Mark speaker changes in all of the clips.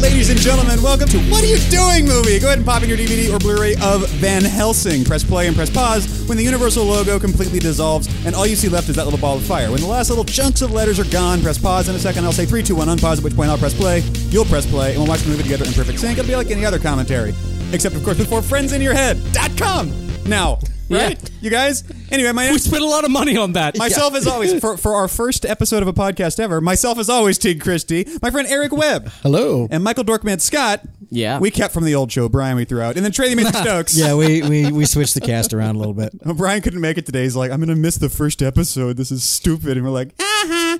Speaker 1: Ladies and gentlemen, welcome to What Are You Doing Movie? Go ahead and pop in your DVD or Blu ray of Van Helsing. Press play and press pause when the Universal logo completely dissolves and all you see left is that little ball of fire. When the last little chunks of letters are gone, press pause. In a second, I'll say 3, 2, 1, unpause, at which point I'll press play. You'll press play and we'll watch the movie together in perfect sync. It'll be like any other commentary. Except, of course, with four friends in your head.com. Now, right?
Speaker 2: Yeah.
Speaker 1: You guys? Anyway, my
Speaker 2: We spent a lot of money on that.
Speaker 1: Myself, as always, for, for our first episode of a podcast ever, myself, as always, Tig Christie, my friend Eric Webb,
Speaker 3: Hello.
Speaker 1: and Michael Dorkman Scott.
Speaker 2: Yeah.
Speaker 1: We kept from the old show, Brian, we threw out. And then Trey the Amazing Stokes.
Speaker 3: Yeah, we, we, we switched the cast around a little bit.
Speaker 1: Brian couldn't make it today. He's like, I'm going to miss the first episode. This is stupid. And we're like, ah.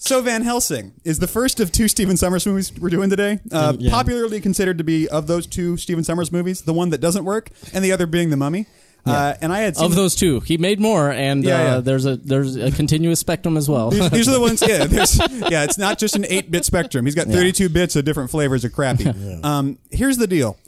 Speaker 1: So Van Helsing is the first of two Stephen Summers movies we're doing today. Uh,
Speaker 3: Um, yeah.
Speaker 1: Popularly considered to be of those two Stephen Summers movies, the one that doesn't work, and the other being The Mummy. Uh, and I had seen
Speaker 2: of those two, he made more, and
Speaker 1: Yeah,
Speaker 2: uh,
Speaker 1: yeah.
Speaker 2: there's a there's a continuous spectrum as well.
Speaker 1: These, these are the ones. Yeah, there's, yeah. It's not just an eight-bit spectrum. He's got 32 bits of different flavors of crappy. Um, here's the deal.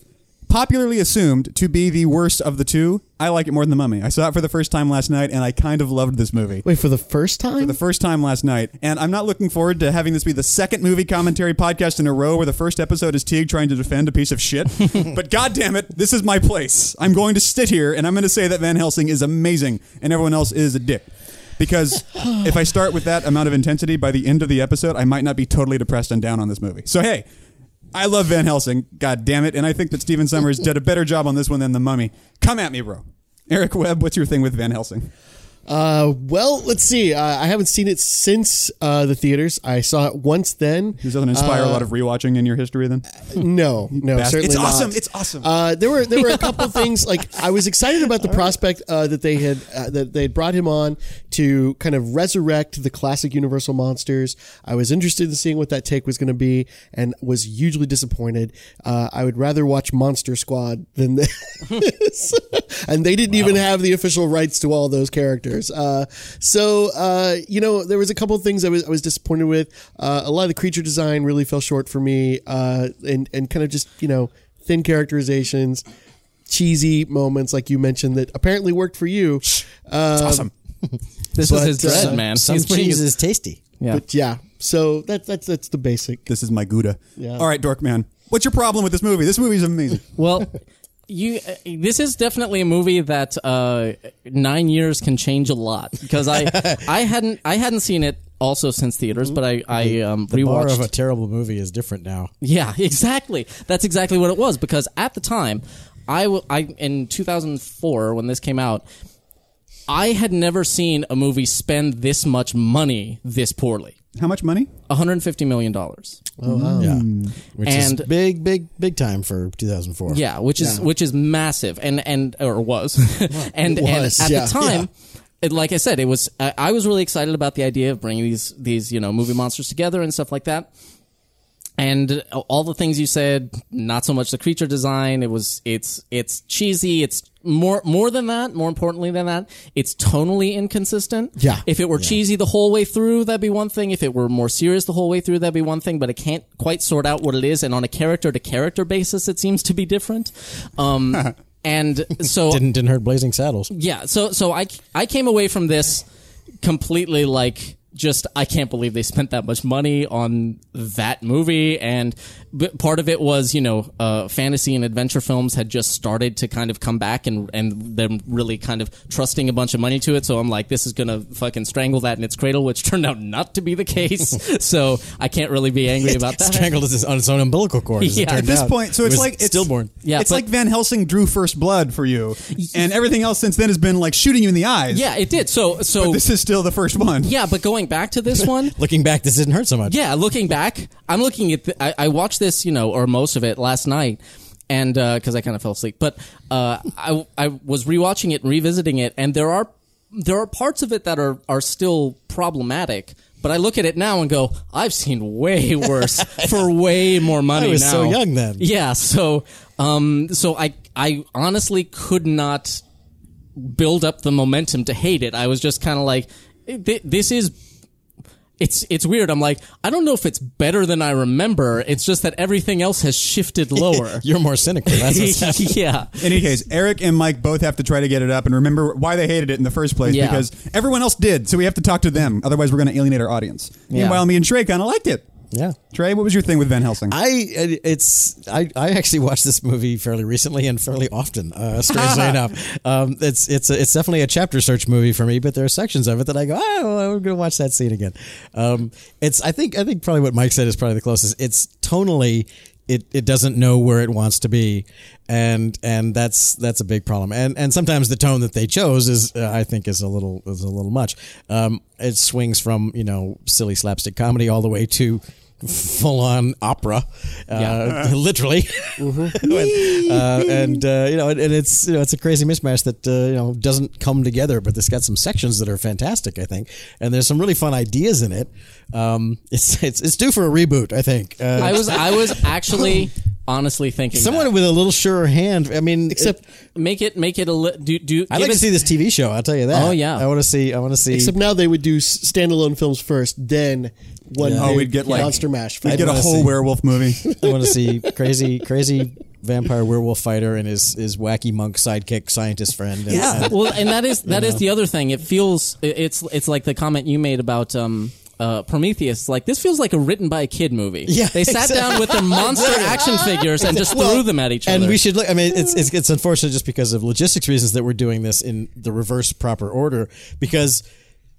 Speaker 1: Popularly assumed to be the worst of the two, I like it more than the Mummy. I saw it for the first time last night, and I kind of loved this movie.
Speaker 3: Wait, for the first time?
Speaker 1: The first time last night, and I'm not looking forward to having this be the second movie commentary podcast in a row where the first episode is Teague trying to defend a piece of shit. but goddamn it, this is my place. I'm going to sit here and I'm going to say that Van Helsing is amazing and everyone else is a dick. Because if I start with that amount of intensity by the end of the episode, I might not be totally depressed and down on this movie. So hey, I love Van Helsing, god damn it, and I think that Steven Summers did a better job on this one than The Mummy. Come at me, bro. Eric Webb, what's your thing with Van Helsing?
Speaker 3: uh, well, let's see. Uh, I haven't seen it since uh, the theaters. I saw it once then. Uh,
Speaker 1: Does that inspire
Speaker 4: Uh,
Speaker 1: a lot of rewatching in your history then?
Speaker 3: No, no,
Speaker 1: bastard.
Speaker 3: certainly
Speaker 1: It's
Speaker 3: not.
Speaker 1: awesome. It's awesome.
Speaker 3: Uh, there were there were a couple things like I was excited about the prospect uh, that they had uh, that they had brought him on to kind of resurrect the classic Universal monsters. I was interested in seeing what that take was going to be, and was hugely disappointed. Uh, I would rather watch Monster Squad than this, and they didn't even have the official rights to all those characters. Uh, so uh, you know there was a couple things I was I was disappointed with. Uh, a lot of the creature design really fell short for me, uh, and and kind of just you know thin characterizations, cheesy moments like you mentioned that apparently worked for you. Uh,
Speaker 1: It's
Speaker 4: Um,
Speaker 1: awesome.
Speaker 2: this is
Speaker 3: but,
Speaker 2: his dread,
Speaker 3: uh,
Speaker 2: man.
Speaker 4: Some
Speaker 2: He's putting
Speaker 4: cheese
Speaker 2: his-
Speaker 4: is tasty.
Speaker 2: yeah.
Speaker 3: But yeah, so that's that's that's the basic.
Speaker 1: This is my Gouda.
Speaker 3: Yeah.
Speaker 1: All right, Dorkman. What's your problem with this movie? This movie is amazing.
Speaker 2: Well, you. Uh, this is definitely a movie that uh, nine years can change a lot because I I hadn't I hadn't seen it also since theaters, but I I um,
Speaker 4: The bar
Speaker 2: rewatched
Speaker 4: of a terrible movie is different now.
Speaker 2: Yeah, exactly. That's exactly what it was because at the time, I, w- I in 2004 when this came out, I had never seen a movie spend this much money this poorly.
Speaker 1: How much money?
Speaker 2: 150 million dollars.
Speaker 4: Yeah, which
Speaker 2: And-
Speaker 4: is big, big, big time for 2004.
Speaker 2: Yeah, which is which is massive, and and or was, and
Speaker 3: Was,
Speaker 2: and at
Speaker 3: yeah.
Speaker 2: the time, it, like I said, it was. I, I was really excited about the idea of bringing these these you know movie monsters together and stuff like that. And all the things you said, not so much the creature design. It was it's it's cheesy. It's more more than that. More importantly than that, it's tonally inconsistent.
Speaker 3: Yeah.
Speaker 2: If it were cheesy the whole way through, that'd be one thing. If it were more serious the whole way through, that'd be one thing. But I can't quite sort out what it is, and on a character to character basis, it seems to be different. Um, and so
Speaker 4: didn't didn't hurt Blazing Saddles.
Speaker 2: yeah, so so I I came away from this completely like just I can't believe they spent that much money on that movie and b- part of it was you know uh, fantasy and adventure films had just started to kind of come back and and they're really kind of trusting a bunch of money to it so I'm like this is gonna fucking strangle that in its cradle which turned out not to be the case so I can't really be angry about that
Speaker 4: Strangled is on its own umbilical cord. as it
Speaker 2: Yeah.
Speaker 4: turned
Speaker 2: At
Speaker 1: At this
Speaker 4: out.
Speaker 1: point, so
Speaker 4: It
Speaker 1: it's
Speaker 4: was
Speaker 1: like it's,
Speaker 4: stillborn.
Speaker 2: Yeah,
Speaker 1: it's
Speaker 2: but-
Speaker 1: like Van Helsing drew first blood for you, and everything else since then has been like shooting you in the eyes.
Speaker 2: yeah it did so so
Speaker 1: But this is still the first one.
Speaker 2: yeah but going back to this one
Speaker 4: Looking back, this didn't hurt so much.
Speaker 2: Yeah, looking back, I'm looking at. The, I, I watched this, you know, or most of it last night, and because I kind of fell asleep. But uh, I I was rewatching it, and revisiting it, and there are there are parts of it that are are still problematic. But I look at it now and go, I've seen way worse for way more money.
Speaker 4: was
Speaker 2: now.
Speaker 4: so young then.
Speaker 2: Yeah, so um, so I I honestly could not build up the momentum to hate it. I was just kind of like, "Th- this is it's it's weird. I'm like, I don't know if it's better than I remember. It's just that everything else has shifted lower.
Speaker 4: You're more cynical. That's what's happening.
Speaker 2: yeah.
Speaker 1: In any case, Eric and Mike both have to try to get it up and remember why they hated it in the first place
Speaker 2: Yeah.
Speaker 1: because everyone else did. So we have to talk to them. Otherwise, we're going to alienate our audience.
Speaker 2: Yeah.
Speaker 1: Meanwhile, me and Trey kind of liked it.
Speaker 4: Yeah.
Speaker 1: Trey, what was your thing with Van Helsing?
Speaker 4: I it's I, I actually watched this movie fairly recently and fairly often. Uh, strangely enough, um, it's it's a, it's definitely a chapter search movie for me. But there are sections of it that I go, oh, I'm gonna watch that scene again. Um, it's I think I think probably what Mike said is probably the closest. It's tonally it, it doesn't know where it wants to be and and that's that's a big problem and and sometimes the tone that they chose is uh, i think is a little is a little much um it swings from you know silly slapstick comedy all the way to full on opera uh, literally
Speaker 2: Mm-hmm.
Speaker 4: And, uh, and uh, you know and, and it's you know it's a crazy mishmash that uh, you know doesn't come together but it's got some sections that are fantastic i think and there's some really fun ideas in it um it's it's, it's due for a reboot i think uh,
Speaker 2: I was I was actually honestly thinking
Speaker 4: Someone
Speaker 2: that.
Speaker 4: with a little surer hand. I mean, except
Speaker 2: make it make it a li- do do
Speaker 4: I'd like to see this TV show. I'll tell you that.
Speaker 2: Oh, yeah.
Speaker 4: I want to see. I want to see.
Speaker 3: Except now they would do s- standalone films first, then one
Speaker 1: Oh,
Speaker 3: big
Speaker 1: we'd get, like-
Speaker 3: monster mash.
Speaker 1: we
Speaker 3: film.
Speaker 1: get a
Speaker 4: wanna
Speaker 1: whole
Speaker 4: see-
Speaker 1: werewolf movie.
Speaker 4: I want to see crazy, crazy vampire werewolf fighter and his his wacky monk sidekick scientist friend. And,
Speaker 2: yeah.
Speaker 4: and-
Speaker 2: well, and that is that is the other thing. It feels it- it's it's like the comment you made about um, uh, Prometheus. Like this feels like a written by a kid movie.
Speaker 4: Yeah,
Speaker 2: they sat down with their monster action figures and just threw them at each other.
Speaker 4: and we should look. I mean, it's, it's it's unfortunate just because of logistics reasons that we're doing this in the reverse proper order because.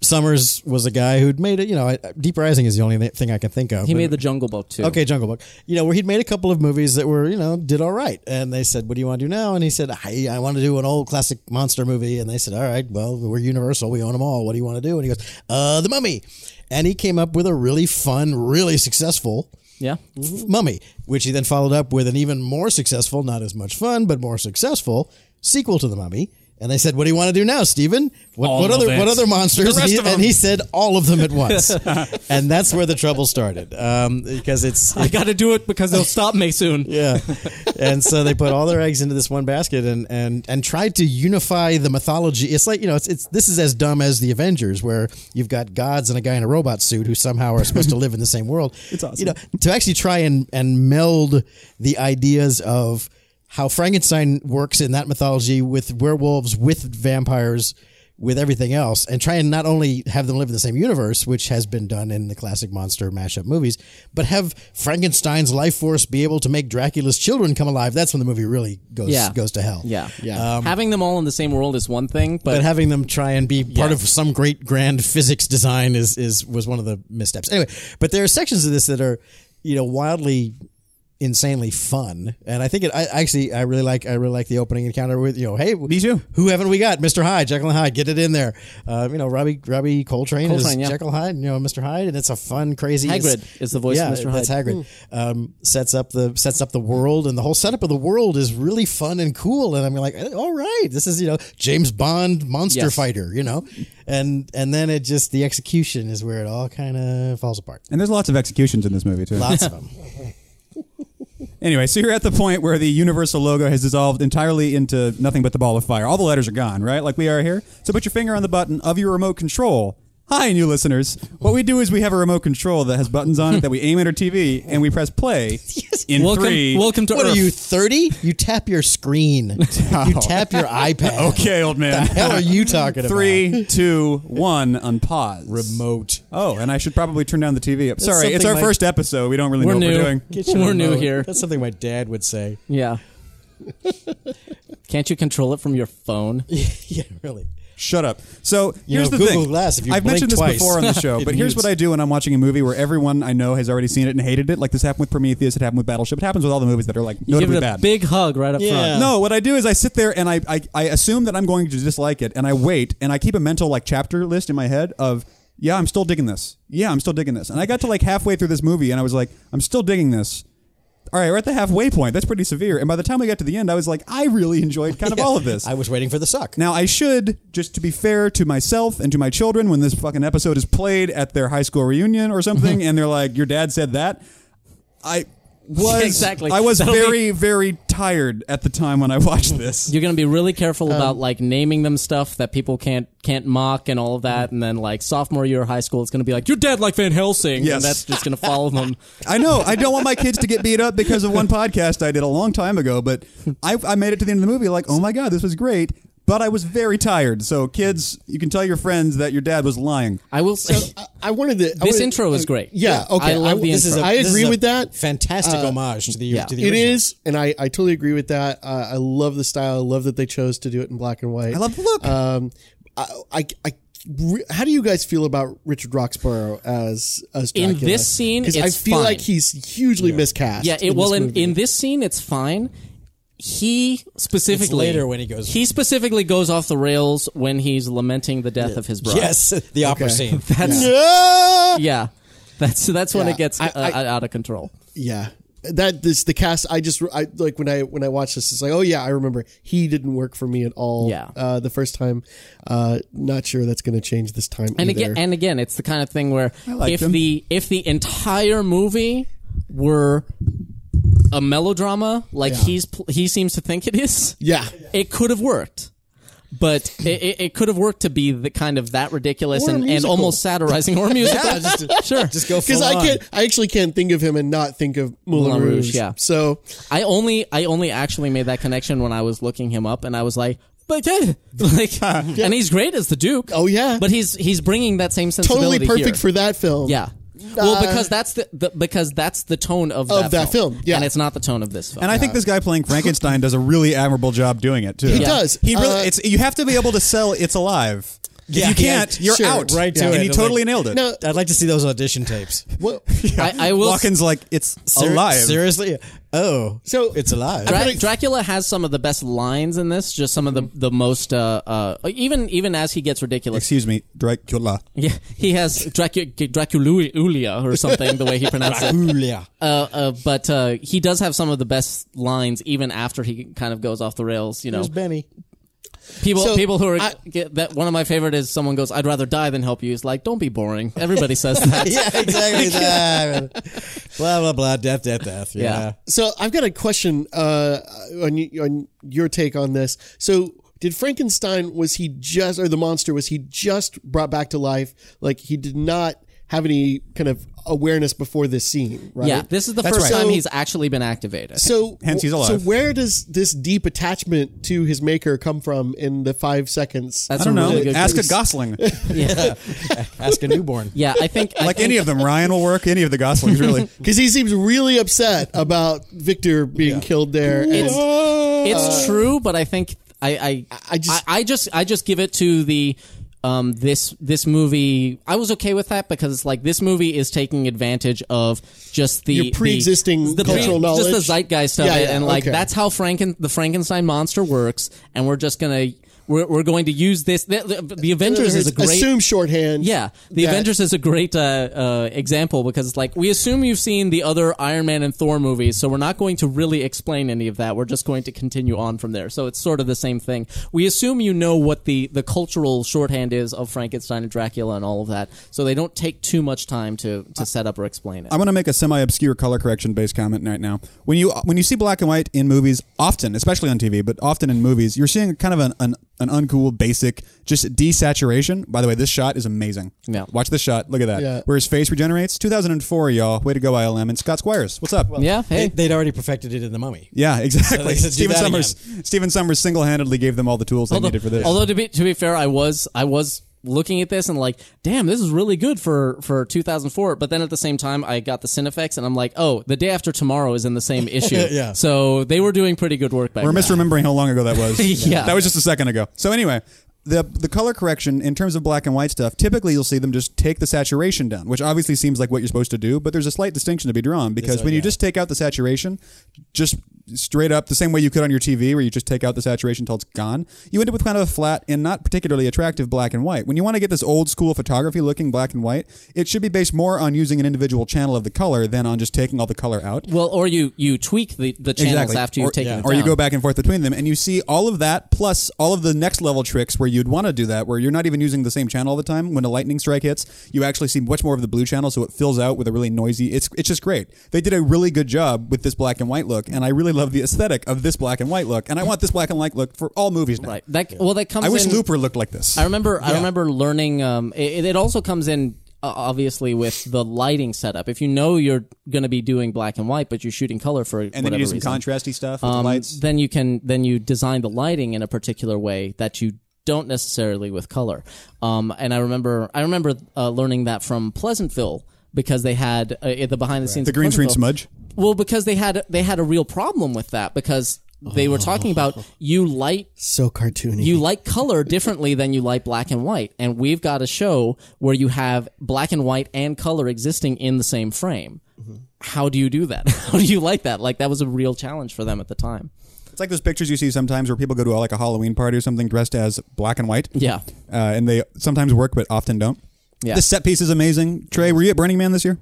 Speaker 4: Summers was a guy who'd made it. You know, I- Deep Rising is the only thing I can think of.
Speaker 2: he
Speaker 4: And-
Speaker 2: made the Jungle Book too.
Speaker 4: Okay, Jungle Book. You know, where he'd made a couple of movies that were, you know, did all right. And they said, What do you want to do now? And he said, I, I want to do an old classic monster movie. And they said, All right, well, we're Universal. We own them all. What do you want to do? And he goes, Uh, The Mummy. And he came up with a really fun, really successful
Speaker 2: Yeah.
Speaker 4: Mm-hmm. Mummy, which he then followed up with an even more successful, not as much fun, but more successful sequel to The Mummy. And they said, "What do you want to do now, Steven? What,
Speaker 2: All
Speaker 4: what
Speaker 2: of
Speaker 4: other
Speaker 2: it.
Speaker 4: what other monsters?"
Speaker 1: The
Speaker 4: and,
Speaker 1: rest
Speaker 4: he,
Speaker 1: of 'em.
Speaker 4: and he said, "All of them at once." and that's where the trouble started, um, because it's
Speaker 2: I got to do it because they'll stop me soon.
Speaker 4: yeah. And so they put all their eggs into this one basket and and and tried to unify the mythology. It's like, you know, it's it's this is as dumb as the Avengers where you've got gods and a guy in a robot suit who somehow are supposed to live in the same world. It's
Speaker 1: awesome.
Speaker 4: You know, to actually try and and meld the ideas of how Frankenstein works in that mythology with werewolves, with vampires, with everything else, and try and not only have them live in the same universe, which has been done in the classic monster mashup movies, but have Frankenstein's life force be able to make Dracula's children come alive. That's when the movie really goes
Speaker 2: Yeah.
Speaker 4: goes to hell.
Speaker 2: Yeah.
Speaker 4: yeah. Um,
Speaker 2: Having them all in the same world is one thing, but,
Speaker 4: but having them try and be part
Speaker 2: Yeah.
Speaker 4: of some great grand physics design is is was one of the missteps. Anyway, but there are sections of this that are, you know, wildly insanely fun and i think it i actually i really like i really like the opening encounter with you know hey me
Speaker 1: too.
Speaker 4: who haven't we got mr hyde jekyll and hyde get it in there uh, you know robbie robbie coltrane, is
Speaker 2: Coltrane, yeah.
Speaker 4: jekyll hyde you know mr hyde and it's a fun crazy
Speaker 2: Hagrid
Speaker 4: it's-
Speaker 2: is the voice of
Speaker 4: yeah,
Speaker 2: Mr.
Speaker 4: that's Hagrid.
Speaker 1: Hmm.
Speaker 4: Um, sets up the sets up the world, and the whole setup of the world is really fun and cool. And I'm like, eh, all right, this is you know James Bond monster
Speaker 2: Yes.
Speaker 4: fighter, you know, and and then it just the execution is where it all kind of falls apart.
Speaker 1: And there's lots of executions in this movie too.
Speaker 4: Lots of them.
Speaker 1: Anyway, so you're at the point where the Universal logo has dissolved entirely into nothing but the ball of fire. All the letters are gone, right? Like we are here. So put your finger on the button of your remote control. Hi, new listeners. What we do is we have a remote control that has buttons on it that we aim at our TV and we press play in
Speaker 2: welcome,
Speaker 1: three.
Speaker 2: welcome to
Speaker 4: What
Speaker 2: Earth.
Speaker 4: are you thirty? You tap your screen. you tap your iPad.
Speaker 1: Okay, old man.
Speaker 4: The hell are you talking about?
Speaker 1: Three, two, one, unpause.
Speaker 4: remote.
Speaker 1: Oh, and I should probably turn down the TV. up. Sorry, it's
Speaker 4: something
Speaker 1: our
Speaker 4: my-
Speaker 1: first episode. We don't really
Speaker 2: We're
Speaker 1: know what
Speaker 2: new.
Speaker 1: we're doing.
Speaker 4: Get your
Speaker 2: We're new
Speaker 4: remote.
Speaker 2: here.
Speaker 4: That's something my dad would say.
Speaker 2: yeah. Can't you control it from your phone?
Speaker 4: yeah, really.
Speaker 1: Shut up. So
Speaker 4: You
Speaker 1: here's
Speaker 4: know,
Speaker 1: the
Speaker 4: Google
Speaker 1: thing.
Speaker 4: Glass, if you
Speaker 1: I've
Speaker 4: blink
Speaker 1: mentioned
Speaker 4: twice,
Speaker 1: this before on the show,
Speaker 4: it
Speaker 1: but here's
Speaker 4: mutes.
Speaker 1: what I do when I'm watching a movie where everyone I know has already seen it and hated it. Like this happened with Prometheus. It happened with Battleship. It happens with all the movies that are like
Speaker 2: You give
Speaker 1: notably
Speaker 2: it a
Speaker 1: bad.
Speaker 2: big hug right up
Speaker 4: Yeah.
Speaker 2: front.
Speaker 1: no, what I do is I sit there and I, I I assume that I'm going to dislike it, and I wait, and I keep a mental like chapter list in my head of yeah, I'm still digging this. Yeah, I'm still digging this. And I got to like halfway through this movie, and I was like, I'm still digging this. All right, we're at the halfway point. That's pretty severe. And by the time we got to the end, I was like, I really enjoyed kind of all of this.
Speaker 4: I was waiting for the suck.
Speaker 1: Now, I should, just to be fair to myself and to my children, when this fucking episode is played at their high school reunion or something, and they're like, your dad said that, I. was
Speaker 2: exactly.
Speaker 1: I was
Speaker 2: That'll be-
Speaker 1: very very tired at the time when I watched this.
Speaker 2: You're gonna be really careful
Speaker 4: Um,
Speaker 2: about like naming them stuff that people can't can't mock and all of that, and then like sophomore year of high school, it's gonna be like you're dead like Van Helsing,
Speaker 1: Yes.
Speaker 2: and that's just gonna follow them.
Speaker 1: I know. I don't want my kids to get beat up because of one podcast I did a long time ago, but I, I made it to the end of the movie like, oh my God, this was great. But I was very tired. So, kids, you can tell your friends that your dad was lying.
Speaker 2: I will. say
Speaker 3: I, I wanted to. I
Speaker 2: This
Speaker 3: wanted- uh,
Speaker 2: intro is great.
Speaker 3: Yeah.
Speaker 2: Yeah.
Speaker 3: Okay.
Speaker 2: I love the
Speaker 3: this
Speaker 2: intro.
Speaker 3: Is a, I
Speaker 4: this is
Speaker 3: agree
Speaker 4: a
Speaker 3: with that.
Speaker 4: Fantastic homage to the,
Speaker 2: yeah.
Speaker 4: to the
Speaker 3: It
Speaker 4: original.
Speaker 3: is, and I, I totally agree with that. Uh, I love the style. I love that they chose to do it in black and white.
Speaker 1: I love the look.
Speaker 2: Uh,
Speaker 3: Um, I, I, I re- how do you guys feel about Richard Roxborough as as
Speaker 2: In
Speaker 3: Dracula?
Speaker 2: this scene,
Speaker 3: 'Cause I
Speaker 2: it's
Speaker 3: feel
Speaker 2: fine.
Speaker 3: like he's hugely miscast.
Speaker 2: yeah, it,
Speaker 3: in
Speaker 2: well,
Speaker 3: this
Speaker 2: in,
Speaker 3: movie.
Speaker 2: in this scene, it's fine. He specifically
Speaker 4: later when he goes-
Speaker 2: He specifically goes off the rails when he's lamenting the death of his brother.
Speaker 4: Yes, the opera scene.
Speaker 2: That's
Speaker 1: Ah!
Speaker 4: No!
Speaker 2: yeah. That's that's when
Speaker 3: Yeah,
Speaker 2: it gets
Speaker 3: I-
Speaker 2: uh,
Speaker 3: I-
Speaker 2: out of control.
Speaker 3: yeah, that this the cast. I just I like when I when I watch this, it's like oh yeah, I remember he didn't work for me at all.
Speaker 2: Yeah.
Speaker 3: uh, the first time. Uh, not sure that's going to change this time.
Speaker 2: And
Speaker 3: either.
Speaker 2: again, and again, it's the kind of thing where
Speaker 1: liked
Speaker 2: if
Speaker 1: him.
Speaker 2: the if the entire movie were a melodrama, like he's pl- he seems to think it is,
Speaker 3: yeah,
Speaker 2: it could have worked. But it, it, it could have worked to be the kind of that ridiculous
Speaker 3: Or a
Speaker 2: and, and
Speaker 3: musical.
Speaker 2: almost satirizing or musical. sure.
Speaker 4: Just go
Speaker 3: because
Speaker 4: full
Speaker 3: I
Speaker 4: on.
Speaker 3: can't. I actually can't think of him and not think of Moulin,
Speaker 2: Moulin
Speaker 3: Rouge.
Speaker 2: Rouge, yeah.
Speaker 3: So
Speaker 2: I only I only actually made that connection when I was looking him up, and I was like, but yeah, like, and he's great as the Duke.
Speaker 3: Oh, yeah.
Speaker 2: but he's he's bringing that same
Speaker 3: totally
Speaker 2: sensibility
Speaker 3: perfect
Speaker 2: here.
Speaker 3: for that film.
Speaker 2: yeah. Well, because that's the, the because that's the tone of that
Speaker 3: Of that film, yeah.
Speaker 2: and it's not the tone of this film.
Speaker 1: And I think this guy playing Frankenstein does a really admirable job doing it, too.
Speaker 3: He does.
Speaker 1: He really,
Speaker 3: Uh,
Speaker 1: it's, you have to be able to sell It's Alive. If
Speaker 4: Yeah,
Speaker 1: you can't,
Speaker 4: yeah,
Speaker 1: you're
Speaker 4: sure,
Speaker 1: out.
Speaker 4: right to
Speaker 1: and
Speaker 4: it.
Speaker 1: he
Speaker 4: I'm
Speaker 1: totally
Speaker 4: like-
Speaker 1: nailed it.
Speaker 3: No.
Speaker 4: I'd like to see those audition tapes.
Speaker 3: What?
Speaker 2: I, I will.
Speaker 1: Walken's like, it's
Speaker 4: Ser-
Speaker 1: alive.
Speaker 4: Seriously? Oh,
Speaker 3: So-
Speaker 4: it's alive.
Speaker 2: Dra-
Speaker 3: gonna-
Speaker 2: Dracula has some of the best lines in this. Just some of the the most uh, uh even even as he gets ridiculous,
Speaker 1: Excuse me, Dracula.
Speaker 2: yeah, he has Dracu- Dracululia or something. the way he pronounces it.
Speaker 1: Mm.
Speaker 4: Julia.
Speaker 2: uh, uh, but uh, he does have some of the best lines, even after he kind of goes off the rails. You know,
Speaker 4: There's Benny.
Speaker 2: people
Speaker 3: So,
Speaker 2: people who are
Speaker 3: I-
Speaker 2: get, that one of my favorite is someone goes, "I'd rather die than help you." He's like, "Don't be boring." Everybody says that.
Speaker 4: Yeah, exactly. that. blah, blah, blah. Death, death, death. Yeah.
Speaker 2: Yeah.
Speaker 3: So I've got a question uh, on y- on your take on this. So did Frankenstein was he just or the monster was he just brought back to life? Like he did not have any kind of awareness before this scene, right?
Speaker 2: Yeah, this is the first
Speaker 3: right.
Speaker 2: time
Speaker 3: So-
Speaker 2: he's actually been activated.
Speaker 3: So
Speaker 1: Hence he's alive.
Speaker 3: So where does this deep attachment to his maker come from in the five seconds? Uh,
Speaker 2: That's
Speaker 1: I don't
Speaker 2: a
Speaker 1: know.
Speaker 2: really good
Speaker 1: Ask a
Speaker 2: question.
Speaker 1: Gosling.
Speaker 4: Ask a newborn.
Speaker 2: Yeah, I think I
Speaker 1: like
Speaker 2: think-
Speaker 1: any of them. Ryan will work. Any of the Goslings, really.
Speaker 3: because he seems really upset about Victor being killed there. and-
Speaker 2: It's, it's true, but I think I I,
Speaker 3: Uh, I just-
Speaker 2: I, I just I just give it to the um this this movie. I was okay with that because it's like this movie is taking advantage of just the
Speaker 3: Your pre-existing
Speaker 2: the, the
Speaker 3: cultural
Speaker 2: just the
Speaker 3: knowledge?
Speaker 2: zeitgeist of
Speaker 3: Yeah,
Speaker 2: it,
Speaker 3: yeah,
Speaker 2: and like
Speaker 3: okay.
Speaker 2: that's how Franken the Frankenstein monster works, and we're just gonna. We're, we're going to use this. The, the- the
Speaker 3: Uh,
Speaker 2: Avengers is a great
Speaker 3: assume shorthand.
Speaker 2: yeah, The
Speaker 3: that-
Speaker 2: Avengers is a great uh, uh, example because it's like we assume you've seen the other Iron Man and Thor movies, so we're not going to really explain any of that. We're just going to continue on from there. So it's sort of the same thing. We assume you know what the the cultural shorthand is of Frankenstein and Dracula and all of that, so they don't take too much time to to set up or explain it.
Speaker 1: I want to make a semi-obscure color correction based comment right now. When you when you see black and white in movies, often, especially on TV, but often in movies, you're seeing kind of an an, an uncool, basic, just desaturation. By the way, this shot is amazing.
Speaker 2: Yeah.
Speaker 1: watch this shot. Look at that.
Speaker 3: Yeah.
Speaker 1: Where his face regenerates. 2004, y'all. Way to go, ILM. And Scott Squires. What's up?
Speaker 2: yeah, hey,
Speaker 4: They, they'd already perfected it in The Mummy.
Speaker 1: Yeah, exactly.
Speaker 4: they said do
Speaker 1: Stephen
Speaker 4: that
Speaker 1: Summers. Stephen Summers single-handedly gave them all the tools they
Speaker 2: although,
Speaker 1: needed for this.
Speaker 2: although to be to be fair, I was I was looking at this and like, damn, this is really good for for 2004. But then at the same time, I got the Cinefex and I'm like, oh, the day after tomorrow is in the same issue.
Speaker 4: Yeah.
Speaker 2: So they were doing pretty good work back.
Speaker 1: We're
Speaker 2: then.
Speaker 1: misremembering how long ago that was.
Speaker 2: Yeah.
Speaker 1: That was just a second ago. So anyway, the the color correction in terms of black and white stuff, typically you'll see them just take the saturation down, which obviously seems like what you're supposed to do, but there's a slight distinction to be drawn because
Speaker 4: There's a-
Speaker 1: when you
Speaker 4: yeah.
Speaker 1: just take out the saturation, just straight up the same way you could on your TV, where you just take out the saturation till it's gone. You end up with kind of a flat and not particularly attractive black and white. When you want to get this old school photography looking black and white, it should be based more on using an individual channel of the color than on just taking all the color out.
Speaker 2: Well, or you you tweak the, the channels after you've
Speaker 1: or,
Speaker 2: taken
Speaker 1: yeah.
Speaker 2: it
Speaker 1: or you
Speaker 2: down.
Speaker 1: go back and forth between them, and you see all of that plus all of the next level tricks where you'd want to do that, where you're not even using the same channel all the time. When a lightning strike hits, you actually see much more of the blue channel, so it fills out with a really noisy. It's it's just great. They did a really good job with this black and white look, and I really love the aesthetic of this black and white look, and I want this black and white look for all movies now.
Speaker 2: Right. That well that comes
Speaker 1: I wish
Speaker 2: in,
Speaker 1: Looper looked like this.
Speaker 2: I remember. I remember learning. Um, it, it also comes in uh, obviously with the lighting setup. If you know you're going to be doing black and white, but you're shooting color for
Speaker 1: and then
Speaker 2: whatever
Speaker 1: you do some
Speaker 2: reason,
Speaker 1: contrasty stuff with the
Speaker 2: um,
Speaker 1: lights.
Speaker 2: then you can then you design the lighting in a particular way that you don't necessarily with color. Um, and I remember I remember uh, learning that from Pleasantville because they had uh, at the behind the scenes
Speaker 1: the green screen smudge.
Speaker 2: Well, because they had they had a real problem with that because they were talking about you light
Speaker 3: So cartoony.
Speaker 2: you like color differently than you like black and white. And we've got a show where you have black and white and color existing in the same frame.
Speaker 1: Mm-hmm.
Speaker 2: How do you do that? How do you like that? Like that was a real challenge for them at the time.
Speaker 1: It's like those pictures you see sometimes where people go to like a Halloween party or something dressed as black and white.
Speaker 2: Yeah.
Speaker 1: uh, and they sometimes work but often don't.
Speaker 2: Yeah.
Speaker 1: This set piece is amazing. Trey, were you at Burning Man this year?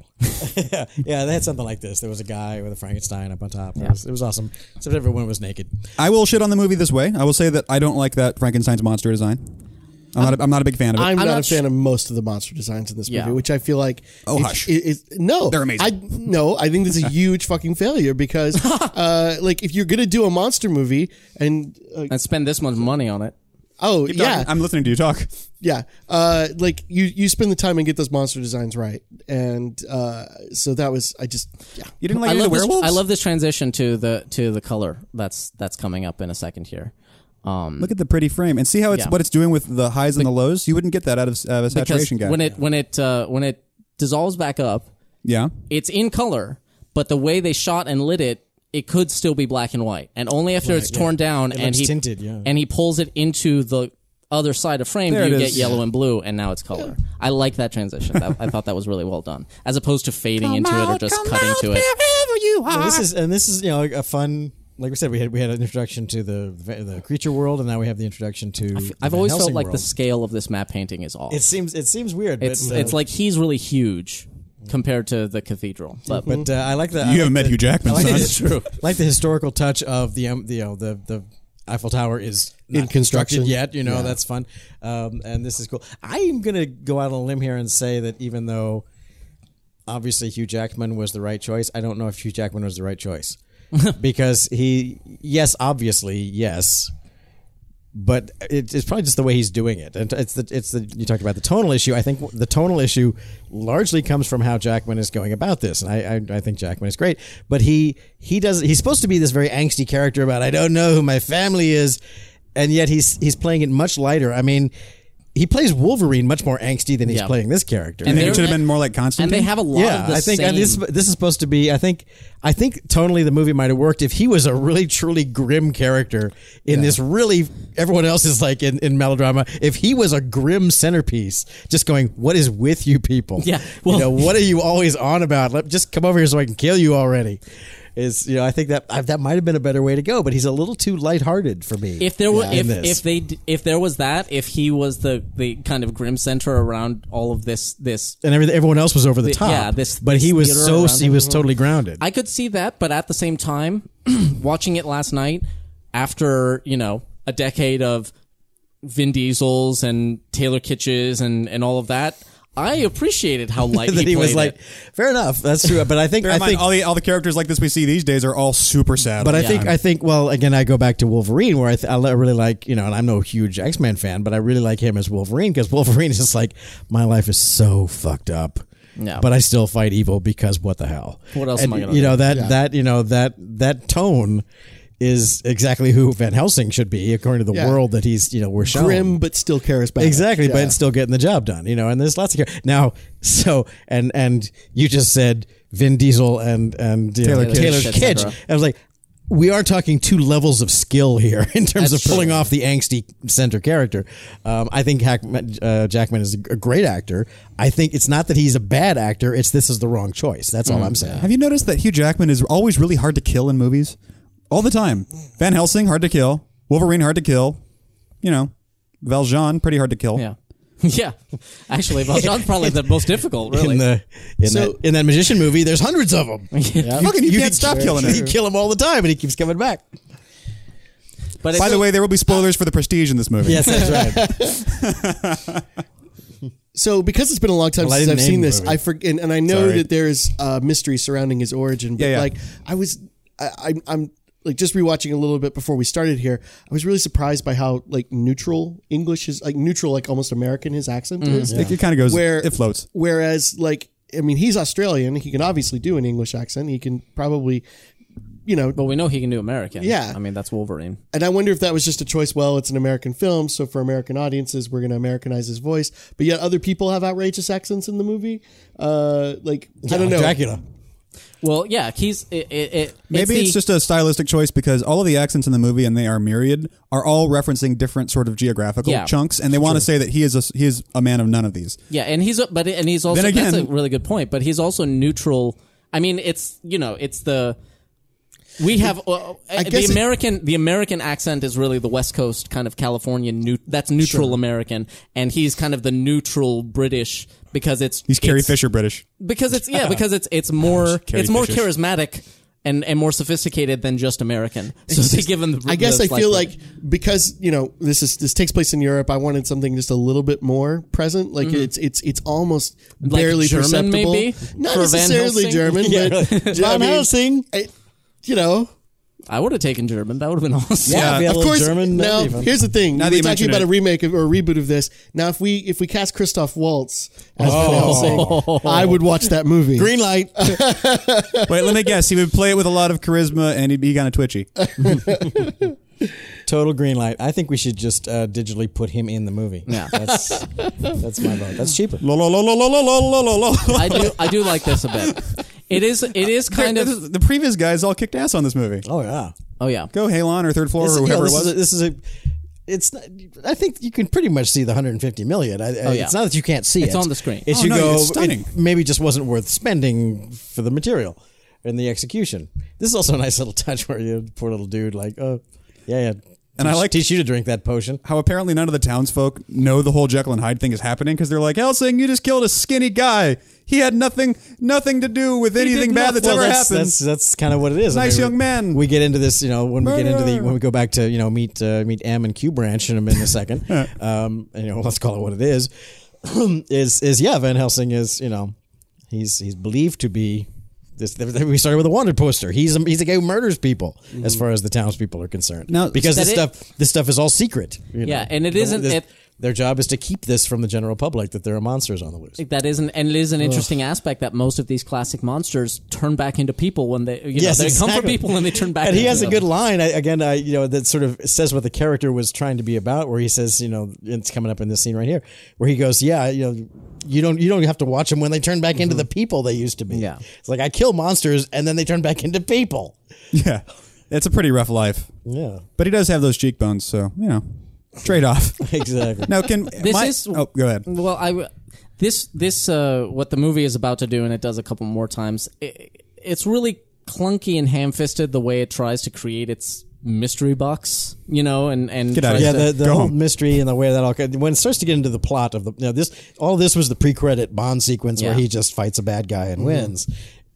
Speaker 4: Yeah, they had something like this. There was a guy with a Frankenstein up on top. It, was, it was awesome. Except everyone was naked.
Speaker 1: I will shit on the movie this way. I will say that I don't like that Frankenstein's monster design. I'm, not. A, I'm not a big fan of it.
Speaker 3: I'm,
Speaker 2: I'm
Speaker 3: not,
Speaker 2: not
Speaker 3: a fan of most of the monster designs in this
Speaker 2: Yeah.
Speaker 3: movie, which I feel like.
Speaker 1: Oh,
Speaker 3: it's-
Speaker 1: hush.
Speaker 3: it- it's- no,
Speaker 1: They're amazing.
Speaker 3: I no, I think this is a huge fucking failure because, uh, like, if you're gonna do a monster movie and uh,
Speaker 2: And spend this much money on it.
Speaker 3: oh
Speaker 1: Doc,
Speaker 3: yeah,
Speaker 1: I'm listening to you talk.
Speaker 3: yeah, uh, like you you spend the time and get those monster designs right, and uh, so that was I just yeah.
Speaker 1: You didn't like
Speaker 2: I
Speaker 1: any of
Speaker 2: love
Speaker 1: the
Speaker 2: this,
Speaker 1: werewolves?
Speaker 2: I love this transition to the to the color that's that's coming up in a second here. Um,
Speaker 1: Look at the pretty frame and see how it's
Speaker 2: Yeah.
Speaker 1: what it's doing with the highs and the lows. You wouldn't get that out of, out of a
Speaker 2: because
Speaker 1: saturation guy.
Speaker 2: when it when it uh, when it dissolves back up,
Speaker 1: yeah,
Speaker 2: it's in color, but the way they shot and lit it, it could still be black and white. And only after it's torn down and
Speaker 4: looks
Speaker 2: he
Speaker 4: tinted, yeah.
Speaker 2: and he pulls it into the other side of frame,
Speaker 1: There
Speaker 2: do you
Speaker 1: it
Speaker 2: get
Speaker 1: is.
Speaker 2: yellow and blue, and now it's color. I like that transition. That, I thought that was really well done, as opposed to fading into it or just cutting to it.
Speaker 4: Well, this is and this is you know a fun. Like we said, we had we had an introduction to the the creature world, and now we have the introduction to. the
Speaker 2: I've
Speaker 4: Van
Speaker 2: always felt
Speaker 4: Helsing
Speaker 2: like the
Speaker 4: world.
Speaker 2: scale of this map painting is off.
Speaker 4: It seems it seems weird.
Speaker 2: it's
Speaker 4: but, uh,
Speaker 2: it's like he's really huge compared to the cathedral. But,
Speaker 4: But uh, I like the.
Speaker 1: you haven't met Hugh Jackman.
Speaker 4: I like,
Speaker 1: son.
Speaker 4: the, true. like the historical touch of the um, the, you know, the the Eiffel Tower is not
Speaker 3: In construction.
Speaker 4: constructed yet. You know that's fun, um, and this is cool. I'm gonna go out on a limb here and say that even though obviously Hugh Jackman was the right choice, I don't know if Hugh Jackman was the right choice because he, yes, obviously, yes. But it, it's probably just the way he's doing it, and it's the it's the you talked about the tonal issue. I think the tonal issue largely comes from how Jackman is going about this, and I I, I think Jackman is great, but he he does he's supposed to be this very angsty character about I don't know who my family is, and yet he's he's playing it much lighter. I mean, he plays Wolverine much more angsty than he's
Speaker 2: Yeah.
Speaker 4: playing this character.
Speaker 1: I think
Speaker 2: they're-
Speaker 1: it should have been more like
Speaker 2: and
Speaker 1: Constantine.
Speaker 2: they have a lot
Speaker 4: Yeah,
Speaker 2: of the
Speaker 4: I think
Speaker 2: same.
Speaker 4: and this this is supposed to be. I think I think tonally the movie might have worked if he was a really truly grim character in this really. Everyone else is like in, in melodrama. If he was a grim centerpiece, just going, "What is with you people?
Speaker 2: Yeah,
Speaker 4: well,
Speaker 2: well-
Speaker 4: you know, what are you always on about? Let, just come over here so I can kill you already." Is you know I think that I, that might have been a better way to go, but he's a little too lighthearted for me.
Speaker 2: If there were
Speaker 4: in
Speaker 2: if,
Speaker 4: this.
Speaker 2: if they d- if there was that if he was the the kind of grim center around all of this this
Speaker 4: and everything, everyone else was over the
Speaker 2: The-
Speaker 4: top.
Speaker 2: yeah, this-
Speaker 4: but he
Speaker 2: this
Speaker 4: was
Speaker 2: theater
Speaker 4: so
Speaker 2: around
Speaker 4: he
Speaker 2: him.
Speaker 4: was totally grounded.
Speaker 2: I could see that but at the same time watching it last night after you know a decade of Vin Diesel's and Taylor Kitsch's and and all of that I appreciated how light
Speaker 4: that he,
Speaker 2: he
Speaker 4: was
Speaker 2: played
Speaker 4: like,
Speaker 2: it.
Speaker 4: fair enough, that's true. But I think
Speaker 1: Bear
Speaker 4: I
Speaker 1: in mind,
Speaker 4: think
Speaker 1: all the all the characters like this we see these days are all super sad.
Speaker 4: But
Speaker 1: all
Speaker 4: I
Speaker 1: the
Speaker 4: think
Speaker 1: time.
Speaker 4: I think well again I go back to Wolverine where I, th- I li- really like you know and I'm no huge X Men fan but I really like him as Wolverine because Wolverine is just like my life is so fucked up.
Speaker 2: Yeah.
Speaker 4: But I still fight evil because what the hell?
Speaker 2: What else
Speaker 4: And,
Speaker 2: am I gonna
Speaker 4: You know
Speaker 2: do?
Speaker 4: that that you know that that tone is exactly who Van Helsing should be according to the
Speaker 3: Yeah.
Speaker 4: world that he's you know we're showing
Speaker 3: grim but still charismatic.
Speaker 4: exactly
Speaker 3: Yeah.
Speaker 4: but it's still getting the job done you know and there's lots of care now so and and you just said vin diesel and and you
Speaker 1: Taylor
Speaker 4: know,
Speaker 1: Kitsch.
Speaker 4: taylor
Speaker 2: Kitsch,
Speaker 4: kitsch
Speaker 2: etc.
Speaker 4: i was like we are talking two levels of skill here in terms
Speaker 2: That's
Speaker 4: of pulling
Speaker 2: true.
Speaker 4: off the angsty center character. Um, I think Hackman, uh, Jackman is a great actor. I think it's not that he's a bad actor; it's this is the wrong choice. That's all I'm saying.
Speaker 1: Have you noticed that Hugh Jackman is always really hard to kill in movies? all the time. Van Helsing, hard to kill. Wolverine, hard to kill. You know, Valjean, pretty hard to kill.
Speaker 2: Yeah. Yeah, actually, Valjean's probably the most difficult. Really,
Speaker 4: in the in,
Speaker 3: So-
Speaker 4: that, in that magician movie. There's hundreds of them.
Speaker 1: Fucking, you, can't stop killing
Speaker 4: You
Speaker 1: it.
Speaker 4: kill him all the time, and he keeps coming back.
Speaker 2: but
Speaker 1: By the way, there will be spoilers for the Prestige in this movie.
Speaker 4: Yes, that's right.
Speaker 3: So, because it's been a long time
Speaker 4: Well, I
Speaker 3: since
Speaker 4: didn't
Speaker 3: I've seen
Speaker 4: name the
Speaker 3: this,
Speaker 4: movie.
Speaker 3: I forget, and, and I know
Speaker 1: Sorry.
Speaker 3: that there is uh, mystery surrounding his origin. But
Speaker 1: Yeah, yeah.
Speaker 3: like, I was, I, I'm, I'm like just rewatching a little bit before we started here. I was really surprised by how like neutral English is, like neutral, like almost American his accent is.
Speaker 1: Mm, It, kind of goes,
Speaker 3: Where
Speaker 1: it floats.
Speaker 3: Whereas, like, I mean, he's Australian. He can obviously do an English accent. He can probably, you know,
Speaker 2: but we know he can do American.
Speaker 3: Yeah.
Speaker 2: I mean that's Wolverine.
Speaker 3: and I wonder if that was just a choice. Well, it's an American film, so for American audiences, we're going to Americanize his voice. But yet, other people have outrageous accents in the movie. Uh, like I don't know.
Speaker 4: Dracula.
Speaker 2: Well, yeah, he's it. it, it
Speaker 1: Maybe it's,
Speaker 2: the-
Speaker 1: just a stylistic choice because all of the accents in the movie, and they are myriad, are all referencing different sort of geographical
Speaker 2: Yeah.
Speaker 1: chunks, and they want to say that he is a, he is a man of none of these.
Speaker 2: Yeah, and he's but and he's also
Speaker 1: Then
Speaker 2: that's a
Speaker 1: again-
Speaker 2: really good point. But he's also neutral. I mean, it's you know, it's the we have uh, the
Speaker 3: guess it-
Speaker 2: American the American accent is really the West Coast kind of California new that's neutral American, and he's kind of the neutral British because it's
Speaker 1: He's Carrie
Speaker 2: it's-
Speaker 1: Fisher British.
Speaker 2: because it's yeah because it's it's more
Speaker 1: Carrie
Speaker 2: it's more
Speaker 1: Fisher.
Speaker 2: charismatic. And, and more sophisticated than just American, so they give him. The,
Speaker 3: I guess
Speaker 2: the
Speaker 3: I
Speaker 2: slight
Speaker 3: feel
Speaker 2: British.
Speaker 3: like because you know this is this takes place in Europe. I wanted something just a little bit more present. Like it's it's it's almost barely
Speaker 2: Mm-hmm. German,
Speaker 3: perceptible.
Speaker 2: maybe,
Speaker 3: Not
Speaker 2: for Van
Speaker 3: necessarily
Speaker 2: Helsing?
Speaker 3: German, but I
Speaker 4: Van
Speaker 3: mean,
Speaker 4: Helsing.
Speaker 3: I- you know.
Speaker 2: I would have taken German. That would have been awesome.
Speaker 1: Yeah,
Speaker 4: we had a
Speaker 3: of
Speaker 4: little
Speaker 3: course.
Speaker 4: German.
Speaker 3: now,
Speaker 4: not even.
Speaker 3: here's the thing.
Speaker 1: Now that
Speaker 3: We're
Speaker 1: you
Speaker 3: talking
Speaker 1: mention
Speaker 3: about
Speaker 1: it.
Speaker 3: a remake of, or a reboot of this. Now, if we if we cast Christoph Waltz as Van Helsing, I would watch that movie.
Speaker 4: green light.
Speaker 1: Wait, let me guess. He would play it with a lot of charisma, and he'd be kind of twitchy.
Speaker 4: Total green light. I think we should just uh, digitally put him in the movie.
Speaker 2: Yeah.
Speaker 4: that's that's my vote. That's cheaper.
Speaker 1: Lo, lo, lo, lo, lo, lo, lo, lo, lo, lo.
Speaker 2: I do. I do like this a bit. It is. It is kind
Speaker 1: There-
Speaker 2: of.
Speaker 1: the previous guys all kicked ass on this movie.
Speaker 4: Oh yeah.
Speaker 2: Oh yeah.
Speaker 1: Go Halon or Third Floor
Speaker 4: This,
Speaker 1: or
Speaker 4: you know,
Speaker 1: whoever it was.
Speaker 4: this is a, this is a. It's. Not, I think you can pretty much see the 150 million. I, I-
Speaker 2: yeah.
Speaker 4: It's not that you can't see it.
Speaker 2: It's on the screen.
Speaker 4: It's
Speaker 1: Oh,
Speaker 4: you
Speaker 1: no,
Speaker 4: go.
Speaker 1: it's stunning.
Speaker 4: It maybe just wasn't worth spending for the material and the execution. This is also a nice little touch where you poor little dude like oh yeah yeah.
Speaker 1: And I
Speaker 4: Teach-
Speaker 1: like-
Speaker 4: teach you to drink that potion.
Speaker 1: how apparently none of the townsfolk know the whole Jekyll and Hyde thing is happening because they're like, Helsing, you just killed a skinny guy. He had nothing, nothing to do with anything bad that's
Speaker 4: Well,
Speaker 1: ever
Speaker 4: that's,
Speaker 1: happened.
Speaker 4: That's that's kind of what it is.
Speaker 1: Nice
Speaker 4: we-
Speaker 1: young man.
Speaker 4: We get into this, you know, when we get into the
Speaker 1: Murder.
Speaker 4: when we go back to you know meet uh, meet M and Q branch in a minute, in a second. um, and, you know, let's call it what it is. is is yeah, Van Helsing is you know, he's he's believed to be. This, we started with a wanted poster. He's a, he's a guy who murders people, as far as the townspeople are concerned.
Speaker 1: Mm-hmm. Now-
Speaker 4: because
Speaker 2: Is
Speaker 4: this
Speaker 2: that it?
Speaker 4: stuff this stuff is all secret. you
Speaker 2: Yeah,
Speaker 4: know.
Speaker 2: and it
Speaker 4: They-
Speaker 2: isn't-
Speaker 4: this-
Speaker 2: it-
Speaker 4: their job is to keep this from the general public that there are monsters on the loose.
Speaker 2: That is an and it is an interesting aspect that most of these classic monsters turn back into people when they you know, they come for
Speaker 4: exactly.
Speaker 2: people and they turn back.
Speaker 4: And he
Speaker 2: into
Speaker 4: has a
Speaker 2: them.
Speaker 4: good line I, again, I, you know, that sort of says what the character was trying to be about. Where he says, you know, it's coming up in this scene right here, where he goes, "Yeah, you know, you don't you don't have to watch them when they turn back into the people they used to be."
Speaker 2: Mm-hmm. Yeah.
Speaker 4: it's like I kill monsters and then they turn back into people.
Speaker 1: yeah, it's a pretty rough life.
Speaker 4: Yeah,
Speaker 1: But he does have those cheekbones, so you know, trade off.
Speaker 4: exactly.
Speaker 1: now, can
Speaker 2: This
Speaker 1: my-
Speaker 2: is
Speaker 1: Oh, go ahead.
Speaker 2: Well, I w- this this uh, what the movie is about to do, and it does a couple more times. It, it's really clunky and ham-fisted the way it tries to create its mystery box, you know, and and
Speaker 1: Get out of
Speaker 2: tries
Speaker 4: yeah,
Speaker 1: here.
Speaker 2: to-
Speaker 4: the, the
Speaker 1: Go
Speaker 4: whole
Speaker 1: home.
Speaker 4: mystery and the way that all when it starts to get into the plot of the you know, this all this was the pre-credit Bond sequence where
Speaker 2: Yeah. Mm-hmm.
Speaker 4: he just fights a bad guy and wins.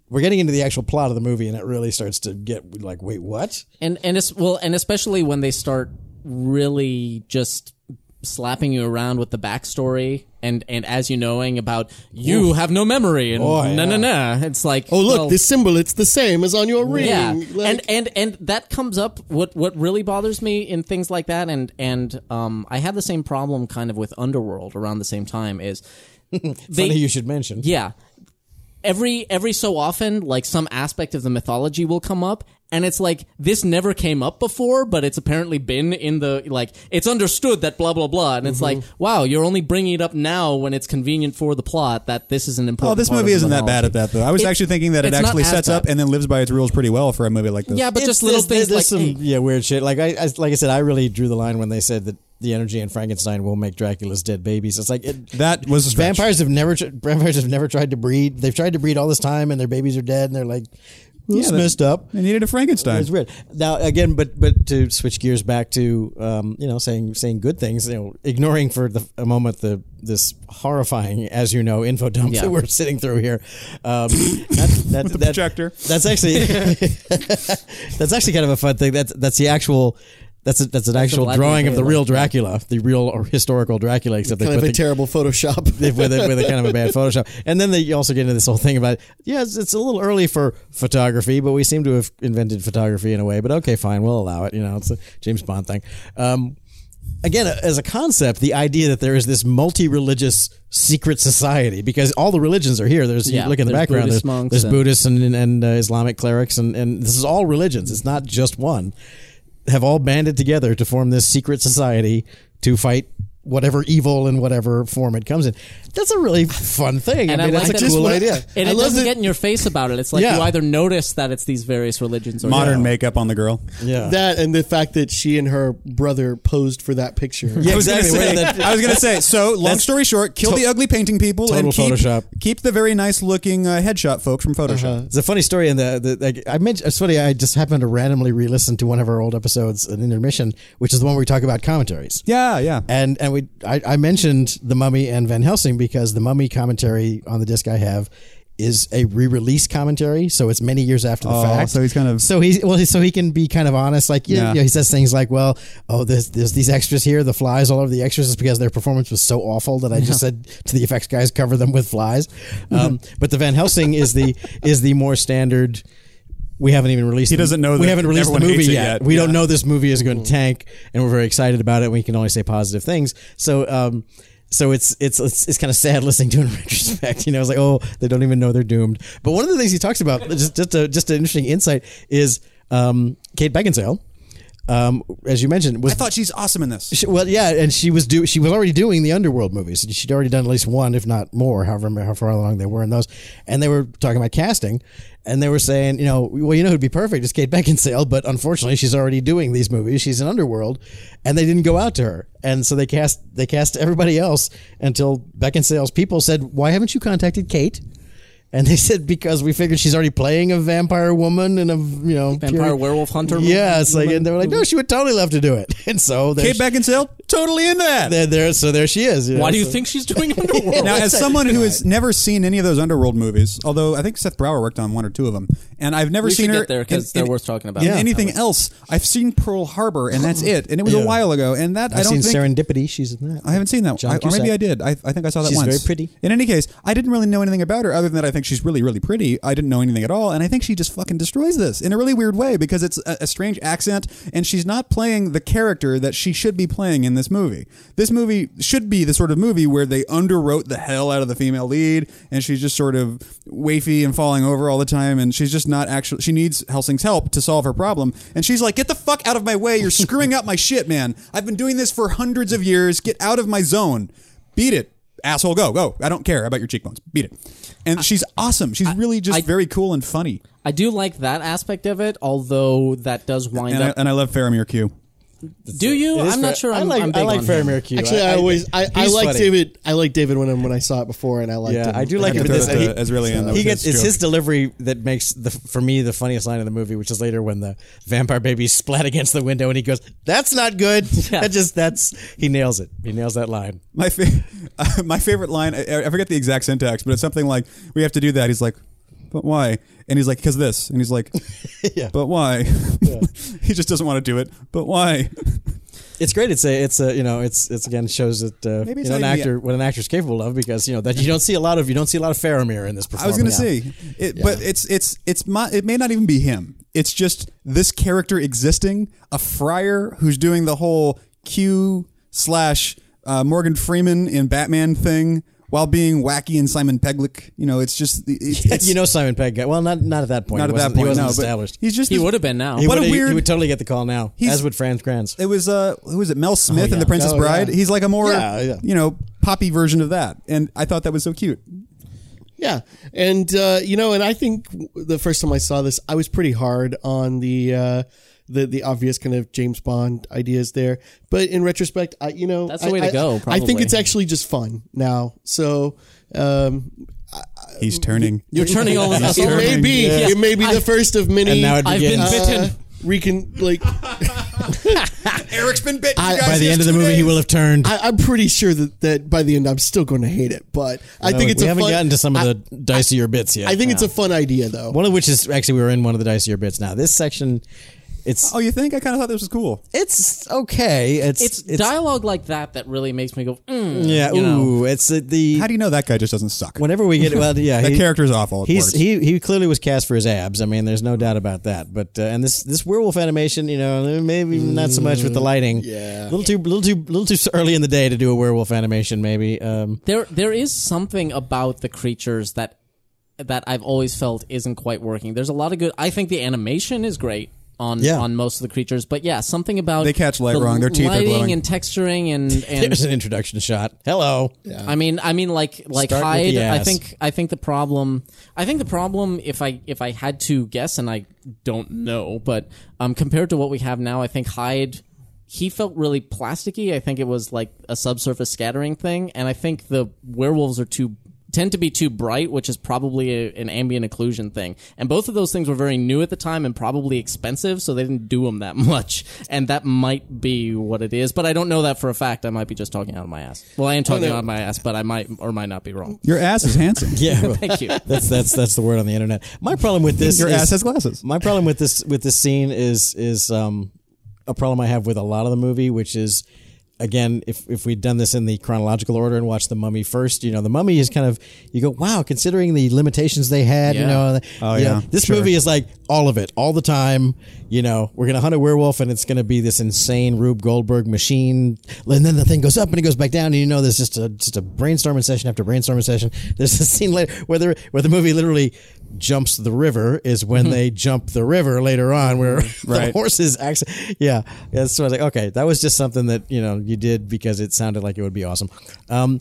Speaker 4: We're getting into the actual plot of the movie, and it really starts to get like, wait, what?
Speaker 2: and and it's well and especially when they start really just slapping you around with the backstory and and as you knowing about you have no memory and
Speaker 4: Oh,
Speaker 2: na na
Speaker 4: yeah.
Speaker 2: na it's like
Speaker 3: Oh look,
Speaker 2: well,
Speaker 3: this symbol. It's the same as on your ring.
Speaker 2: yeah
Speaker 3: Like,
Speaker 2: and and and that comes up what what really bothers me in things like that and and um i had the same problem kind of with underworld around the same time is they
Speaker 4: Funny you should mention.
Speaker 2: yeah every every so often like some aspect of the mythology will come up and it's like this never came up before but it's apparently been in the like it's understood that blah blah blah and it's
Speaker 1: Mm-hmm.
Speaker 2: like wow you're only bringing it up now when it's convenient for the plot that this is an important
Speaker 1: Oh, this
Speaker 2: part of
Speaker 1: movie
Speaker 2: the
Speaker 1: isn't that bad
Speaker 2: mythology.
Speaker 1: at that though. I was
Speaker 2: It-
Speaker 1: actually thinking that it
Speaker 2: it's not
Speaker 1: actually
Speaker 2: as
Speaker 1: sets up
Speaker 2: bad.
Speaker 1: and then lives by its rules pretty well for a movie like this.
Speaker 2: yeah but
Speaker 4: It's-
Speaker 2: just little things
Speaker 4: there's- there's
Speaker 2: like eh,
Speaker 4: some
Speaker 2: hey,
Speaker 4: yeah weird shit. Like I, I like I said, I really drew the line when they said that the energy in Frankenstein will make Dracula's dead babies. It's like it,
Speaker 1: that was a stretch.
Speaker 4: vampires have never tr- vampires have never tried to breed. They've tried to breed all this time, and their babies are dead, and they're like. It's
Speaker 1: that-
Speaker 4: messed up.
Speaker 1: They needed a Frankenstein.
Speaker 4: It's weird. Now again, but but to switch gears back to um, you know saying saying good things, you know, ignoring for the, a moment the this horrifying, as you know, info dump
Speaker 2: Yeah.
Speaker 4: that we're sitting through here. Um, that, that,
Speaker 1: the
Speaker 4: that-
Speaker 1: projector.
Speaker 4: That's actually that's actually kind of a fun thing. That's that's the actual. That's a, that's an actual
Speaker 2: Black
Speaker 4: drawing of the
Speaker 2: Dahlia.
Speaker 4: real Dracula, the real or historical Dracula, except they
Speaker 3: Kind
Speaker 4: put
Speaker 3: of
Speaker 4: the,
Speaker 3: a terrible Photoshop.
Speaker 4: if- with a, with a kind of a bad Photoshop. And then they you also get into this whole thing about yeah, it's, it's a little early for photography, but we seem to have invented photography in a way. But okay, fine, we'll allow it. You know, it's a James Bond thing. Um, again, as a concept, the idea that there is this multi-religious secret society because all the religions are here. There's
Speaker 2: Yeah,
Speaker 4: you look in the
Speaker 2: there's
Speaker 4: background.
Speaker 2: Buddhist
Speaker 4: there's
Speaker 2: monks
Speaker 4: there's
Speaker 2: and-
Speaker 4: Buddhists and and, and, uh, Islamic clerics, and and this is all religions. It's not just one. Have all banded together to form this secret society to fight whatever evil and whatever form it comes in. That's a really fun thing.
Speaker 2: And
Speaker 4: I mean,
Speaker 2: I
Speaker 4: that's
Speaker 2: like
Speaker 4: a
Speaker 2: that-
Speaker 4: cool idea.
Speaker 2: And
Speaker 3: I
Speaker 2: it
Speaker 3: love
Speaker 2: doesn't
Speaker 3: that-
Speaker 2: get in your face about it. It's like
Speaker 4: Yeah.
Speaker 2: you either notice that it's these various religions or
Speaker 1: Modern makeup on the girl.
Speaker 4: Yeah.
Speaker 3: That and the fact that she and her brother posed for that picture.
Speaker 4: Yeah,
Speaker 1: I was
Speaker 4: exactly.
Speaker 1: Gonna
Speaker 4: Where
Speaker 1: say, I was gonna say. So, long story short, kill the ugly painting people and
Speaker 4: total
Speaker 1: keep
Speaker 4: Photoshop.
Speaker 1: keep the very nice looking uh, headshot folks from Photoshop.
Speaker 4: It's a funny story, and the, the like, I mentioned. It's funny. I just happened to randomly re-listen to one of our old episodes, an intermission, which is the one where we talk about commentaries.
Speaker 1: Yeah, yeah.
Speaker 4: and and we I, I mentioned the mummy and van helsing because the mummy commentary on the disc i have is a re-release commentary so it's many years after the
Speaker 1: Oh,
Speaker 4: fact
Speaker 1: so he's kind of-
Speaker 4: so he's well he- so he can be kind of honest like yeah,
Speaker 1: Yeah.
Speaker 4: you know, he says things like well oh there's, there's these extras here the flies all over the extras is because their performance was so awful that i just said to the effects guys cover them with flies um, but the van helsing is the is the more standard we haven't even released. He
Speaker 1: doesn't know
Speaker 4: We
Speaker 1: that
Speaker 4: haven't released the
Speaker 1: everyone
Speaker 4: movie
Speaker 1: hates it
Speaker 4: yet.
Speaker 1: yet.
Speaker 4: We
Speaker 1: Yeah.
Speaker 4: don't know this movie is going to tank, and we're very excited about it. and We can only say positive things. So, um, so it's it's it's, it's kind of sad listening to it in retrospect. You know, it's like oh, they don't even know they're doomed. But one of the things he talks about, just just a, just an interesting insight, is um, Kate Beckinsale. Um, as you mentioned, was
Speaker 1: I thought she's awesome in this.
Speaker 4: she, well, yeah, and she was do she was already doing the underworld movies. She'd already done at least one, if not more, however how far along they were in those. And they were talking about casting, and they were saying, you know, well, you know who'd be perfect is Kate Beckinsale, but unfortunately, she's already doing these movies. She's in Underworld, and they didn't go out to her, and so they cast they cast everybody else until Beckinsale's people said, "Why haven't you contacted Kate?" And they said because we figured she's already playing a vampire woman and a you know
Speaker 2: Vampire werewolf hunter
Speaker 4: Yeah, it's like and they were like, no, she would totally love to do it. And so there
Speaker 1: Kate
Speaker 4: she-
Speaker 1: Beckinsale, totally in that.
Speaker 4: there, there, so there she is.
Speaker 2: Why
Speaker 4: know,
Speaker 2: do you
Speaker 4: so-
Speaker 2: think she's doing Underworld?
Speaker 1: now, as someone who has never seen any of those underworld movies, although I think Seth Brower worked on one or two of them, and I've never
Speaker 2: we
Speaker 1: seen
Speaker 2: should
Speaker 1: her
Speaker 2: get there because
Speaker 1: in-
Speaker 2: they're
Speaker 1: in-
Speaker 2: worth talking about.
Speaker 1: in anything else. I've seen Pearl Harbor, and that's it. And it was
Speaker 4: Yeah.
Speaker 1: a while ago. And that I
Speaker 4: I've
Speaker 1: don't
Speaker 4: seen
Speaker 1: think
Speaker 4: Serendipity. She's in that.
Speaker 1: I haven't seen that.
Speaker 4: John
Speaker 1: I, or maybe
Speaker 4: Cusack.
Speaker 1: I did. I, I think I saw that
Speaker 4: She's
Speaker 1: once.
Speaker 4: very pretty.
Speaker 1: In any case, I didn't really know anything about her other than that I think she's really, really pretty. I didn't know anything at all, and I think she just fucking destroys this in a really weird way because it's a, a strange accent, and she's not playing the character that she should be playing in this movie. This movie should be the sort of movie where they underwrote the hell out of the female lead, and she's just sort of wafy and falling over all the time, and she's just not actually. She needs Helsing's help to solve her problem, and she's like, "Get the fuck out of my way! You're screwing up my shit, man. I've been doing this for hundreds of years. Get out of my zone. Beat it." Asshole, go, go. I don't care about your cheekbones. Beat it. And she's awesome. She's really just
Speaker 2: I-
Speaker 1: very cool and funny.
Speaker 2: I do like that aspect of it, although that does wind
Speaker 1: And I,
Speaker 2: up.
Speaker 1: and I love Faramir Q.
Speaker 2: do you?
Speaker 4: It is
Speaker 2: I'm not
Speaker 4: Fer-
Speaker 2: sure. I'm,
Speaker 4: I like,
Speaker 2: I'm big
Speaker 4: I like
Speaker 2: on him.
Speaker 4: Faramir Q.
Speaker 3: Actually, I, always I, I
Speaker 4: he's
Speaker 3: like
Speaker 4: funny.
Speaker 3: David. I like David when I, when I saw it before, and I liked
Speaker 4: Yeah,
Speaker 3: him.
Speaker 4: I do like it.
Speaker 3: I
Speaker 1: have
Speaker 4: But
Speaker 1: to
Speaker 4: this,
Speaker 1: throw it to
Speaker 4: he-
Speaker 1: Ezreali in there
Speaker 4: he
Speaker 1: with
Speaker 4: gets
Speaker 1: his
Speaker 4: it's his
Speaker 1: joke.
Speaker 4: delivery that makes the for me the funniest line in the movie, which is later when the vampire babies splat against the window and he goes, "That's not good." That just that's he nails it. He nails that line.
Speaker 1: My fa- uh, my favorite line, I, I forget the exact syntax, but it's something like, we have to do that. He's like, but why? And he's like, because this. And he's like,
Speaker 4: Yeah.
Speaker 1: but why? he just doesn't want to do it. But why?
Speaker 4: It's great. It's a, it's a, you know, it's, it's again shows that uh,
Speaker 1: Maybe
Speaker 4: you
Speaker 1: it's
Speaker 4: know, an
Speaker 1: not even the-
Speaker 4: actor what an actor's capable of because you know that you don't see a lot of you don't see a lot of Faramir in this
Speaker 1: I was
Speaker 4: performance.
Speaker 1: gonna say, it, but it's it's it's my, it may not even be him. It's just this character existing, a friar who's doing the whole Q slash uh, Morgan Freeman in Batman thing while being wacky and Simon Peglick. You know, it's just it, it's
Speaker 4: you know Simon Pegg. got- Well, not not at that point.
Speaker 1: not at
Speaker 4: He
Speaker 1: that
Speaker 4: wasn't- he
Speaker 1: point.
Speaker 4: wasn't
Speaker 1: No, but
Speaker 4: established.
Speaker 1: he's just
Speaker 2: He
Speaker 1: this-
Speaker 2: would have been now.
Speaker 4: He
Speaker 1: What a
Speaker 4: would've-
Speaker 1: weird-
Speaker 4: He would totally get the call now,
Speaker 1: He's-
Speaker 4: as would Franz Kranz.
Speaker 1: It was uh, who was it? Mel Smith in The Princess
Speaker 3: Oh, yeah.
Speaker 1: Bride. He's like a more
Speaker 4: Yeah, yeah.
Speaker 1: you know poppy version of that, and I thought that was so cute.
Speaker 3: Yeah, and uh, you know, and I think w- the first time I saw this, I was pretty hard on the uh, the the obvious kind of James Bond ideas there. But in retrospect, I you know
Speaker 2: That's the
Speaker 3: I-
Speaker 2: way to
Speaker 3: I-
Speaker 2: go,
Speaker 3: I think
Speaker 2: probably.
Speaker 3: it's actually just fun now. So um,
Speaker 1: He's turning.
Speaker 2: You're turning all of us.
Speaker 3: It may
Speaker 1: turning.
Speaker 3: be.
Speaker 2: Yeah.
Speaker 3: It may be the first of many. Uh,
Speaker 4: And now it
Speaker 2: I've been
Speaker 4: begins.
Speaker 2: bitten.
Speaker 3: we can like.
Speaker 1: Eric's been bitten.
Speaker 3: I-
Speaker 1: you guys,
Speaker 4: By the
Speaker 1: he
Speaker 4: end
Speaker 1: has
Speaker 4: of the
Speaker 1: two
Speaker 4: movie, he
Speaker 1: names.
Speaker 4: will have turned.
Speaker 3: I, I'm pretty sure that, that by the end I'm still going to hate it, but I think it's
Speaker 4: Oh, we
Speaker 3: a
Speaker 4: haven't
Speaker 3: fun,
Speaker 4: gotten to some of the dicier bits yet.
Speaker 3: I think it's a fun idea though.
Speaker 4: one of which is actually we were in one of the dicier bits. Now this section, it's
Speaker 1: Oh, you think? I kind of thought this was cool.
Speaker 4: it's okay. It's
Speaker 2: It's, dialogue like that that really makes me go. Mm,
Speaker 4: yeah.
Speaker 2: you know.
Speaker 4: Ooh, it's uh, the
Speaker 1: How do you know that guy just doesn't suck?
Speaker 4: whenever we get well, yeah,
Speaker 1: that
Speaker 4: he-
Speaker 1: character's awful. at
Speaker 4: He's
Speaker 1: worst.
Speaker 4: he he clearly was cast for his abs. I mean, there's no doubt about that. But uh, and this this werewolf animation, you know, maybe not so much with the lighting.
Speaker 3: yeah.
Speaker 4: little too little too little too early in the day to do a werewolf animation. Maybe. Um,
Speaker 2: There, there is something about the creatures that that I've always felt isn't quite working. There's a lot of good. I think the animation is great on
Speaker 4: Yeah.
Speaker 2: on most of the creatures, but yeah, something about
Speaker 1: They catch light
Speaker 2: the
Speaker 1: wrong, their teeth are
Speaker 2: lighting
Speaker 1: glowing.
Speaker 2: and texturing and and
Speaker 4: there's an introduction shot. Hello.
Speaker 2: I mean, I mean, like, like
Speaker 4: Start with
Speaker 2: Hyde.
Speaker 4: the
Speaker 2: I
Speaker 4: ass.
Speaker 2: think, I think the problem, I think the problem, if I, if I had to guess, and I don't know, but um, compared to what we have now, I think Hyde, he felt really plasticky. I think it was like a subsurface scattering thing, and I think the werewolves are too tend to be too bright, which is probably a, an ambient occlusion thing. And both of those things were very new at the time and probably expensive, so they didn't do them that much. And that might be what it is, but I don't know that for a fact. I might be just talking out of my ass. Well, I am talking out of my ass, but I might or might not be wrong.
Speaker 1: Your ass is handsome.
Speaker 4: Yeah. well,
Speaker 2: Thank you.
Speaker 4: That's that's that's the word on the internet. My problem with this
Speaker 1: Your
Speaker 4: is-
Speaker 1: ass has glasses.
Speaker 4: My problem with this with this scene is is um a problem I have with a lot of the movie, which is again, if if we'd done this in the chronological order and watched the mummy first, you know, the mummy is kind of you go, Wow, considering the limitations they had, you
Speaker 2: Yeah.
Speaker 4: know,
Speaker 1: Oh,
Speaker 4: you
Speaker 1: yeah,
Speaker 4: know, this
Speaker 1: sure.
Speaker 4: movie is like all of it, all the time, you know, we're gonna hunt a werewolf and it's gonna be this insane Rube Goldberg machine and then the thing goes up and it goes back down and you know there's just a just a brainstorming session after brainstorming session. There's a scene later where the where the movie literally jumps the river is when they jump the river later on where the
Speaker 1: Right.
Speaker 4: horses actually yeah that's what I was like okay that was just something that you know you did because it sounded like it would be awesome um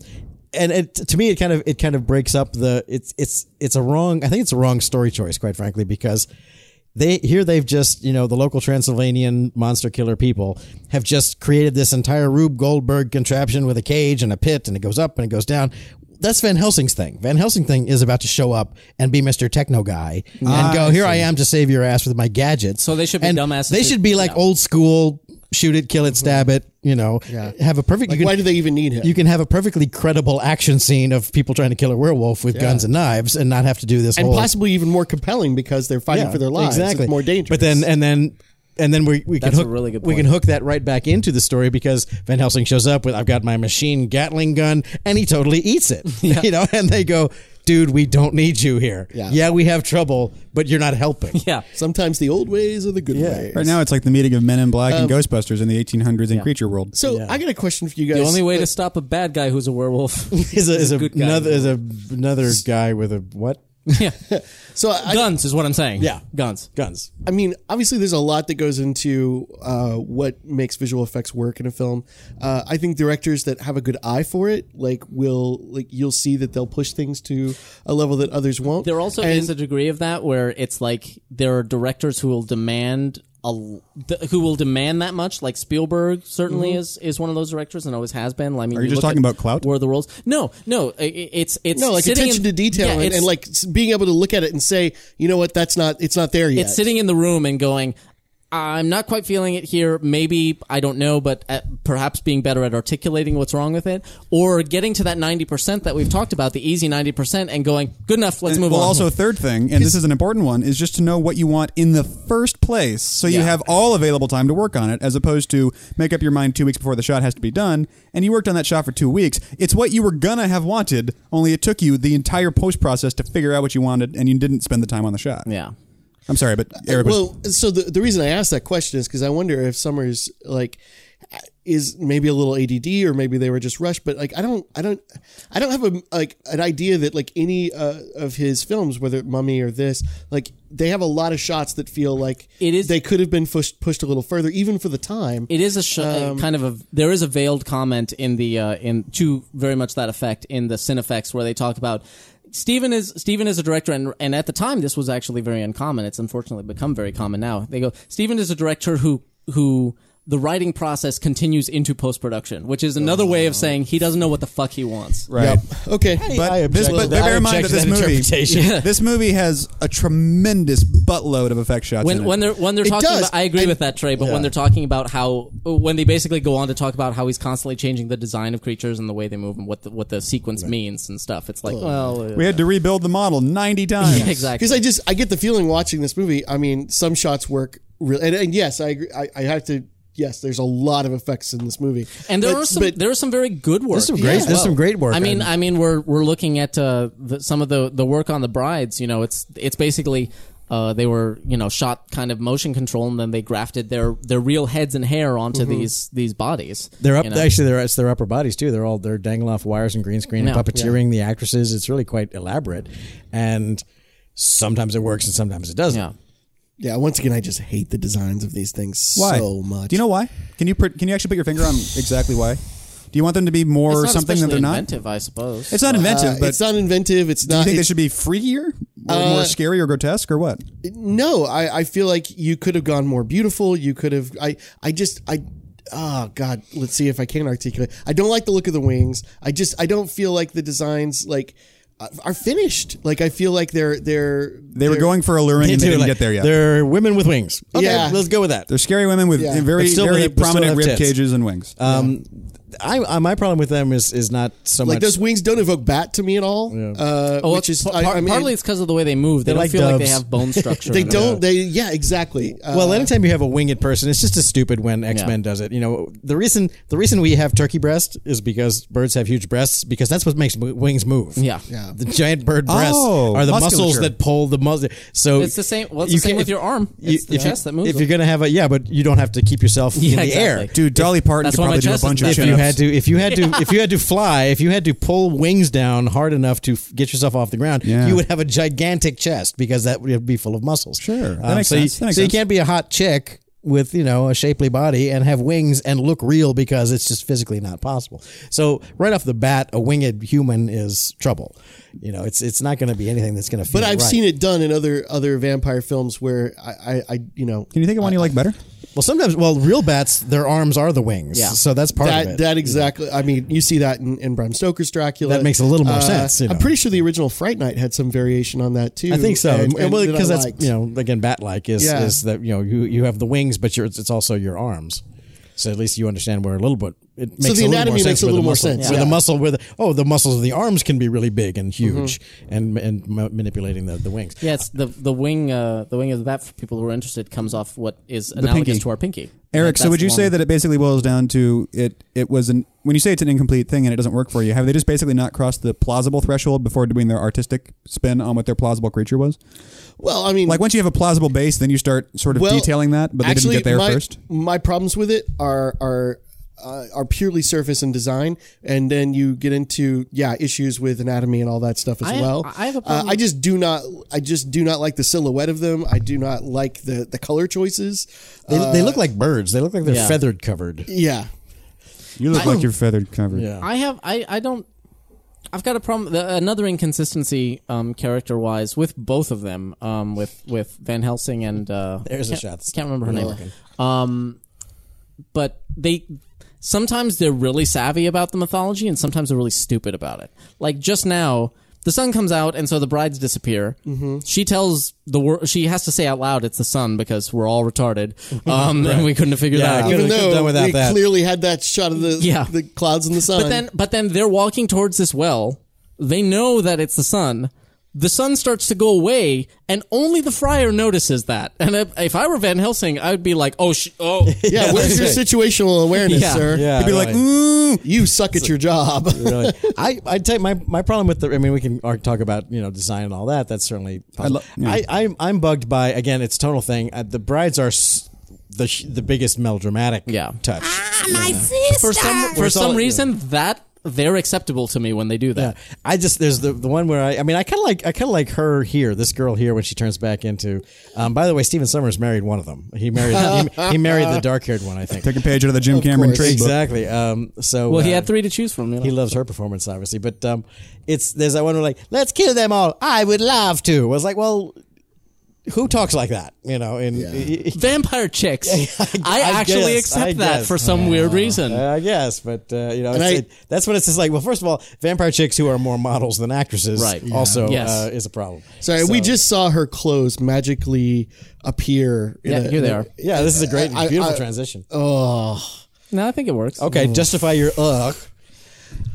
Speaker 4: and it, to me it kind of it kind of breaks up the it's it's it's a wrong I think it's a wrong story choice quite frankly because they here they've just you know the local Transylvanian monster killer people have just created this entire Rube Goldberg contraption with a cage and a pit and it goes up and it goes down. That's Van Helsing's thing. Van Helsing thing is about to show up and be Mr. Techno guy and go, here I am to save your ass with my gadgets.
Speaker 2: So they should be
Speaker 4: and
Speaker 2: dumbasses
Speaker 4: They
Speaker 2: who-
Speaker 4: should be like
Speaker 2: yeah.
Speaker 4: old school, shoot it, kill it, stab it. You know, have a perfect. you can-
Speaker 3: Mm-hmm. why do they even need him?
Speaker 4: You can have a perfectly credible action scene of people trying to kill a werewolf with guns and knives, and not have to do this
Speaker 3: and
Speaker 2: Oh.
Speaker 4: whole
Speaker 3: possibly even more compelling because they're fighting for their lives.
Speaker 4: Exactly,
Speaker 3: It's more dangerous.
Speaker 4: But then and then. And then we, we can
Speaker 2: That's a
Speaker 4: hook
Speaker 2: really good
Speaker 4: we can
Speaker 2: point.
Speaker 4: hook that right back into the story because Van Helsing shows up with I've got my machine Gatling gun and he totally eats it you know and they go dude we don't need you here
Speaker 3: Yeah.
Speaker 4: we have trouble but you're not helping
Speaker 2: Yeah.
Speaker 3: sometimes the old ways are the good ways.
Speaker 1: Right now, it's like the meeting of Men in Black
Speaker 2: Um,
Speaker 1: and Ghostbusters in the 1800s in Creature World.
Speaker 3: So I got a question for you guys.
Speaker 2: The only way to stop a bad guy who's a werewolf
Speaker 4: is a, is a
Speaker 2: good guy.
Speaker 4: another is a another guy with a what
Speaker 2: yeah.
Speaker 3: so I,
Speaker 2: guns is what I'm saying.
Speaker 4: Yeah.
Speaker 2: guns.
Speaker 4: guns
Speaker 3: I mean, obviously, there's a lot that goes into uh, what makes visual effects work in a film. Uh, I think directors that have a good eye for it, like, will like you'll see that they'll push things to a level that others won't.
Speaker 2: There also is a degree of that where it's like there are directors who will demand a l- th- who will demand that much. Like Spielberg certainly is is one of those directors and always has been. I mean, are
Speaker 1: you just talking about clout?
Speaker 2: Where the roles? No, no. i- i- It's it's
Speaker 3: no like
Speaker 2: sitting
Speaker 3: attention
Speaker 2: in-
Speaker 3: to detail
Speaker 2: yeah,
Speaker 3: and,
Speaker 2: it's-
Speaker 3: and like s- being able to look at it and say, you know what, that's not it's not there yet.
Speaker 2: it's sitting in the room and going. I'm not quite feeling it here. Maybe I don't know, but uh perhaps being better at articulating what's wrong with it, or getting to that ninety percent that we've talked about, the easy ninety percent, and going, good enough. Let's move
Speaker 1: well,
Speaker 2: on.
Speaker 1: also, third thing, and this is an important one, is just to know what you want in the first place, so you
Speaker 2: Yeah.
Speaker 1: have all available time to work on it, as opposed to make up your mind two weeks before the shot has to be done, and you worked on that shot for two weeks. It's what you were gonna have wanted, only it took you the entire post process to figure out what you wanted, and you didn't spend the time on the shot.
Speaker 2: yeah.
Speaker 1: I'm sorry, but Eric was
Speaker 3: Well, so the, the reason I asked that question is because I wonder if Summers like is maybe a little ADD or maybe they were just rushed. But like I don't I don't I don't have a like an idea that like any uh, of his films, whether Mummy or this, like they have a lot of shots that feel like
Speaker 2: It is-
Speaker 3: they could have been pushed pushed a little further, even for the time.
Speaker 2: It is a Um, sh- a kind of a there is a veiled comment in the uh, in to very much that effect in the Cinefex where they talk about Steven is Steven is a director and and at the time this was actually very uncommon. It's unfortunately become very common now. They go Steven is a director who who the writing process continues into post production, which is another way of saying he doesn't know what the fuck he wants.
Speaker 1: Right.
Speaker 3: Okay.
Speaker 1: But,
Speaker 4: I
Speaker 1: this,
Speaker 4: object to
Speaker 1: but
Speaker 4: that.
Speaker 1: bear in
Speaker 4: I
Speaker 1: mind
Speaker 4: object
Speaker 1: that
Speaker 4: to
Speaker 1: this
Speaker 4: that
Speaker 1: movie,
Speaker 4: interpretation.
Speaker 1: this movie has a tremendous buttload of effect shots. in
Speaker 2: When
Speaker 1: it.
Speaker 2: when they're when they're
Speaker 3: It
Speaker 2: talking,
Speaker 3: does.
Speaker 2: about, I agree
Speaker 3: And-
Speaker 2: with that Trey. But when they're talking about how when they basically go on to talk about how he's constantly changing the design of creatures and the way they move and what the, what the sequence means and stuff, it's like, well, uh,
Speaker 1: we had to rebuild the model ninety times.
Speaker 2: yeah, exactly.
Speaker 3: Because I just I get the feeling watching this movie. I mean, some shots work really, and, and yes, I agree. I, I have to. Yes, there's a lot of effects in this movie,
Speaker 2: And there
Speaker 3: But-
Speaker 2: are some
Speaker 3: but-
Speaker 2: there are some very good work. There's
Speaker 4: some great- there's some great work.
Speaker 2: I mean,
Speaker 4: And-
Speaker 2: I mean, we're we're looking at uh, the, some of the the work on the brides. You know, it's it's basically. Uh, they were, you know, shot kind of motion control, and then they grafted their, their real heads and hair onto
Speaker 3: Mm-hmm.
Speaker 2: these these bodies.
Speaker 4: They're up.
Speaker 2: you know?
Speaker 4: Actually, they're it's their upper bodies too. They're all they're dangling off wires and green screen
Speaker 2: No.
Speaker 4: and puppeteering the actresses. It's really quite elaborate, and sometimes it works and sometimes it doesn't.
Speaker 2: yeah.
Speaker 3: Yeah, once again, I just hate the designs of these things
Speaker 1: Why?
Speaker 3: so much.
Speaker 1: Do you know why? Can you pr- can you actually put your finger on exactly why? Do you want them to be more
Speaker 2: It's not
Speaker 1: something that
Speaker 2: especially
Speaker 1: they're not?
Speaker 2: inventive, I suppose.
Speaker 1: It's not
Speaker 3: Uh,
Speaker 1: inventive, but
Speaker 3: it's not inventive. It's
Speaker 4: uh,
Speaker 1: do you
Speaker 3: not.
Speaker 1: think they
Speaker 3: it-
Speaker 1: should be freakier, or more scary, or grotesque, or what?
Speaker 3: no, I, I feel like you could have gone more beautiful. You could have. I I just I. Oh God, let's see if I can articulate. I don't like the look of the wings. I just I don't feel like the designs like uh, are finished. Like I feel like they're they're
Speaker 1: They were going for alluring,
Speaker 4: They
Speaker 1: and they
Speaker 4: do,
Speaker 1: didn't
Speaker 4: like,
Speaker 1: get there yet. They're,
Speaker 4: They're women with wings. Okay,
Speaker 3: Yeah.
Speaker 4: let's go with that.
Speaker 1: scary women with
Speaker 3: Yeah.
Speaker 1: very
Speaker 4: But still
Speaker 1: very
Speaker 4: with it- but still
Speaker 1: prominent
Speaker 4: have
Speaker 1: rib
Speaker 4: tits.
Speaker 1: cages and wings.
Speaker 4: Um, I, I my problem with them is is not so
Speaker 3: like
Speaker 4: much
Speaker 3: those wings don't evoke bat to me at all. Uh,
Speaker 1: Oh,
Speaker 2: Well,
Speaker 3: which is
Speaker 2: Oh, par-
Speaker 3: I, I mean,
Speaker 2: partly it's because of the way they move. They don't
Speaker 4: like
Speaker 2: feel like they
Speaker 4: doves.
Speaker 2: have bone structure.
Speaker 3: they
Speaker 2: in them.
Speaker 3: don't. They yeah exactly. Uh,
Speaker 4: Well, anytime you have a winged person, it's just as stupid when X Men does it. You know, the reason the reason we have turkey breast is because birds have huge breasts because that's what makes mo- wings move.
Speaker 2: Yeah.
Speaker 4: the giant bird breasts
Speaker 1: Oh,
Speaker 4: are the
Speaker 1: musculature.
Speaker 4: muscles that pull the muscle. So
Speaker 2: It's the same. Well, it's
Speaker 4: you
Speaker 2: the same
Speaker 4: can't-
Speaker 2: with your arm. It's the
Speaker 4: if you-
Speaker 2: chest that moves.
Speaker 4: If you're gonna have a yeah, but you don't have to keep yourself in
Speaker 2: Yeah,
Speaker 4: the air.
Speaker 2: exactly.
Speaker 1: Dude, Dolly Parton
Speaker 2: that's
Speaker 1: could
Speaker 2: why my
Speaker 1: probably do a
Speaker 2: chest is
Speaker 1: bunch of
Speaker 2: massive.
Speaker 4: If you
Speaker 1: chin-ups.
Speaker 4: had to, if you had to, if you had to fly, if you had to pull wings down hard enough to f- get yourself off the ground,
Speaker 1: Yeah.
Speaker 4: you would have a gigantic chest because that would be full of muscles.
Speaker 1: Sure. That
Speaker 4: Um,
Speaker 1: makes
Speaker 4: so
Speaker 1: sense.
Speaker 4: You,
Speaker 1: That makes
Speaker 4: so you
Speaker 1: sense.
Speaker 4: can't be a hot chick with you know a shapely body and have wings and look real because it's just physically not possible. So right off the bat, a winged human is trouble. You know, it's it's not going to be anything that's going to.
Speaker 3: But I've seen it done in other other vampire films where I, I, I you know
Speaker 1: Can you think of one you like better?
Speaker 4: Well, sometimes, well, real bats, their arms are the wings.
Speaker 2: Yeah.
Speaker 4: So that's part of
Speaker 3: that
Speaker 4: it.
Speaker 3: that exactly. I mean, you see that in, in Bram Stoker's Dracula. Uh,
Speaker 4: That makes a little more sense, you
Speaker 3: I'm
Speaker 4: know.
Speaker 3: pretty sure the original Fright Night had some variation on that too.
Speaker 4: I think so.
Speaker 3: and- and that I
Speaker 4: because that's
Speaker 3: liked.
Speaker 4: you know again bat like is
Speaker 3: Yeah.
Speaker 4: is that you know you you have the wings but you're, it's also your arms. So at least you understand where a little bit it makes
Speaker 3: the
Speaker 4: a little
Speaker 3: anatomy
Speaker 4: more
Speaker 3: makes
Speaker 4: sense
Speaker 3: a
Speaker 4: where the
Speaker 3: little more
Speaker 4: muscle-
Speaker 3: sense,
Speaker 4: Where
Speaker 3: yeah. Mm-hmm.
Speaker 4: the muscle where the oh the muscles of the arms can be really big and huge and and ma- manipulating the, the wings.
Speaker 2: yeah, it's the the wing. Uh, the wing of the bat for people who are interested comes off what is analogous
Speaker 1: pinky.
Speaker 2: to our pinky.
Speaker 1: Eric,
Speaker 2: Like,
Speaker 1: so
Speaker 2: that's
Speaker 1: would you
Speaker 2: long-
Speaker 1: say that it basically boils down to it? It was an when you say it's an incomplete thing and it doesn't work for you. Have they just basically not crossed the plausible threshold before doing their artistic spin on what their plausible creature was?
Speaker 3: Well, I mean,
Speaker 1: Like once you have a plausible base, then you start sort of
Speaker 3: well,
Speaker 1: detailing that, but they
Speaker 3: actually,
Speaker 1: didn't get there
Speaker 3: my,
Speaker 1: first.
Speaker 3: My problems with it are are. Uh, are purely surface and design, and then you get into yeah issues with anatomy and all that stuff as
Speaker 2: I-
Speaker 3: well.
Speaker 2: I have a
Speaker 3: uh,
Speaker 2: problem-
Speaker 3: I just do not. I just do not like the silhouette of them. I do not like the the color choices. Uh,
Speaker 4: They, they look like birds. They look like they're
Speaker 2: yeah.
Speaker 4: feathered covered.
Speaker 3: Yeah,
Speaker 1: You look like you're feathered covered.
Speaker 2: I have. I, I don't. I've got a problem. The, another inconsistency, um, character wise, with both of them, um, with with Van Helsing and uh,
Speaker 4: There's a
Speaker 2: can't-
Speaker 4: shot.
Speaker 2: Can't remember her name. Um, but they sometimes they're really savvy about the mythology, and sometimes they're really stupid about it. Like just now. The sun comes out, and so the brides disappear.
Speaker 4: Mm-hmm.
Speaker 2: She tells the world. She has to say out loud, "It's the sun," because we're all retarded, um, and we couldn't have figured
Speaker 4: Yeah,
Speaker 2: that out.
Speaker 4: could've-
Speaker 3: even
Speaker 4: could've
Speaker 3: though
Speaker 4: done without
Speaker 3: we
Speaker 4: that.
Speaker 3: clearly had that shot of the
Speaker 2: Yeah.
Speaker 3: the clouds and the sun.
Speaker 2: But then, but then they're walking towards this well. They know that it's the sun. The sun starts to go away, and only the friar notices that. And if, if I were Van Helsing, I'd be like, "Oh, sh- oh,
Speaker 3: yeah, where's your situational awareness,
Speaker 2: Yeah.
Speaker 3: sir?
Speaker 4: Yeah,
Speaker 1: You'd be like,
Speaker 4: really.
Speaker 1: ooh,
Speaker 3: "Mm, You suck at your job.
Speaker 4: really. I I tell you, my my problem with the. I mean, we can ar- talk about you know design and all that. That's certainly. Possible.
Speaker 1: lo-
Speaker 4: I, I am I'm bugged by again. It's a total thing. Uh, the brides are s- the sh- the biggest melodramatic
Speaker 2: Yeah.
Speaker 4: touch.
Speaker 5: Ah, my sister.
Speaker 2: for some for
Speaker 4: Where's all-
Speaker 2: some reason that they're acceptable to me when they do that."
Speaker 4: Uh, I just there's the the one where I I mean I kind of like I kind of like her here this girl here when she turns back into. Um, by the way, Stephen Summers married one of them. He married he, he married the dark haired one. I think
Speaker 1: take a page out of the Jim Cameron
Speaker 3: course.
Speaker 1: trade book.
Speaker 4: exactly. Um, so
Speaker 2: Well, he
Speaker 4: uh,
Speaker 2: had three to choose from. You know?
Speaker 4: He loves her performance, obviously, but um, it's there's that one where like, let's kill them all. I would love to. I was like, well, who talks like that? You know, and
Speaker 2: Vampire chicks. I,
Speaker 4: I
Speaker 2: actually
Speaker 4: guess,
Speaker 2: accept
Speaker 4: I
Speaker 2: that
Speaker 4: guess.
Speaker 2: for some weird reason.
Speaker 4: Uh, I guess, but uh, you know, it's,
Speaker 3: And I-
Speaker 4: it, that's when it's just like, well, first of all, vampire chicks who are more models than actresses,
Speaker 2: Right. Yeah.
Speaker 4: Also,
Speaker 2: Yes.
Speaker 4: uh, is a problem.
Speaker 3: Sorry, we just saw her clothes magically appear. in
Speaker 2: Yeah,
Speaker 3: a-
Speaker 2: here they
Speaker 3: in a-
Speaker 2: are.
Speaker 4: Yeah, this is a great,
Speaker 3: I-
Speaker 4: beautiful
Speaker 3: I- oh,
Speaker 4: transition.
Speaker 2: No, I think it works.
Speaker 4: Okay, justify your ugh.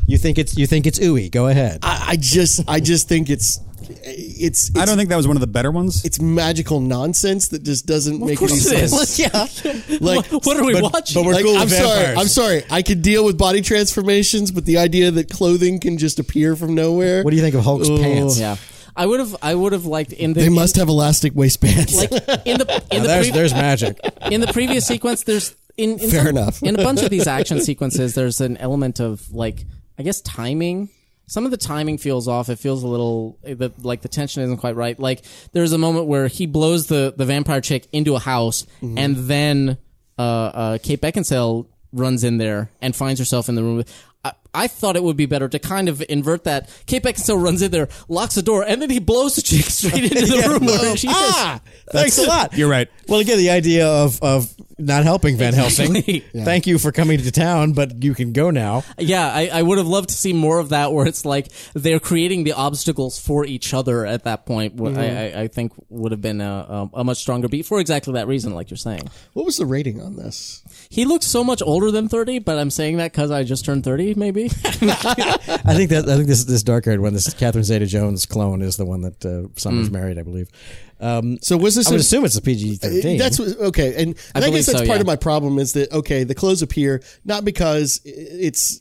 Speaker 4: You think it's you think it's ooey? Go ahead.
Speaker 3: I, I just, I just think it's, it's, it's,
Speaker 1: I don't think that was one of the better ones.
Speaker 3: it's magical nonsense that just doesn't make any
Speaker 2: course it is.
Speaker 3: sense.
Speaker 4: yeah.
Speaker 3: Like,
Speaker 2: what are we
Speaker 4: but-
Speaker 2: watching?
Speaker 4: but we're
Speaker 3: like,
Speaker 4: cool with
Speaker 3: I'm sorry,
Speaker 4: vampires.
Speaker 3: I'm sorry. I could deal with body transformations, but the idea that clothing can just appear from nowhere.
Speaker 4: What do you think of Hulk's pants?
Speaker 2: yeah, I would have. I would have liked in the
Speaker 3: They must have elastic waistbands.
Speaker 2: like in the in
Speaker 4: Now
Speaker 2: the
Speaker 4: there's
Speaker 2: previ-
Speaker 4: there's magic.
Speaker 2: in the previous sequence. There's in, in
Speaker 3: Fair
Speaker 2: some-
Speaker 3: enough.
Speaker 2: in a bunch of these action sequences. There's an element of like I guess timing. Some of the timing feels off. It feels a little eh, the, like the tension isn't quite right. Like there's a moment where he blows the the vampire chick into a house,
Speaker 4: Mm-hmm.
Speaker 2: and then uh, uh, Kate Beckinsale runs in there and finds herself in the room. with- I, I thought it would be better to kind of invert that. Kate Beckinsale runs in there, locks the door, and then he blows the chick straight into the room where she is.
Speaker 4: ah, thanks a lot.
Speaker 1: You're right.
Speaker 4: Well, again, the idea of of not helping Van Helsing.
Speaker 2: Exactly.
Speaker 4: Thank you for coming to town, but you can go now.
Speaker 2: Yeah, I, I would have loved to see more of that, where it's like they're creating the obstacles for each other at that point. wh-
Speaker 1: Mm-hmm.
Speaker 2: I, I, I think would have been a, a, a much stronger beat for exactly that reason, like you're saying.
Speaker 3: what was the rating on this?
Speaker 2: He looks so much older than 30, but I'm saying that because I just turned 30, maybe.
Speaker 4: I think that I think this this dark haired one, this Catherine Zeta Jones clone, is the one that uh, Summer's married, I believe. Um,
Speaker 3: So was this
Speaker 4: I would
Speaker 3: a-
Speaker 4: assume it's a PG thirteen.
Speaker 3: That's what, okay, and, and I
Speaker 2: believe
Speaker 3: guess that's
Speaker 2: so,
Speaker 3: part
Speaker 2: yeah.
Speaker 3: of my problem is that okay, the clothes appear not because i- it's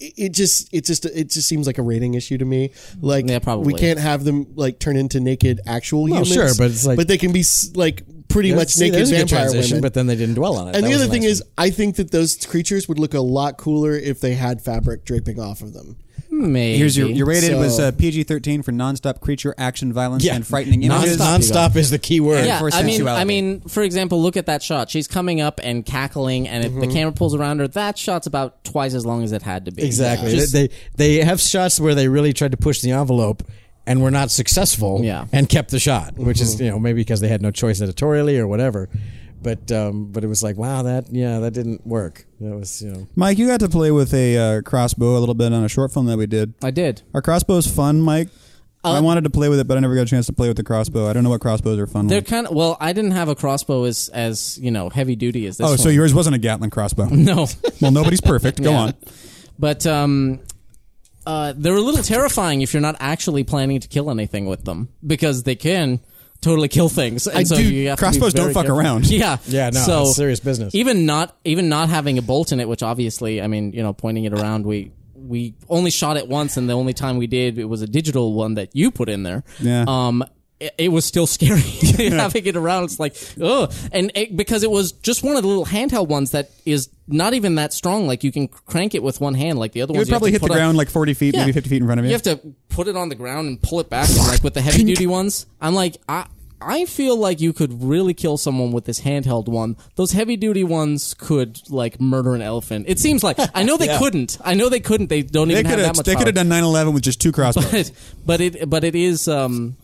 Speaker 3: it- it just it just it just seems like a rating issue to me. Like
Speaker 2: Yeah, probably.
Speaker 3: we can't have them like turn into naked actual humans.
Speaker 4: sure, but it's like-
Speaker 3: but they can be s- like pretty much naked vampire women.
Speaker 4: but then they didn't dwell on it.
Speaker 3: and
Speaker 4: That
Speaker 3: the
Speaker 4: was
Speaker 3: other thing
Speaker 4: nice.
Speaker 3: is, I think that those creatures would look a lot cooler if they had fabric draping off of them.
Speaker 2: maybe.
Speaker 1: Here's your, your rated
Speaker 3: So-
Speaker 1: was uh, PG-13 for nonstop creature action violence
Speaker 4: Yeah.
Speaker 1: and frightening
Speaker 4: Non-
Speaker 1: images.
Speaker 4: nonstop is the key word.
Speaker 2: yeah,
Speaker 1: for
Speaker 2: I mean,
Speaker 1: sensuality.
Speaker 2: I mean, for example, look at that shot. She's coming up and cackling, and if the
Speaker 1: Mm-hmm.
Speaker 2: camera pulls around her, that shot's about twice as long as it had to be.
Speaker 4: Exactly.
Speaker 2: Just-
Speaker 4: they they they have shots where they really tried to push the envelope and were not successful
Speaker 2: Yeah.
Speaker 4: and kept the shot, which is, you know, maybe because they had no choice editorially or whatever. But um, but it was like, wow, that yeah, that didn't work. That was, you know,
Speaker 1: Mike, you got to play with a uh, crossbow a little bit on a short film that we did.
Speaker 2: I did.
Speaker 1: Are crossbows fun, Mike?
Speaker 2: Uh,
Speaker 1: I wanted to play with it, but I never got a chance to play with the crossbow. I don't know what crossbows are fun.
Speaker 2: They're
Speaker 1: With.
Speaker 2: kind of well. I didn't have a crossbow as as you know heavy duty as this.
Speaker 1: Oh,
Speaker 2: one.
Speaker 1: so yours wasn't a Gatlin crossbow.
Speaker 2: no,
Speaker 1: well, nobody's perfect. Go
Speaker 2: Yeah.
Speaker 1: on.
Speaker 2: but um, uh, they're a little terrifying if you're not actually planning to kill anything with them because they can totally kill things. And
Speaker 1: I
Speaker 2: so
Speaker 1: do-
Speaker 2: you have to be
Speaker 1: crossbows don't
Speaker 2: very
Speaker 1: fuck
Speaker 2: careful.
Speaker 1: around.
Speaker 2: Yeah,
Speaker 4: Yeah, no,
Speaker 2: so
Speaker 4: it's serious business.
Speaker 2: Even not even not having a bolt in it, which obviously, I mean, you know, pointing it around, we. We only shot it once, and the only time we did it was a digital one that you put in there.
Speaker 1: Yeah.
Speaker 2: Um, it, it was still scary having it around. It's like, oh, and it, because it was just one of the little handheld ones that is not even that strong. Like you can crank it with one hand, like the other
Speaker 1: You
Speaker 2: ones.
Speaker 1: would probably
Speaker 2: have
Speaker 1: hit
Speaker 2: to
Speaker 1: the
Speaker 2: put on-
Speaker 1: ground like 40 feet,
Speaker 2: Yeah.
Speaker 1: maybe 50 feet in front of you.
Speaker 2: You have to put it on the ground and pull it back, and, like with the heavy duty ones. I'm like, I. I feel like you could really kill someone with this handheld one. Those heavy duty ones could like murder an elephant. It seems like I know they couldn't. I know they couldn't. They don't
Speaker 1: they
Speaker 2: even have
Speaker 1: could
Speaker 2: that
Speaker 1: have
Speaker 2: much.
Speaker 1: they
Speaker 2: power
Speaker 1: could have done 9/11 with just two crossbows.
Speaker 2: but but it but it is um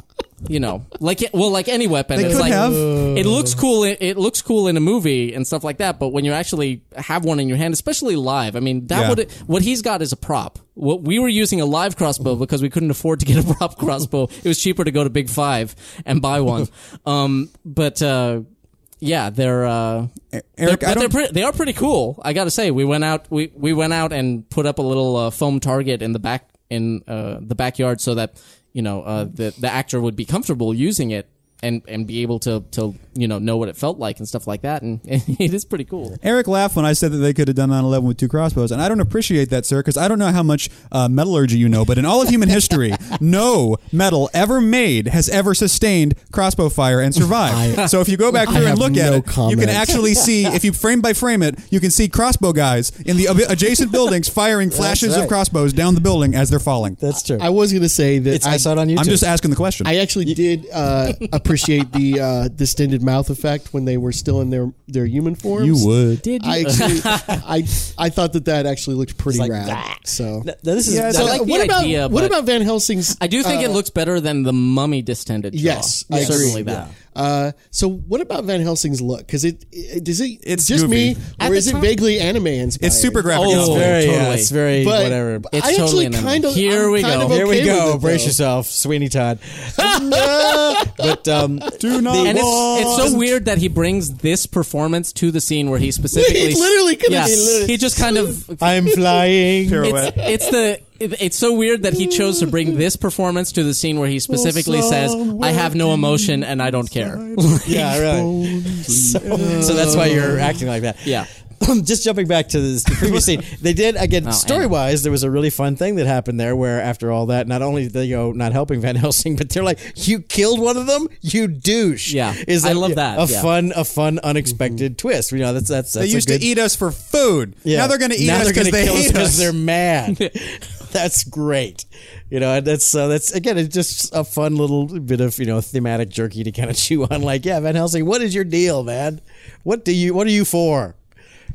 Speaker 2: you know like it- well like any weapon
Speaker 1: They
Speaker 2: it's
Speaker 1: could
Speaker 2: like
Speaker 1: have.
Speaker 2: it looks cool it, it looks cool in a movie and stuff like that but when you actually have one in your hand especially live i mean that
Speaker 1: Yeah.
Speaker 2: would what he's got is a prop what we were using a live crossbow because we couldn't afford to get a prop crossbow it was cheaper to go to big five and buy one um but uh yeah, they're uh,
Speaker 1: Eric,
Speaker 2: they're,
Speaker 1: I
Speaker 2: but they're
Speaker 1: don't-
Speaker 2: pretty, they are pretty cool. I gotta say, we went out we, we went out and put up a little uh, foam target in the back in uh, the backyard so that you know uh, the the actor would be comfortable using it and and be able to to you know know what it felt like and stuff like that. And, it is pretty cool.
Speaker 1: Eric laughed when I said that they could have done 9 11 with two crossbows, and I don't appreciate that, sir, because I don't know how much uh, metallurgy you know, but in all of human history, no metal ever made has ever sustained crossbow fire and survived. so if you go back
Speaker 3: I
Speaker 1: through and
Speaker 3: have
Speaker 1: look at
Speaker 3: no
Speaker 1: it, you can
Speaker 3: comment.
Speaker 1: actually see, if you frame by frame it, you can see crossbow guys in the ab- adjacent buildings firing flashes of
Speaker 4: right.
Speaker 1: crossbows down the building as they're falling.
Speaker 4: that's true.
Speaker 3: I was gonna say that
Speaker 4: it's, I, saw it on YouTube.
Speaker 1: I'm just asking the question.
Speaker 3: I actually did uh, appreciate appreciate the uh, distended mouth effect when they were still in their their human forms.
Speaker 1: would.
Speaker 2: Did
Speaker 3: I actually, I I thought that that actually looked pretty
Speaker 4: like
Speaker 3: rad.
Speaker 4: that.
Speaker 3: So, uh,
Speaker 4: No, this is
Speaker 1: Yeah,
Speaker 4: that-
Speaker 2: I like the
Speaker 3: what about
Speaker 2: idea,
Speaker 3: what
Speaker 2: but-
Speaker 3: about Van Helsing's?
Speaker 2: I do think it looks better than the mummy distended jaw.
Speaker 3: uh, Yes, I agree.
Speaker 2: certainly that.
Speaker 3: Uh, so what about Van Helsing's look? Because it, it does it.
Speaker 1: It's
Speaker 3: just me,
Speaker 1: goofy.
Speaker 2: At
Speaker 3: or
Speaker 2: the
Speaker 3: is it
Speaker 2: time-
Speaker 3: vaguely anime inspired?
Speaker 1: It's super graphic.
Speaker 2: Oh,
Speaker 1: novel.
Speaker 4: it's very, yeah,
Speaker 2: totally.
Speaker 4: it's very
Speaker 3: But
Speaker 4: whatever.
Speaker 2: It's
Speaker 3: I
Speaker 2: totally
Speaker 3: actually
Speaker 2: an anime.
Speaker 3: kind of
Speaker 2: Here
Speaker 3: I'm
Speaker 2: we
Speaker 3: kind
Speaker 2: go.
Speaker 3: of
Speaker 2: Here
Speaker 4: Here
Speaker 3: okay
Speaker 4: we go.
Speaker 3: with it,
Speaker 4: Brace
Speaker 3: though.
Speaker 4: yourself, Sweeney Todd. but um,
Speaker 1: Do not
Speaker 2: And it's,
Speaker 1: walk.
Speaker 2: it's so weird that he brings this performance to the scene where he specifically
Speaker 3: He literally could've-
Speaker 2: yeah,
Speaker 3: he literally-
Speaker 2: he just kind of
Speaker 4: I'm flying.
Speaker 1: Pirouette.
Speaker 2: it's, it's the it- it's so weird that he chose to bring this performance to the scene where he specifically says I have no emotion and I don't care.
Speaker 4: yeah, right. So, so that's why you're acting like that.
Speaker 2: Yeah.
Speaker 4: Just jumping back to this, the previous scene, they did
Speaker 2: Oh,
Speaker 4: again. story wise, there was a really fun thing that happened there, where after all that, not only they go not helping Van Helsing, but they're like, "You killed one of them, you douche."
Speaker 2: Yeah. I
Speaker 4: a-
Speaker 2: love that,
Speaker 4: A
Speaker 2: yeah. Mm-hmm.
Speaker 4: fun, a fun, unexpected twist. You know, that's that's, that's
Speaker 1: They
Speaker 4: a
Speaker 1: used
Speaker 4: good,
Speaker 1: to eat us for food.
Speaker 4: yeah.
Speaker 1: Now they're going to eat
Speaker 4: Now
Speaker 1: us
Speaker 4: they're
Speaker 1: because
Speaker 4: gonna
Speaker 1: they
Speaker 4: kill us
Speaker 1: hate us.
Speaker 4: they're mad. that's great. You know, and that's uh, that's again, it's just a fun little bit of you know thematic jerky to kind of chew on. Like, yeah, Van Helsing, what is your deal, man? What do you what are you for?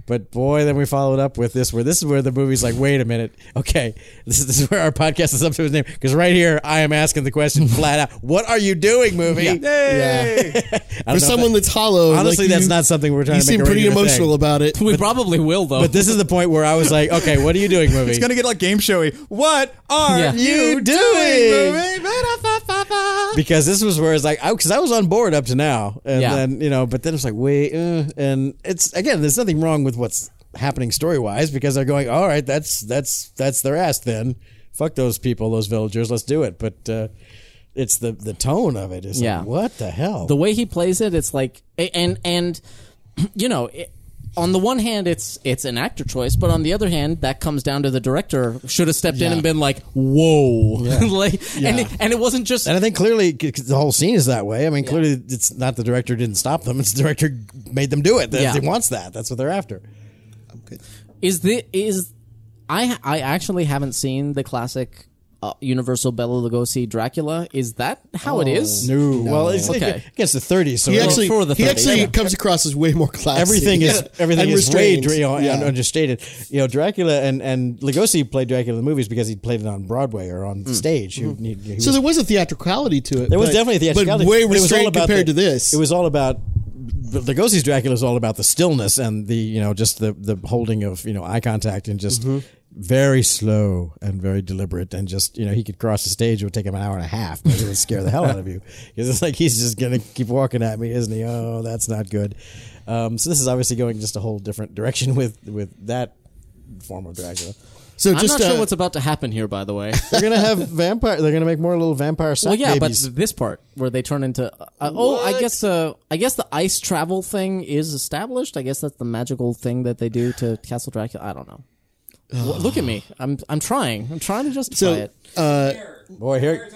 Speaker 4: But boy, then we followed up with this, where this is where the movie's like, wait a minute, okay, this is, this is where our podcast is up to his name because right here I am asking the question flat out, what are you doing, movie?
Speaker 1: Yay!
Speaker 4: I don't know
Speaker 3: for
Speaker 4: if
Speaker 3: someone
Speaker 4: that-
Speaker 3: that's hollow.
Speaker 4: honestly,
Speaker 3: like
Speaker 4: that's
Speaker 3: you-
Speaker 4: not something we're trying
Speaker 3: You
Speaker 4: to make
Speaker 3: seem
Speaker 4: a
Speaker 3: pretty
Speaker 4: regular
Speaker 3: emotional
Speaker 4: thing.
Speaker 3: about it.
Speaker 2: We probably will though.
Speaker 4: But this is the point where I was like, okay, what are you doing, movie?
Speaker 1: It's going to get like game showy. What are
Speaker 2: Yeah.
Speaker 1: you
Speaker 4: You
Speaker 1: doing?
Speaker 4: doing?
Speaker 1: movie? Ba-da-ba-ba-ba.
Speaker 4: because this was where it's like I because I was on board up to now, and
Speaker 2: Yeah.
Speaker 4: then you know, but then it's like wait, uh, and it's again, there's nothing wrong with what's happening story wise because they're going, all right, that's that's that's their ass then. Fuck those people, those villagers. Let's do it. But uh, it's the the tone of it is
Speaker 2: Yeah.
Speaker 4: like, what the hell?
Speaker 2: the way he plays it it's like a- and and you know it, on the one hand it's it's an actor choice but on the other hand that comes down to the director should have stepped in and been like whoa like and, it, and it wasn't just
Speaker 4: and I think clearly 'cause the whole scene is that way. I mean, clearly it's not the director didn't stop them; it's the director made them do it. That
Speaker 2: Yeah.
Speaker 4: He wants that. That's what they're after.
Speaker 2: is the is I I actually haven't seen the classic uh, Universal Bela Lugosi Dracula is that how Oh, it is
Speaker 4: No, well, it's
Speaker 2: Okay.
Speaker 4: against the 30s. So
Speaker 3: He
Speaker 4: it's-
Speaker 3: actually,
Speaker 2: for the
Speaker 3: he
Speaker 2: 30s,
Speaker 3: actually
Speaker 2: yeah.
Speaker 3: comes across as way more classy.
Speaker 4: everything is everything
Speaker 3: And
Speaker 4: is way
Speaker 3: restrained.
Speaker 4: dra- you know,
Speaker 3: Yeah.
Speaker 4: and understated. You know, Dracula and and Lugosi played Dracula in the movies because he played it on Broadway or on
Speaker 2: Hmm.
Speaker 4: stage. He- he- he was-
Speaker 3: So there was a theatricality to it.
Speaker 4: there was
Speaker 3: but-
Speaker 4: definitely the theatricality,
Speaker 3: but way
Speaker 4: it was all
Speaker 3: restrained
Speaker 4: about
Speaker 3: compared
Speaker 4: the-
Speaker 3: to this.
Speaker 4: It was all about but Lugosi's Dracula is all about the stillness and the you know just the the holding of you know eye contact and just.
Speaker 3: Mm-hmm.
Speaker 4: Very slow and very deliberate, and just you know, he could cross the stage. It would take him an hour and a half, but it would scare the hell out of you because it's like he's just gonna keep walking at me, isn't he? Oh, that's not good. Um, so this is obviously going just a whole different direction with with that form of Dracula.
Speaker 3: so
Speaker 2: I'm
Speaker 3: just
Speaker 2: not
Speaker 3: uh,
Speaker 2: sure what's about to happen here by the way
Speaker 4: They're gonna have vampire. They're gonna make more little vampire.
Speaker 2: well yeah
Speaker 4: babies.
Speaker 2: but this part where they turn into uh, oh I guess uh, I guess the ice travel thing is established I guess that's the magical thing that they do to Castle Dracula I don't know Wha- look at me I'm I'm trying I'm trying to justify
Speaker 3: So-
Speaker 2: it
Speaker 4: boy, here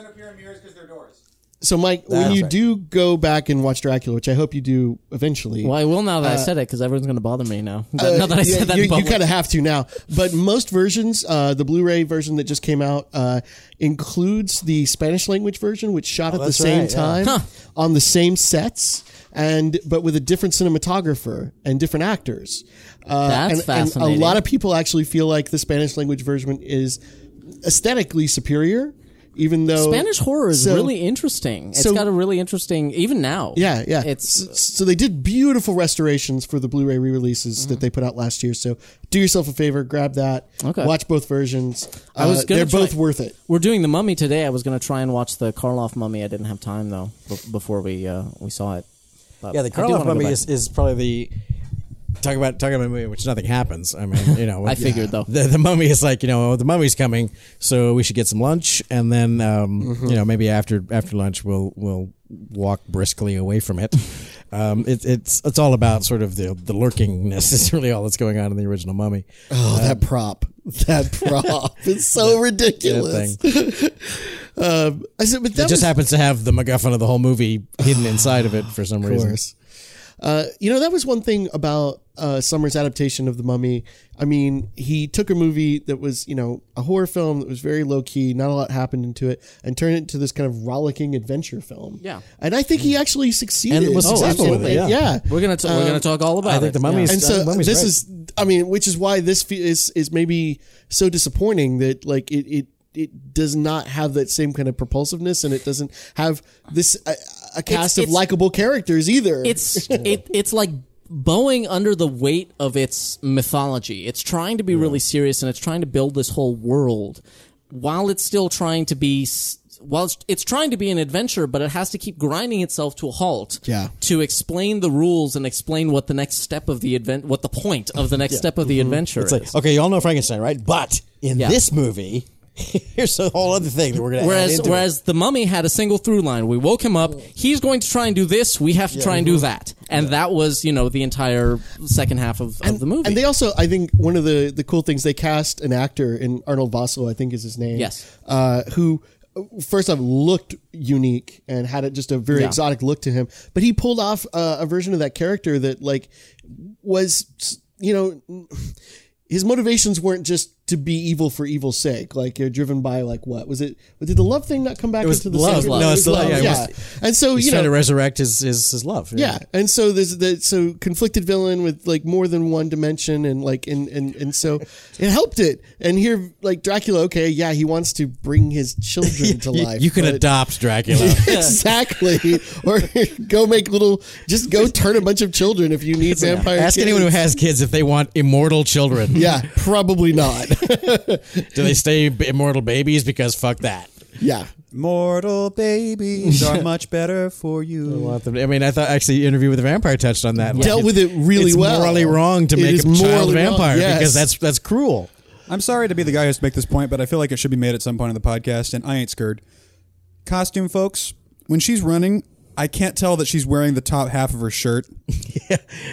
Speaker 3: so Mike, when
Speaker 4: That's
Speaker 3: you
Speaker 4: right.
Speaker 3: do go back and watch Dracula, which I hope you do eventually.
Speaker 2: well I will now that I said it because everyone's going to bother me now That- now Uh, that I
Speaker 3: uh, yeah,
Speaker 2: said that
Speaker 3: you,
Speaker 2: in public.
Speaker 3: kind of have to now. But most versions, uh, the Blu-ray version that just came out, uh, includes the Spanish language version, which shot at the
Speaker 4: Oh, that's
Speaker 3: same
Speaker 4: right, yeah.
Speaker 3: time
Speaker 2: Huh.
Speaker 3: on the same sets, and but with a different cinematographer and different actors. Uh,
Speaker 2: That's
Speaker 3: and,
Speaker 2: fascinating.
Speaker 3: And a lot of people actually feel like the Spanish language version is aesthetically superior, even though
Speaker 2: Spanish horror is
Speaker 3: So-
Speaker 2: really interesting. It's
Speaker 3: so-
Speaker 2: got a really interesting, even now.
Speaker 3: Yeah, yeah.
Speaker 2: It's
Speaker 3: S- so they did beautiful restorations for the Blu-ray re-releases
Speaker 2: Mm-hmm.
Speaker 3: that they put out last year. So do yourself a favor, grab that.
Speaker 2: Okay.
Speaker 3: Watch both versions. Uh,
Speaker 2: I was gonna
Speaker 3: they're
Speaker 2: try-
Speaker 3: both worth it.
Speaker 2: we're doing the Mummy today. I was going to try and watch the Karloff Mummy. I didn't have time though b- before we uh, we saw it. But
Speaker 4: Yeah, the
Speaker 2: I do
Speaker 4: Karloff
Speaker 2: wanna go
Speaker 4: mummy
Speaker 2: back.
Speaker 4: is, is probably the talking about talking about a movie in which nothing happens. I mean, you know,
Speaker 2: I
Speaker 4: yeah.
Speaker 2: figured, though.
Speaker 4: the, the mummy is like you know the mummy's coming, so we should get some lunch, and then um,
Speaker 2: Mm-hmm.
Speaker 4: you know maybe after after lunch we'll we'll walk briskly away from it. Um, it, it's it's all about sort of the the lurkingness is really all that's going on in the original mummy.
Speaker 2: Uh,
Speaker 3: Oh, that prop. That prop. it's so ridiculous. um, I said, but that
Speaker 4: It just
Speaker 3: was,
Speaker 4: happens to have the MacGuffin of the whole movie hidden inside of it for some
Speaker 3: of
Speaker 4: reason.
Speaker 3: course. Uh, you know, that was one thing about uh, Summers' adaptation of The Mummy. I mean, he took a movie that was, you know, a horror film that was very low key, not a lot happened into it, and turned it into this kind of rollicking adventure film.
Speaker 2: Yeah.
Speaker 3: And I think he actually succeeded.
Speaker 4: And was
Speaker 3: Oh,
Speaker 4: successful with it,
Speaker 3: absolutely. Um,
Speaker 4: yeah.
Speaker 2: We're gonna t- we're gonna talk all about
Speaker 4: I think
Speaker 2: it.
Speaker 4: the mummy
Speaker 2: Yeah.
Speaker 4: is-
Speaker 3: and so
Speaker 4: Uh, Mummy's
Speaker 3: this
Speaker 4: right.
Speaker 3: is i mean which is why this fe- is is maybe so disappointing that like it it it does not have that same kind of propulsiveness and it doesn't have this uh, a cast of
Speaker 2: it's-
Speaker 3: likable characters either
Speaker 2: it's it, it's like bowing under the weight of its mythology. It's trying to be really serious and it's trying to build this whole world while it's still trying to be s- while it's, it's trying to be an adventure, but it has to keep grinding itself to a halt
Speaker 3: Yeah.
Speaker 2: to explain the rules and explain what the next step of the advent what the point of the next step of the adventure
Speaker 4: Mm-hmm. It's like,
Speaker 2: is.
Speaker 4: okay, you all know Frankenstein, right? But in
Speaker 2: Yeah.
Speaker 4: this movie, here's a whole other thing that we're going to add
Speaker 2: Whereas,
Speaker 4: into
Speaker 2: whereas the mummy had a single through line. We woke him up. He's going to try and do this. We have to try
Speaker 3: Mm-hmm.
Speaker 2: and do that. And that was, you know, the entire second half of, of the movie.
Speaker 3: and they also i think one of the the cool things they cast an actor in arnold vosloo i think is his name
Speaker 2: Yes.
Speaker 3: uh who uh, First off, looked unique and had a, just a very
Speaker 2: Yeah.
Speaker 3: exotic look to him, but he pulled off uh, a version of that character that like was you know his motivations weren't just to be evil for evil's sake. Like you're driven by like what was it? Did the love thing not come back
Speaker 4: was
Speaker 3: into the
Speaker 4: love.
Speaker 3: second-
Speaker 2: No,
Speaker 3: it
Speaker 2: it's
Speaker 3: was
Speaker 4: the- yeah, it
Speaker 3: yeah.
Speaker 4: was-
Speaker 3: And so
Speaker 4: it. He's
Speaker 3: you
Speaker 4: trying
Speaker 3: know
Speaker 4: to resurrect his, his, his love.
Speaker 3: yeah, and so there's the so conflicted villain with like more than one dimension, and like and and and so it helped it. And here, like Dracula, okay, yeah, he wants to bring his children to
Speaker 4: You,
Speaker 3: life.
Speaker 4: you can
Speaker 3: but-
Speaker 4: adopt Dracula.
Speaker 3: exactly, or go make little, just go turn a bunch of children if you need vampire.
Speaker 4: Ask anyone who
Speaker 3: kids.
Speaker 4: has kids if they want immortal children.
Speaker 3: Yeah, probably not.
Speaker 4: Do they stay b- immortal babies? Because fuck that.
Speaker 3: yeah,
Speaker 1: Mortal babies are much better for you.
Speaker 4: Want them- I mean, I thought actually the interview with the vampire touched on that.
Speaker 3: Dealt with it really
Speaker 4: it's
Speaker 3: well.
Speaker 4: morally wrong to
Speaker 3: It
Speaker 4: make
Speaker 3: is
Speaker 4: a child
Speaker 3: morally wrong,
Speaker 4: vampire
Speaker 3: yes.
Speaker 4: because that's that's cruel.
Speaker 1: I'm sorry to be the guy who has to make this point, but I feel like it should be made at some point in the podcast, and I ain't scared. Costume, folks, when she's running, I can't tell that she's wearing the top half of her shirt.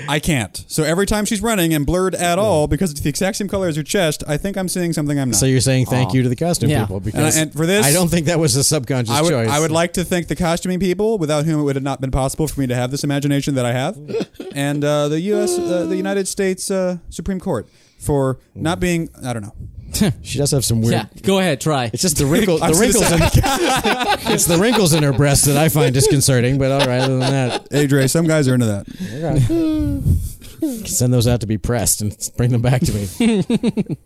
Speaker 1: I can't. So every time she's running and blurred at all because it's the exact same color as her chest, I think I'm seeing something I'm not.
Speaker 4: So you're saying thank you to the costume
Speaker 2: Yeah.
Speaker 4: people because
Speaker 1: And- and for this-
Speaker 4: I don't think that was a subconscious
Speaker 1: I would,
Speaker 4: choice.
Speaker 1: I would like to thank the costuming people, without whom it would have not been possible for me to have this imagination that I have, and uh, the U.S. Uh, the United States uh, Supreme Court for
Speaker 2: Mm.
Speaker 1: not being. I don't know.
Speaker 4: She does have some weird.
Speaker 2: yeah, go ahead, try.
Speaker 4: It's just the wrinkle, the
Speaker 1: I'm so
Speaker 4: wrinkles. In, it's the wrinkles in her breast that I find disconcerting. But all right, other than that,
Speaker 1: Hey, Dre, some guys are into that.
Speaker 4: send those out to be pressed and bring them back to me.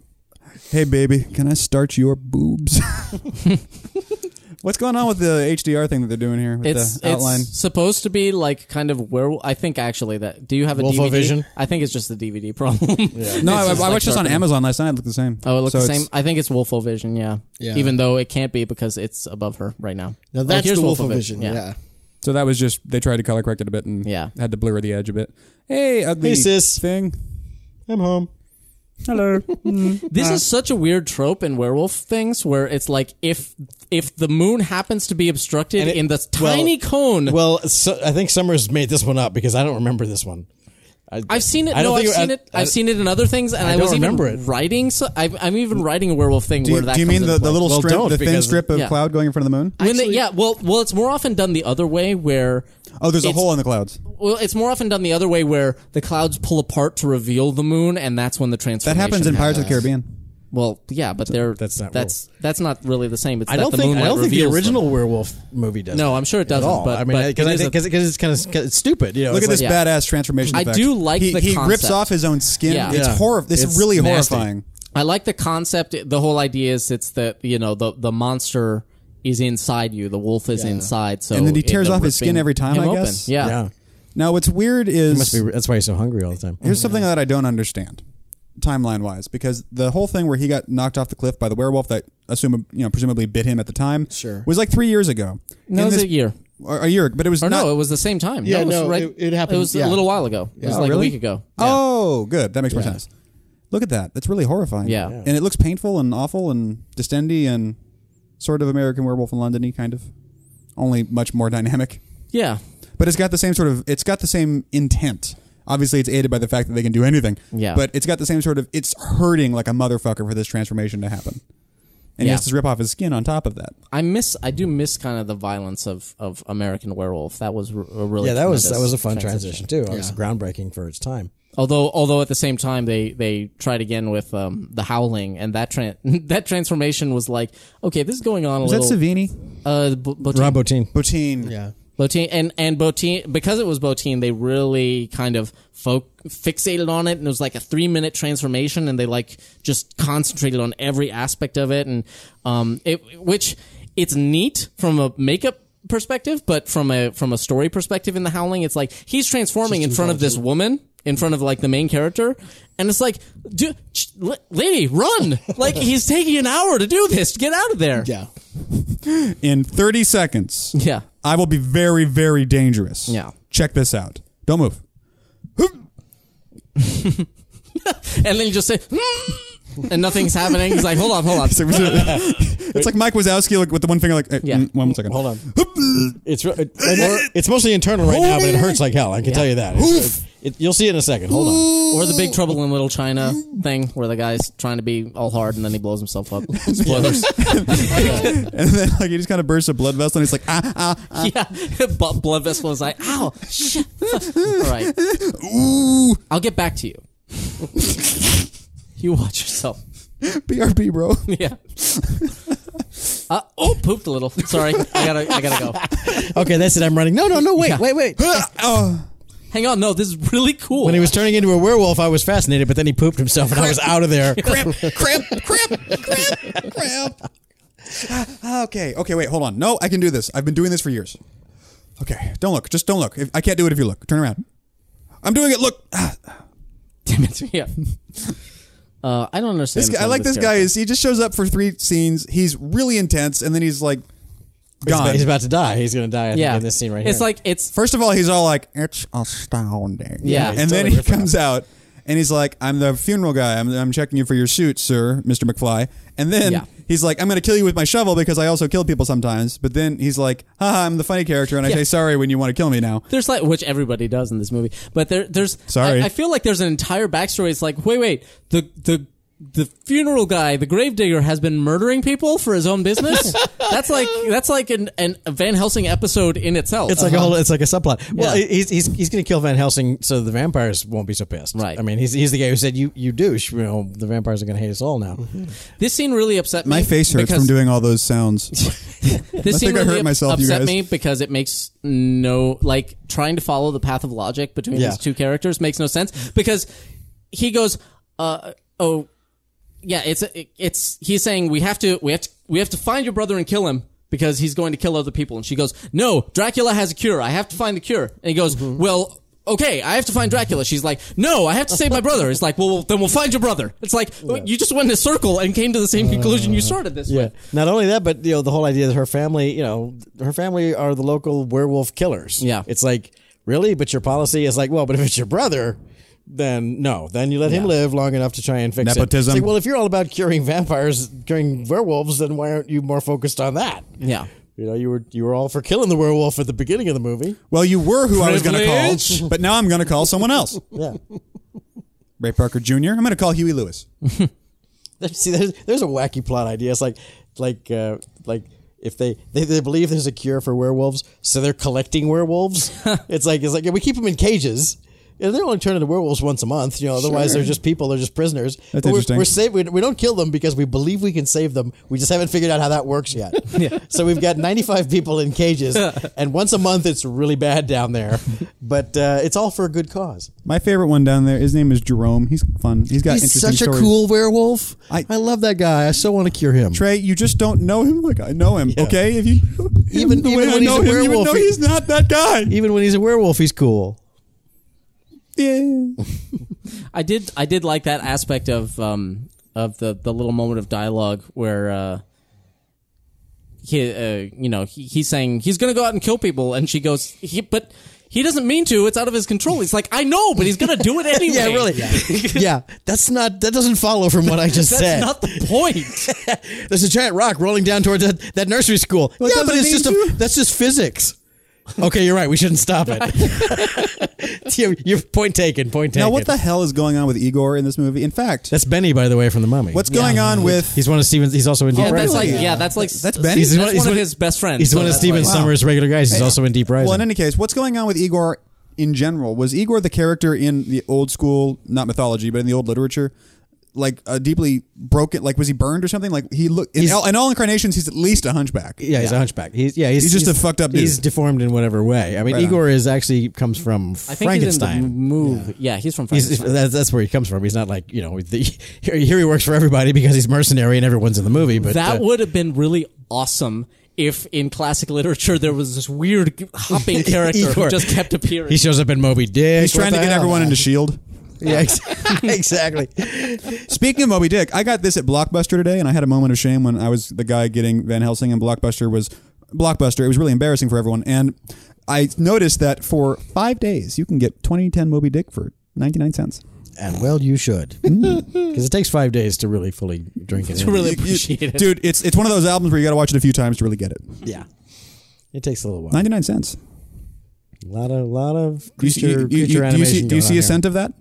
Speaker 1: Hey, baby, can I starch your boobs? What's going on with the HDR thing that they're doing here with
Speaker 2: It's,
Speaker 1: the outline?
Speaker 2: it's supposed to be like kind of where I think actually that do you have a DVD?
Speaker 4: Wolfovision?
Speaker 2: I think it's just the DVD problem.
Speaker 1: no, I, I
Speaker 2: just
Speaker 1: watched
Speaker 2: like
Speaker 1: this on
Speaker 2: sharpening.
Speaker 1: Amazon last night. It looked the same.
Speaker 2: Oh, it looks
Speaker 1: So
Speaker 2: the
Speaker 1: it's-
Speaker 2: same. I think it's Wolfo Vision. Yeah.
Speaker 3: Yeah.
Speaker 2: Even though it can't be because it's above her right now.
Speaker 3: now
Speaker 2: Oh,
Speaker 3: that's
Speaker 2: here's
Speaker 3: the Wolf
Speaker 2: Wolfovision,
Speaker 3: Vision. Yeah.
Speaker 1: So that was just they tried to color correct it a bit and
Speaker 2: Yeah.
Speaker 1: had to blur the edge a bit. Hey, ugly
Speaker 4: Hey, sis.
Speaker 1: thing.
Speaker 4: I'm home.
Speaker 1: Hello.
Speaker 2: This is such a weird trope in werewolf things where it's like if if the moon happens to be obstructed
Speaker 4: And it-
Speaker 2: in this
Speaker 4: well-
Speaker 2: tiny cone.
Speaker 4: Well, so, I think Summers made this one up because I don't remember this one. I,
Speaker 2: I've seen it.
Speaker 4: I don't
Speaker 2: No, I've
Speaker 4: think
Speaker 2: seen
Speaker 4: I-
Speaker 2: it. I've seen it in other things, and I,
Speaker 4: don't
Speaker 2: was even
Speaker 4: remember it.
Speaker 2: writing. So I've, I'm even writing a werewolf thing
Speaker 1: Do you,
Speaker 2: where that.
Speaker 1: do you
Speaker 2: comes
Speaker 1: mean the,
Speaker 2: into
Speaker 1: the
Speaker 2: play.
Speaker 1: little
Speaker 4: Well,
Speaker 1: strip,
Speaker 4: don't,
Speaker 1: the thin
Speaker 4: because-
Speaker 1: strip of
Speaker 2: Yeah.
Speaker 1: cloud going in front of the moon?
Speaker 2: When they,
Speaker 3: Actually-
Speaker 2: yeah, well, well, it's more often done the other way where.
Speaker 1: Oh, there's a
Speaker 2: it's-
Speaker 1: hole in the clouds.
Speaker 2: Well, it's more often done the other way where the clouds pull apart to reveal the moon, and that's when the
Speaker 1: That
Speaker 2: transformation.
Speaker 1: happens in Pirates of the Caribbean.
Speaker 2: Well, yeah, but they're that's
Speaker 4: not
Speaker 2: that's that's not really the same. It's
Speaker 4: I
Speaker 2: that
Speaker 4: don't
Speaker 2: the
Speaker 4: think. I
Speaker 2: moonlight
Speaker 4: don't think the
Speaker 2: reveals them.
Speaker 4: original werewolf movie does.
Speaker 2: No, I'm sure it
Speaker 4: at
Speaker 2: doesn't.
Speaker 4: all.
Speaker 2: But
Speaker 4: I mean,
Speaker 2: but
Speaker 4: because
Speaker 2: it
Speaker 4: I
Speaker 2: is
Speaker 4: think
Speaker 2: a-
Speaker 4: because it's kind of it's stupid. You know,
Speaker 1: Look
Speaker 4: it's
Speaker 1: at this
Speaker 4: like-
Speaker 2: yeah.
Speaker 1: badass transformation.
Speaker 2: I
Speaker 1: effect.
Speaker 2: do like
Speaker 1: he,
Speaker 2: the
Speaker 1: he rips
Speaker 2: concept.
Speaker 1: off his own skin.
Speaker 2: Yeah.
Speaker 1: It's
Speaker 4: Yeah.
Speaker 1: horrible. This
Speaker 4: It's
Speaker 1: is really
Speaker 4: nasty.
Speaker 1: horrifying.
Speaker 2: I like the concept. The whole idea is it's the you know the the monster is inside you. The wolf is inside. So
Speaker 1: And then he tears
Speaker 2: it- the
Speaker 1: off his skin
Speaker 2: ripping
Speaker 1: every time,
Speaker 2: him
Speaker 1: I
Speaker 2: open.
Speaker 1: guess?
Speaker 2: Yeah.
Speaker 4: Yeah,
Speaker 1: Now, what's weird is
Speaker 4: must be. That's why he's so hungry all the time.
Speaker 1: Here's something that I don't understand, timeline wise, because the whole thing where he got knocked off the cliff by the werewolf that assume you know presumably bit him at the time,
Speaker 3: Sure.
Speaker 1: was like three years ago.
Speaker 2: No,
Speaker 1: In
Speaker 2: it was
Speaker 1: this-
Speaker 2: a year.
Speaker 1: or a year, but it was
Speaker 2: Or
Speaker 1: not.
Speaker 2: no, it was the same time.
Speaker 3: Yeah,
Speaker 2: it was
Speaker 3: no, it- it happened-
Speaker 2: It was
Speaker 3: yeah.
Speaker 2: a little while ago. It was like
Speaker 1: really?
Speaker 2: a week ago. Yeah.
Speaker 1: Oh, good. That makes more sense. Look at that. That's really horrifying.
Speaker 2: Yeah. Yeah.
Speaker 1: and it looks painful and awful and distendy and sort of American Werewolf in London-y kind of, only much more dynamic.
Speaker 2: yeah.
Speaker 1: But it's got the same sort of it's got the same intent. Obviously, it's aided by the fact that they can do anything.
Speaker 2: Yeah.
Speaker 1: But it's got the same sort of it's hurting like a motherfucker for this transformation to happen. and he
Speaker 2: Yeah.
Speaker 1: has to rip off his skin on top of that.
Speaker 2: I miss. I do miss kind of the violence of of American Werewolf. That was r- a really
Speaker 4: Yeah, that was that
Speaker 2: tremendous
Speaker 4: was a fun transition, too. It was groundbreaking for its time.
Speaker 2: Although, although at the same time, they they tried again with um, the Howling, and that tran that transformation was like, okay, this is going on a
Speaker 1: Was that
Speaker 2: little.
Speaker 1: Savini?
Speaker 2: uh, Bo- Bo-
Speaker 4: Rob Bottin.
Speaker 1: Botine.
Speaker 3: Yeah.
Speaker 2: Botine and and Botine because it was Botine, they really kind of fo- fixated on it, and it was like a three minute transformation, and they like just concentrated on every aspect of it, and um, it which it's neat from a makeup perspective, but from a from a story perspective in The Howling, it's like he's transforming in front of this woman. In front of like the main character, and it's like, dude, sh- la- lady, run! Like he's taking an hour to do this. Get out of there!
Speaker 3: Yeah.
Speaker 1: In 30 seconds,
Speaker 2: yeah,
Speaker 1: I will be very, very dangerous.
Speaker 2: Yeah.
Speaker 1: Check this out. Don't move.
Speaker 2: and then you just say, "Hmm," and nothing's happening. He's like, hold on, hold on.
Speaker 1: So- it's like Mike Wazowski like, with the one finger, like, eh,
Speaker 2: Yeah.
Speaker 1: mm, one second.
Speaker 4: Hold on. It's re- it- it's mostly internal right now, but it hurts like hell. I can tell you that. It's- it- you'll see it in a second. Hold on.
Speaker 2: Or the Big Trouble in Little China thing, where the guy's trying to be all hard and then he blows himself up. Spoilers.
Speaker 1: And then like he just kind of bursts a blood vessel and he's like, ah, ah, ah.
Speaker 2: yeah, but blood vessel is like, ow, shit. all right,
Speaker 1: Ooh.
Speaker 2: I'll get back to you. you watch yourself.
Speaker 1: BRB, bro.
Speaker 2: Yeah. Uh, oh, pooped a little. Sorry, I gotta, I gotta go.
Speaker 4: Okay, that's it. I'm running. No, no, no. Wait,
Speaker 2: Yeah.
Speaker 4: wait, wait.
Speaker 1: oh.
Speaker 2: Hang on, no, this is really cool.
Speaker 4: When he was turning into a werewolf, I was fascinated, but then he pooped himself, and I was out of there. Cramp, cramp, cramp.
Speaker 1: Crap. Ah, okay. Okay, wait, hold on. No, I can do this. I've been doing this for years. Okay. Don't look. Just don't look. If, I can't do it if you look. Turn around. I'm doing it. Look. Ah,
Speaker 2: damn it, yeah. Uh, I don't understand.
Speaker 1: this guy, I like this guy.
Speaker 2: character.
Speaker 1: Is he just shows up for three scenes? He's really intense, and then he's like gone.
Speaker 4: He's about to die. He's going to die. I think,
Speaker 2: Yeah,
Speaker 4: in this scene right
Speaker 2: It's
Speaker 4: here.
Speaker 2: like it's
Speaker 1: First of all, he's all like, "It's astounding."
Speaker 2: Yeah,
Speaker 1: and then
Speaker 4: totally
Speaker 1: he
Speaker 4: ripped it
Speaker 1: comes out and he's like, "I'm the funeral guy. I'm, I'm checking you for your suit, sir, Mister McFly." And then
Speaker 2: Yeah.
Speaker 1: he's like, "I'm going to kill you with my shovel because I also kill people sometimes." But then he's like, "Haha, I'm the funny character, and I
Speaker 2: Yeah.
Speaker 1: say sorry when you want to kill me now."
Speaker 2: There's like which everybody does in this movie, but there there's
Speaker 1: Sorry.
Speaker 2: I, I feel like there's an entire backstory. It's like wait wait the the the funeral guy, the gravedigger, has been murdering people for his own business. that's like that's like an, an a Van Helsing episode in itself.
Speaker 4: It's like a whole. It's like a subplot. Well,
Speaker 2: Yeah.
Speaker 4: he's he's, he's going to kill Van Helsing, so the vampires won't be so pissed.
Speaker 2: Right.
Speaker 4: I mean, he's, he's the guy who said, "You you douche." You know, the vampires are going to hate us all now.
Speaker 2: this scene really upset me.
Speaker 1: My face hurts
Speaker 2: because
Speaker 1: from doing all those sounds.
Speaker 2: This
Speaker 1: I
Speaker 2: scene
Speaker 1: think I
Speaker 2: really
Speaker 1: hurt
Speaker 2: up-
Speaker 1: myself, you
Speaker 2: upset
Speaker 1: guys.
Speaker 2: me because it makes no like trying to follow the path of logic between
Speaker 4: Yeah.
Speaker 2: these two characters makes no sense because he goes, uh, oh, yeah, it's it's he's saying we have to we have to we have to find your brother and kill him because he's going to kill other people, and she goes, no, Dracula has a cure. I have to find the cure, and he goes,
Speaker 1: Mm-hmm.
Speaker 2: well. Okay, I have to find Dracula. She's like, no, I have to save my brother. It's like, well, then we'll find your brother. It's like, you just went in a circle and came to the
Speaker 1: Uh,
Speaker 2: same conclusion you started this
Speaker 4: Yeah.
Speaker 2: with.
Speaker 4: Not only that, but you know the whole idea that her family, you know, her family are the local werewolf killers.
Speaker 2: Yeah.
Speaker 4: It's like really, but your policy is like, well, but if it's your brother, then no, then you let him live long enough to try and fix
Speaker 1: Nepotism.
Speaker 4: it. It's like, well, if you're all about curing vampires, curing werewolves, then why aren't you more focused on that?
Speaker 2: Yeah.
Speaker 4: You know, you were you were all for killing the werewolf at the beginning of the movie.
Speaker 1: well, you were who I was going to call,
Speaker 2: Privilege.
Speaker 1: but now I'm going to call someone else.
Speaker 4: Yeah.
Speaker 1: Ray Parker Jr. I'm going to call Huey Lewis.
Speaker 4: See, there's, there's a wacky plot idea. It's like, like, uh, like if they, they they believe there's a cure for werewolves, so they're collecting werewolves. it's like it's like we keep them in cages. You know, they're only turning into werewolves once a month. You know, otherwise they're just people. They're just prisoners. That's we're,
Speaker 1: interesting.
Speaker 4: We're save, we, we don't kill them because we believe we can save them. We just haven't figured out how that works yet. So we've got 95 people in cages, and once a month it's really bad down there. But uh, it's all for a good cause.
Speaker 1: My favorite one down there. His name is Jerome. He's fun. He's got
Speaker 4: He's
Speaker 1: interesting
Speaker 4: such
Speaker 1: stories.
Speaker 4: a cool werewolf.
Speaker 1: I-
Speaker 4: I, love that guy. I so want to cure him.
Speaker 1: Trey, you just don't know him like I know him. Okay, if you
Speaker 4: Even-
Speaker 1: the
Speaker 4: even
Speaker 1: way
Speaker 4: when
Speaker 1: I
Speaker 4: he's
Speaker 1: know
Speaker 4: a
Speaker 1: him, you would
Speaker 4: werewolf,
Speaker 1: know
Speaker 4: he-
Speaker 1: he's not that guy.
Speaker 4: Even when he's a werewolf, he's cool.
Speaker 1: Yeah.
Speaker 2: I did I did like that aspect of um of the the little moment of dialogue where uh he uh, you know he, he's saying he's going to go out and kill people and she goes he but he doesn't mean to it's out of his control he's like I know but he's going to do it anyway
Speaker 4: Yeah, really. yeah, that's not that doesn't follow from what I just
Speaker 2: that's
Speaker 4: said.
Speaker 2: not the point
Speaker 4: There's a giant rock rolling down towards that, that nursery school. yeah,
Speaker 1: does
Speaker 4: but
Speaker 1: it
Speaker 4: it's
Speaker 1: mean
Speaker 4: just a, that's just physics. Okay, you're right. We shouldn't stop it. you, you point taken. Point taken.
Speaker 1: Now, what the hell is going on with Igor in this movie? In fact,
Speaker 4: That's Benny, by the way, from the Mummy.
Speaker 1: what's going on with
Speaker 4: He's one of Steven's. He's also in Deep
Speaker 2: Yeah, that's
Speaker 4: Rising.
Speaker 2: like yeah, that's like
Speaker 1: That's Benny?
Speaker 4: He's
Speaker 2: He's,
Speaker 4: one-
Speaker 2: one,
Speaker 4: he's
Speaker 2: of
Speaker 4: one-
Speaker 2: his best friends.
Speaker 4: He's
Speaker 2: so
Speaker 4: one of
Speaker 2: that's
Speaker 4: Steven
Speaker 2: like-
Speaker 4: Summers' regular guys. He's also in Deep Rising.
Speaker 1: Well, in any case, what's going on with Igor in general? Was Igor the character in the old school, not mythology, but in the old literature, like a deeply broken? Like, was he burned or something? Like he look in,
Speaker 4: He's-
Speaker 1: all, in all incarnations, he's at least a hunchback.
Speaker 4: yeah, he's a hunchback. He's yeah, he's,
Speaker 1: He's just a fucked up dude.
Speaker 4: He's deformed in whatever way. I mean,
Speaker 1: Right on.
Speaker 4: Igor is actually comes from
Speaker 2: I think he's in the
Speaker 4: Frankenstein.
Speaker 2: move. Yeah. he's from
Speaker 4: He's,
Speaker 2: Frankenstein.
Speaker 4: that's, that's where he comes from. He's not like you know. The, here, here he works for everybody because he's mercenary and everyone's in the movie. But
Speaker 2: that
Speaker 4: uh,
Speaker 2: would have been really awesome if in classic literature there was this weird hopping character
Speaker 4: Igor.
Speaker 2: who just kept appearing.
Speaker 4: he shows up in Moby Dick.
Speaker 1: He's trying to get everyone into Shield.
Speaker 4: Yeah, ex- exactly.
Speaker 1: Speaking of Moby Dick, I got this at Blockbuster today, and I had a moment of shame when I was the guy getting Van Helsing, and Blockbuster was Blockbuster. It was really embarrassing for everyone, and I noticed that for five days you can get 2010 Moby Dick for 99 cents.
Speaker 4: And well, you should, because it takes five days to really fully drink it.
Speaker 2: to
Speaker 4: in.
Speaker 1: You-
Speaker 2: really
Speaker 1: you-
Speaker 2: appreciate it.
Speaker 1: dude. It's it's one of those albums where you got to watch it a few times to really get it.
Speaker 4: yeah, it takes a little while.
Speaker 1: 99 cents.
Speaker 4: A lot of, lot of
Speaker 1: Do you, see-
Speaker 4: creature,
Speaker 1: you- you- you-
Speaker 4: creature
Speaker 1: do you
Speaker 4: animation.
Speaker 1: see, do you
Speaker 4: going
Speaker 1: see
Speaker 4: on
Speaker 1: a
Speaker 4: here.
Speaker 1: cent of that?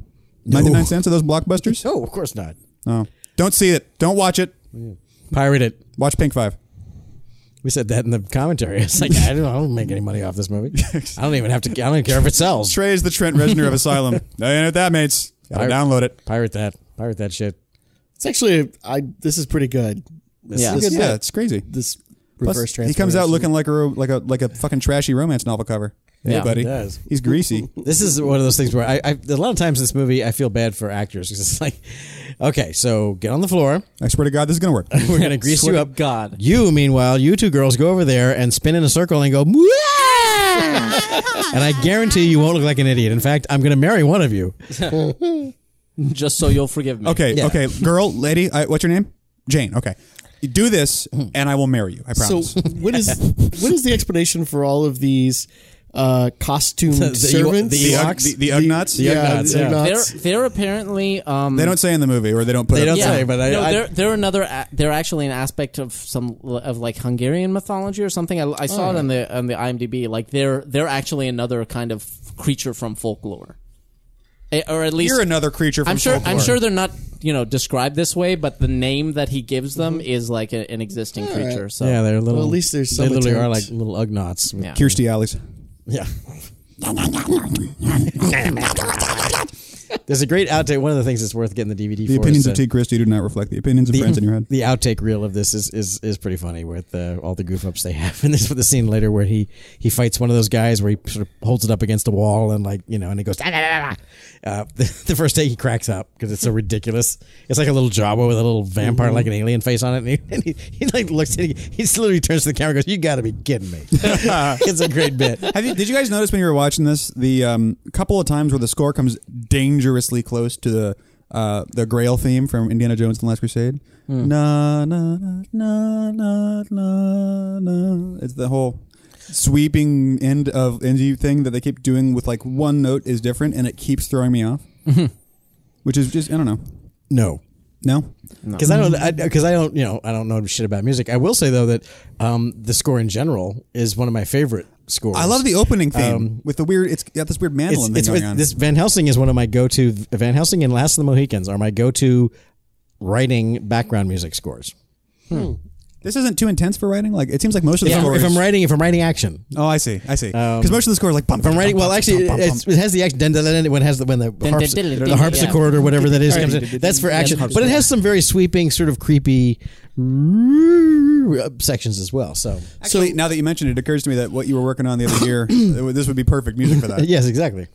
Speaker 1: 99 cents of those blockbusters?
Speaker 4: Oh, of course not.
Speaker 1: No. Don't see it. Don't watch it.
Speaker 4: Pirate it.
Speaker 1: Watch Pink 5.
Speaker 4: We said that in the commentary. It's like I don't, I don't make any money off this movie. I don't even have to. I don't care if it sells.
Speaker 1: Trey is the Trent Reznor of Asylum. Now you know what that means. Gotta
Speaker 4: Pirate-
Speaker 1: download it.
Speaker 4: Pirate that. Pirate that shit.
Speaker 3: It's actually a, I. This is pretty good. This,
Speaker 2: Yeah.
Speaker 3: This,
Speaker 1: Yeah, it's crazy.
Speaker 3: this
Speaker 1: Plus,
Speaker 3: reverse transfer.
Speaker 1: he comes out looking like a ro- like a like a fucking trashy romance novel cover. Yeah,
Speaker 2: Yeah,
Speaker 1: buddy.
Speaker 4: he does.
Speaker 1: He's greasy.
Speaker 4: This is one of those things where I, I a lot of times in this movie I feel bad for actors because it's like, okay, so get on the floor.
Speaker 1: I swear to God, this is gonna work.
Speaker 4: We're gonna grease
Speaker 2: Swear
Speaker 4: you
Speaker 2: to
Speaker 4: up.
Speaker 2: God.
Speaker 4: You, meanwhile, you two girls go over there and spin in a circle and go. "Mwah!" and I guarantee you won't look like an idiot. In fact, I'm gonna marry one of you.
Speaker 2: just so you'll forgive me.
Speaker 1: Okay,
Speaker 4: Yeah.
Speaker 1: okay, girl, lady, I, what's your name? Jane. Okay, You do this, and I will marry you. I
Speaker 3: So
Speaker 1: promise.
Speaker 3: what is what is the explanation for all of these uh, costumed
Speaker 4: The- the-
Speaker 3: servants?
Speaker 1: the
Speaker 4: the
Speaker 1: Ugg-
Speaker 4: Ox-
Speaker 1: the, the Ugnaughts.
Speaker 3: yeah,
Speaker 4: Ugnaughts,
Speaker 3: the
Speaker 4: yeah.
Speaker 3: Ugnaughts.
Speaker 2: They're they're apparently um
Speaker 1: They don't say in the movie, or they don't put.
Speaker 4: They
Speaker 1: up-
Speaker 4: don't say, but I-
Speaker 2: no,
Speaker 4: I-
Speaker 2: they're they're another. a- They're actually an aspect of some of like Hungarian mythology or something. I, I
Speaker 4: Oh.
Speaker 2: saw it on the on the IMDb. Like they're they're actually another kind of creature from folklore, Eh, or at least
Speaker 1: You're another creature. From
Speaker 2: I'm sure
Speaker 1: folklore.
Speaker 2: I'm sure they're not you know described this way, but the name that he gives them is like a, an existing creature. So
Speaker 4: Yeah, they're little.
Speaker 3: at least there's
Speaker 4: they
Speaker 3: some
Speaker 4: literally are
Speaker 3: attempt.
Speaker 4: like little ugnaughts.
Speaker 2: Yeah.
Speaker 1: Kirstie Alley's.
Speaker 4: Yeah. There's a great outtake. One of the things that's worth getting the DVD
Speaker 1: The
Speaker 4: for
Speaker 1: opinions
Speaker 4: is
Speaker 1: of T. Christie do not reflect the opinions of friends in your head.
Speaker 4: the outtake reel of this is, is, is pretty funny with uh, all the goof ups they have. And there's the scene later where he, he fights one of those guys where he sort of holds it up against the wall and like you know and he goes. "Da, da, da, da, da." Uh, the, the first take he cracks up because it's so ridiculous. It's like a little Jawa with a little vampire
Speaker 1: Mm-hmm.
Speaker 4: like an alien face on it. And he, and he, he like looks at it, he, he literally turns to the camera and goes, "You got to be kidding me!" it's a great bit.
Speaker 1: Have you, did you guys notice when you were watching this the um, couple of times where the score comes dangerously close to the uh, the Grail theme from Indiana Jones and the Last Crusade?
Speaker 4: Hmm.
Speaker 1: Na na na na na na na. It's the whole sweeping end of NG thing that they keep doing with like one note is different and it keeps throwing me off.
Speaker 4: Mm-hmm.
Speaker 1: Which is just I don't know.
Speaker 4: No.
Speaker 1: No,
Speaker 4: because I don't because I, don't you know I don't know shit about music. I will say though that um, the score in general is one of my favorite scores.
Speaker 1: I love the opening theme with the weird. It's got this weird mandolin
Speaker 4: Um, It's,
Speaker 1: thing going
Speaker 4: it's with-
Speaker 1: on.
Speaker 4: this Van Helsing is one of my go to Van Helsing and Last of the Mohicans are my go to writing background music scores.
Speaker 1: This isn't too intense for writing. Like it seems like most of the
Speaker 4: If I'm,
Speaker 1: score. is-
Speaker 4: if I'm writing if I'm writing action.
Speaker 1: Oh, I see. I see. Because most of the score is like bump.
Speaker 4: Um, If I'm writing, well, actually,
Speaker 1: bum, bum,
Speaker 4: it's, it has the action. Dun, dun, dun, dun, when it has the when the, harps, the harpsichord or whatever that is comes in. That's for action, but it has some very sweeping, sort of creepy sections as well. So
Speaker 1: Actually, now that you mentioned it, it occurs to me that what you were working on the other year, it would- this would be perfect music for that.
Speaker 4: yes, exactly.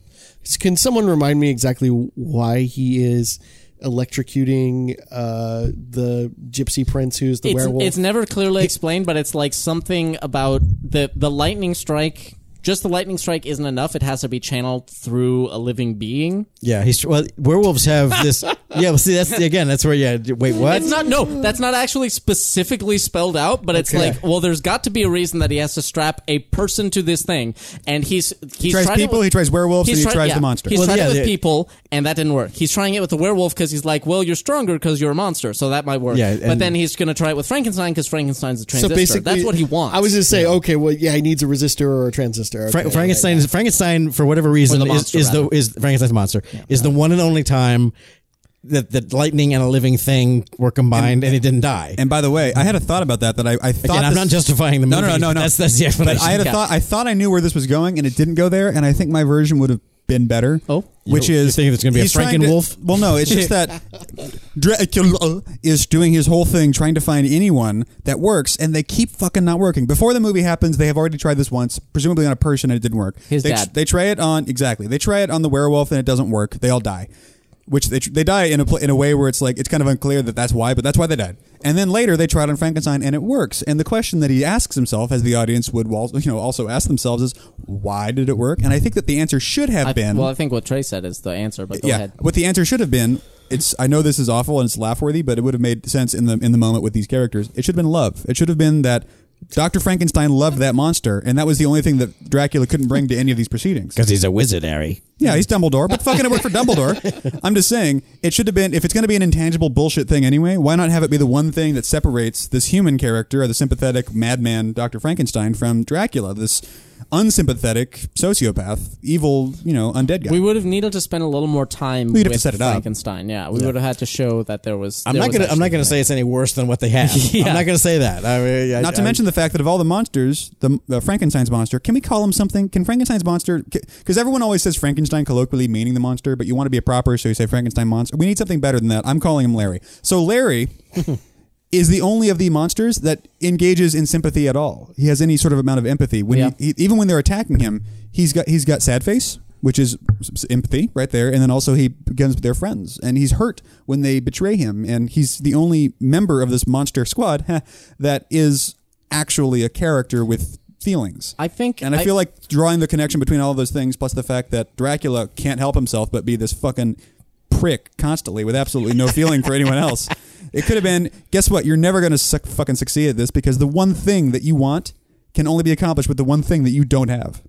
Speaker 3: Can someone remind me exactly why he is electrocuting uh, the gypsy prince who's the
Speaker 2: it's,
Speaker 3: werewolf?
Speaker 2: it's never clearly explained, but it's like something about the the lightning strike. Just the lightning strike isn't enough; it has to be channeled through a living being.
Speaker 4: Yeah, he's well. Werewolves have this. yeah, well, see, that's again. That's where. Yeah, wait, what?
Speaker 2: It's not no, that's not actually specifically spelled out, but it's like, well, there's got to be a reason that he has to strap a person to this thing, and he's he's
Speaker 1: tries
Speaker 2: tried it
Speaker 1: people,
Speaker 2: with-
Speaker 1: he tries werewolves, and he
Speaker 2: tri-
Speaker 1: tries the monster.
Speaker 2: He's
Speaker 1: Well,
Speaker 2: tried
Speaker 4: yeah,
Speaker 2: it
Speaker 4: the-
Speaker 2: with people, and that didn't work. He's trying it with the werewolf because he's like, well, you're stronger because you're a monster, so that might work.
Speaker 4: Yeah,
Speaker 2: but
Speaker 4: and-
Speaker 2: then he's gonna try it with Frankenstein because Frankenstein's a transistor. that's what he wants.
Speaker 3: I was going to say, okay, well, yeah, he needs a resistor or a transistor. monster. Okay.
Speaker 4: Fra- Frankenstein is Frankenstein for whatever reason is,
Speaker 2: monster,
Speaker 4: is the
Speaker 2: rather.
Speaker 4: is Frankenstein's monster is the one and only time that that lightning and a living thing were combined and, it didn't die.
Speaker 1: And by the way, I had a thought about that that I, I thought
Speaker 4: Again, I'm
Speaker 1: this-
Speaker 4: not justifying the
Speaker 1: No,
Speaker 4: movie.
Speaker 1: no, no, no, no.
Speaker 4: That's that's the
Speaker 1: But
Speaker 4: explanation.
Speaker 1: I had a
Speaker 2: Yeah.
Speaker 1: thought. I thought I knew where this was going, and it didn't go there. And I think my version would have been better.
Speaker 2: Oh.
Speaker 1: which
Speaker 4: You- you
Speaker 1: is
Speaker 4: think it's gonna be a
Speaker 1: he's trying to-
Speaker 4: Frankenwolf?
Speaker 1: Well, no, it's just that Dracula is doing his whole thing, trying to find anyone that works, and they keep fucking not working. Before the movie happens, they have already tried this once, presumably on a person, and it didn't work.
Speaker 2: His
Speaker 1: they,
Speaker 2: dad.
Speaker 1: They try it on exactly. They try it on the werewolf, and it doesn't work. They all die. Which they, tr- they die in a pl- in a way where it's like it's kind of unclear that that's why, but that's why they died. And then later they try it on Frankenstein and it works. And the question that he asks himself, as the audience would wal- you know also ask themselves, is why did it work? And I think that the answer should have
Speaker 2: I,
Speaker 1: been
Speaker 2: well, I think what Trey said is the answer, but go
Speaker 1: yeah,
Speaker 2: ahead.
Speaker 1: what the answer should have been. It's I know this is awful and it's laugh worthy, but it would have made sense in the in the moment with these characters. It should have been love. It should have been that Doctor Frankenstein loved that monster, and that was the only thing that Dracula couldn't bring to any of these proceedings.
Speaker 4: because he's a wizard, Harry.
Speaker 1: Yeah, he's Dumbledore, but fucking it worked for Dumbledore. I'm just saying it should have been if it's going to be an intangible bullshit thing anyway. Why not have it be the one thing that separates this human character or the sympathetic madman Doctor Frankenstein from Dracula, this unsympathetic sociopath, evil, you know, undead guy.
Speaker 2: We would have needed to spend a little more time
Speaker 1: We'd have to
Speaker 2: with
Speaker 1: set it up.
Speaker 2: Frankenstein. Yeah, we would have had to show that there was.
Speaker 4: I'm
Speaker 2: there
Speaker 4: not
Speaker 2: was
Speaker 4: gonna. I'm not
Speaker 2: actually-
Speaker 4: gonna say it's any worse than what they have. I'm not gonna say that. I mean, I-
Speaker 1: Not to
Speaker 4: I-
Speaker 1: mention the fact that of all the monsters, the uh, Frankenstein's monster. Can we call him something? Can Frankenstein's monster? Because everyone always says Frankenstein colloquially meaning the monster, but you want to be a proper, so you say Frankenstein monster. We need something better than that. I'm calling him Larry. So Larry is the only of the monsters that engages in sympathy at all. He has any sort of amount of empathy when
Speaker 2: Yeah.
Speaker 1: he, he- e, even when they're attacking him. He's got he's got sad face. Which is s- s- empathy right there, and then also he becomes their friends, and he's hurt when they betray him, and he's the only member of this monster squad that is actually a character with feelings.
Speaker 2: I think-
Speaker 1: and I,
Speaker 2: I-
Speaker 1: feel like drawing the connection between all those things, plus the fact that Dracula can't help himself but be this fucking prick constantly with absolutely no feeling for anyone else. It could have been, guess what? You're never going to suck fucking succeed at this because the one thing that you want can only be accomplished with the one thing that you don't have.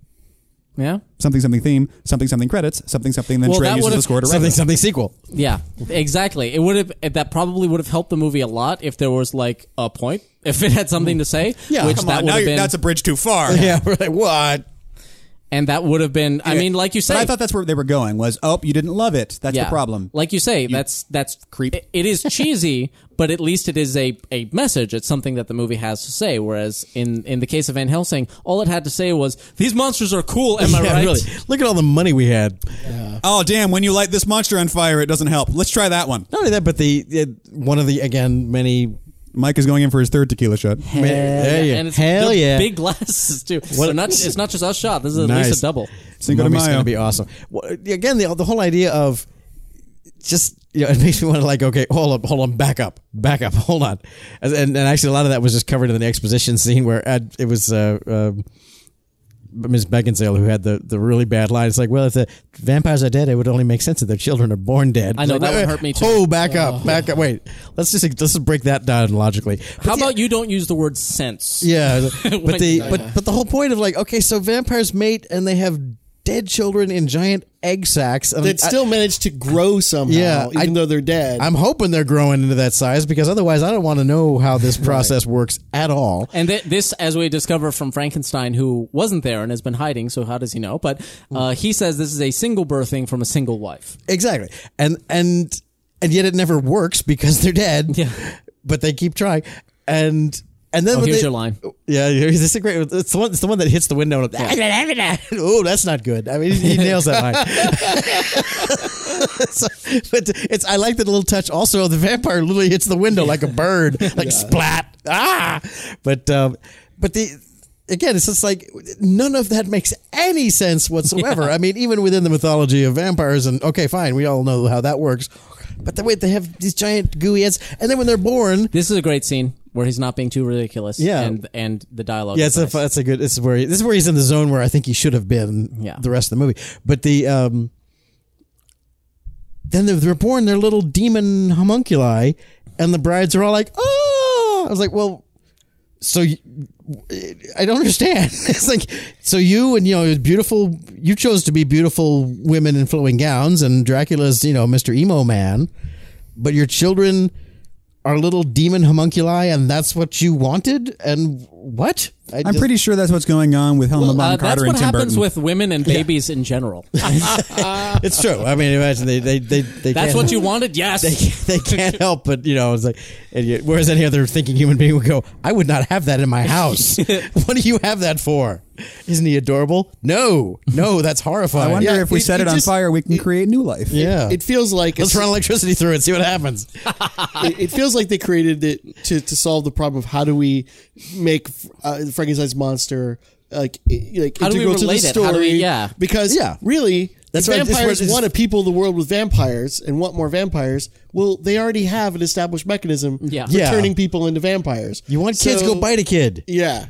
Speaker 2: Yeah,
Speaker 1: Something, something theme, something, something credits, something, something. Then
Speaker 2: Well,
Speaker 1: Trey
Speaker 2: that
Speaker 1: uses
Speaker 2: would've-
Speaker 1: the score to wrap it
Speaker 4: something
Speaker 1: up.
Speaker 4: something sequel.
Speaker 2: yeah, exactly. It would have. That probably would have helped the movie a lot if there was like a point, if it had something to say.
Speaker 4: Yeah,
Speaker 2: which
Speaker 4: come
Speaker 1: Come
Speaker 2: that
Speaker 1: on,
Speaker 2: would
Speaker 1: now
Speaker 2: have
Speaker 1: you're-
Speaker 2: been.
Speaker 1: that's a bridge too far.
Speaker 4: Yeah, we're like what?
Speaker 2: and that would have been. I mean, like you
Speaker 1: But
Speaker 2: say,
Speaker 1: I thought that's where they were going. Was oh, you didn't love it. That's the problem.
Speaker 2: Like you say, that's that's
Speaker 1: creep.
Speaker 2: It, it is cheesy, but at least it is a, a message. It's something that the movie has to say. Whereas in in the case of Van Helsing, all it had to say was these monsters are cool. Am I
Speaker 4: Yeah,
Speaker 2: right?
Speaker 4: really. Look at all the money we had.
Speaker 1: Oh damn! When you light this monster on fire, it doesn't help. Let's try that one.
Speaker 4: Not only that, but the it, one of the again many.
Speaker 1: Mike is going in for his third tequila shot.
Speaker 2: Hell
Speaker 4: there you-
Speaker 2: And it's
Speaker 4: hell
Speaker 2: they're
Speaker 4: yeah.
Speaker 2: Big glasses too. So not, it's not just a shot. This is at least a double.
Speaker 1: Cinco de
Speaker 4: Mummy's
Speaker 1: Mayo.
Speaker 4: gonna be awesome. Well, again, the, the whole idea of just you know, it makes me want to like, okay, hold up, hold on, back up, back up, hold on, and and actually a lot of that was just covered in the exposition scene where Ed, it was. Uh, um Ms. Beckinsale, who had the, the really bad line, it's like, well, if the vampires are dead, it would only make sense if their children are born dead.
Speaker 2: I know,
Speaker 4: Like,
Speaker 2: that
Speaker 4: wait,
Speaker 2: one
Speaker 4: wait,
Speaker 2: hurt me too.
Speaker 4: Oh, back up, back up. Wait, let's just let's just break that down logically. But
Speaker 2: How
Speaker 4: the-
Speaker 2: about you don't use the word sense?
Speaker 4: yeah, but
Speaker 2: Like-
Speaker 4: the but but the whole point of like okay, so vampires mate and they have dead children in giant egg sacs. I mean,
Speaker 3: that still managed to grow somehow,
Speaker 4: Yeah,
Speaker 3: even
Speaker 4: I-
Speaker 3: though they're dead.
Speaker 4: I, am hoping they're growing into that size because otherwise I don't want to know how this process works at all.
Speaker 2: And th- this, as we discover from Frankenstein, who wasn't there and has been hiding, so how does he know? But uh, he says this is a single birthing from a single wife.
Speaker 4: Exactly, and and and yet it never works because they're dead.
Speaker 2: Yeah.
Speaker 4: but they keep trying, and and then
Speaker 2: Oh,
Speaker 4: when
Speaker 2: here's
Speaker 4: they-
Speaker 2: your line.
Speaker 4: Yeah, this is a great. It's the one. It's the one that hits the window. And oh, that's not good. I mean, he nails that line. So- but it's. I like that little touch. Also, the vampire literally hits the window like a bird, like splat. Ah, but um, but the. Again, it's just like none of that makes any sense whatsoever. I mean, even within the mythology of vampires, and okay, fine, we all know how that works. But the way they have these giant gooey heads, and then when they're born,
Speaker 2: This is a great scene where he's not being too ridiculous.
Speaker 4: Yeah.
Speaker 2: and and the dialogue.
Speaker 4: Yeah,
Speaker 2: is
Speaker 4: it's a,
Speaker 2: nice.
Speaker 4: that's a good. This is where he, this is where he's in the zone where I think he should have been.
Speaker 2: Yeah.
Speaker 4: the rest of the movie, but the um, then they're, they're born their little demon homunculi, and the brides are all like, "Oh!" I was like, "Well, so you, I don't understand." it's like, so you and you know, beautiful. You chose to be beautiful women in flowing gowns, and Dracula's you know, Mister Emo Man, but your children are little demon homunculi, and that's what you wanted. And what? I
Speaker 1: I'm
Speaker 4: just-
Speaker 1: pretty sure that's what's going on with Helena Bonham
Speaker 2: Uh, that's
Speaker 1: Carter
Speaker 2: what
Speaker 1: and Tim
Speaker 2: happens
Speaker 1: Burton.
Speaker 2: with women and babies in general.
Speaker 4: It's true. I mean, imagine they they they, they
Speaker 2: That's
Speaker 4: can't-
Speaker 2: what you wanted.
Speaker 4: They
Speaker 2: Yes.
Speaker 4: can't, they can't help but you know it's like and you- whereas any other thinking human being would go I would not have that in my house what do you have that for isn't he adorable no no that's horrifying
Speaker 1: I wonder
Speaker 3: Yeah,
Speaker 1: if we
Speaker 3: it-
Speaker 1: set
Speaker 3: it
Speaker 1: it, on
Speaker 3: just-
Speaker 1: fire, we can create new life.
Speaker 4: yeah
Speaker 3: It feels like
Speaker 4: let's run electricity through it see what happens
Speaker 3: it, it feels like they created it to, to solve the problem of how do we make uh, Frankenstein's monster like i- like
Speaker 2: How do we
Speaker 3: integral to the
Speaker 2: relate it?
Speaker 3: story.
Speaker 2: How do we- yeah.
Speaker 3: because
Speaker 4: Yeah.
Speaker 3: really.
Speaker 4: That's
Speaker 3: if
Speaker 4: right, this
Speaker 3: vampires
Speaker 4: word is-
Speaker 3: want to people the world with vampires and want more vampires. Well, they already have an established mechanism
Speaker 2: Yeah.
Speaker 3: for
Speaker 4: Yeah.
Speaker 3: turning people into vampires.
Speaker 4: you want kids
Speaker 3: So-
Speaker 4: go bite a kid
Speaker 3: Yeah,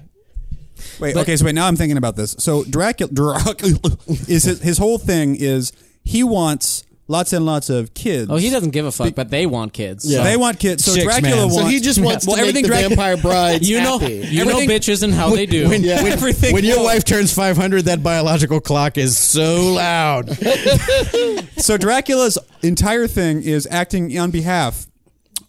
Speaker 1: Wait, okay, so wait, now I'm thinking about this. So Dracula, Dracula is his, his whole thing is he wants lots and lots of kids.
Speaker 2: Oh, he doesn't give a fuck, but they want kids. so-
Speaker 1: They want kids. So
Speaker 4: Chicks,
Speaker 1: Dracula
Speaker 4: man.
Speaker 1: wants.
Speaker 4: So
Speaker 3: so he just wants
Speaker 1: well,
Speaker 3: to
Speaker 1: everything
Speaker 3: make the
Speaker 1: Dracula-
Speaker 3: vampire brides
Speaker 2: You know,
Speaker 3: happy.
Speaker 2: you know bitches and how they do.
Speaker 4: when,
Speaker 3: Yeah.
Speaker 4: when-
Speaker 1: Everything
Speaker 4: when your
Speaker 1: will.
Speaker 4: wife turns 500 that biological clock is so loud
Speaker 1: So Dracula's entire thing is acting on behalf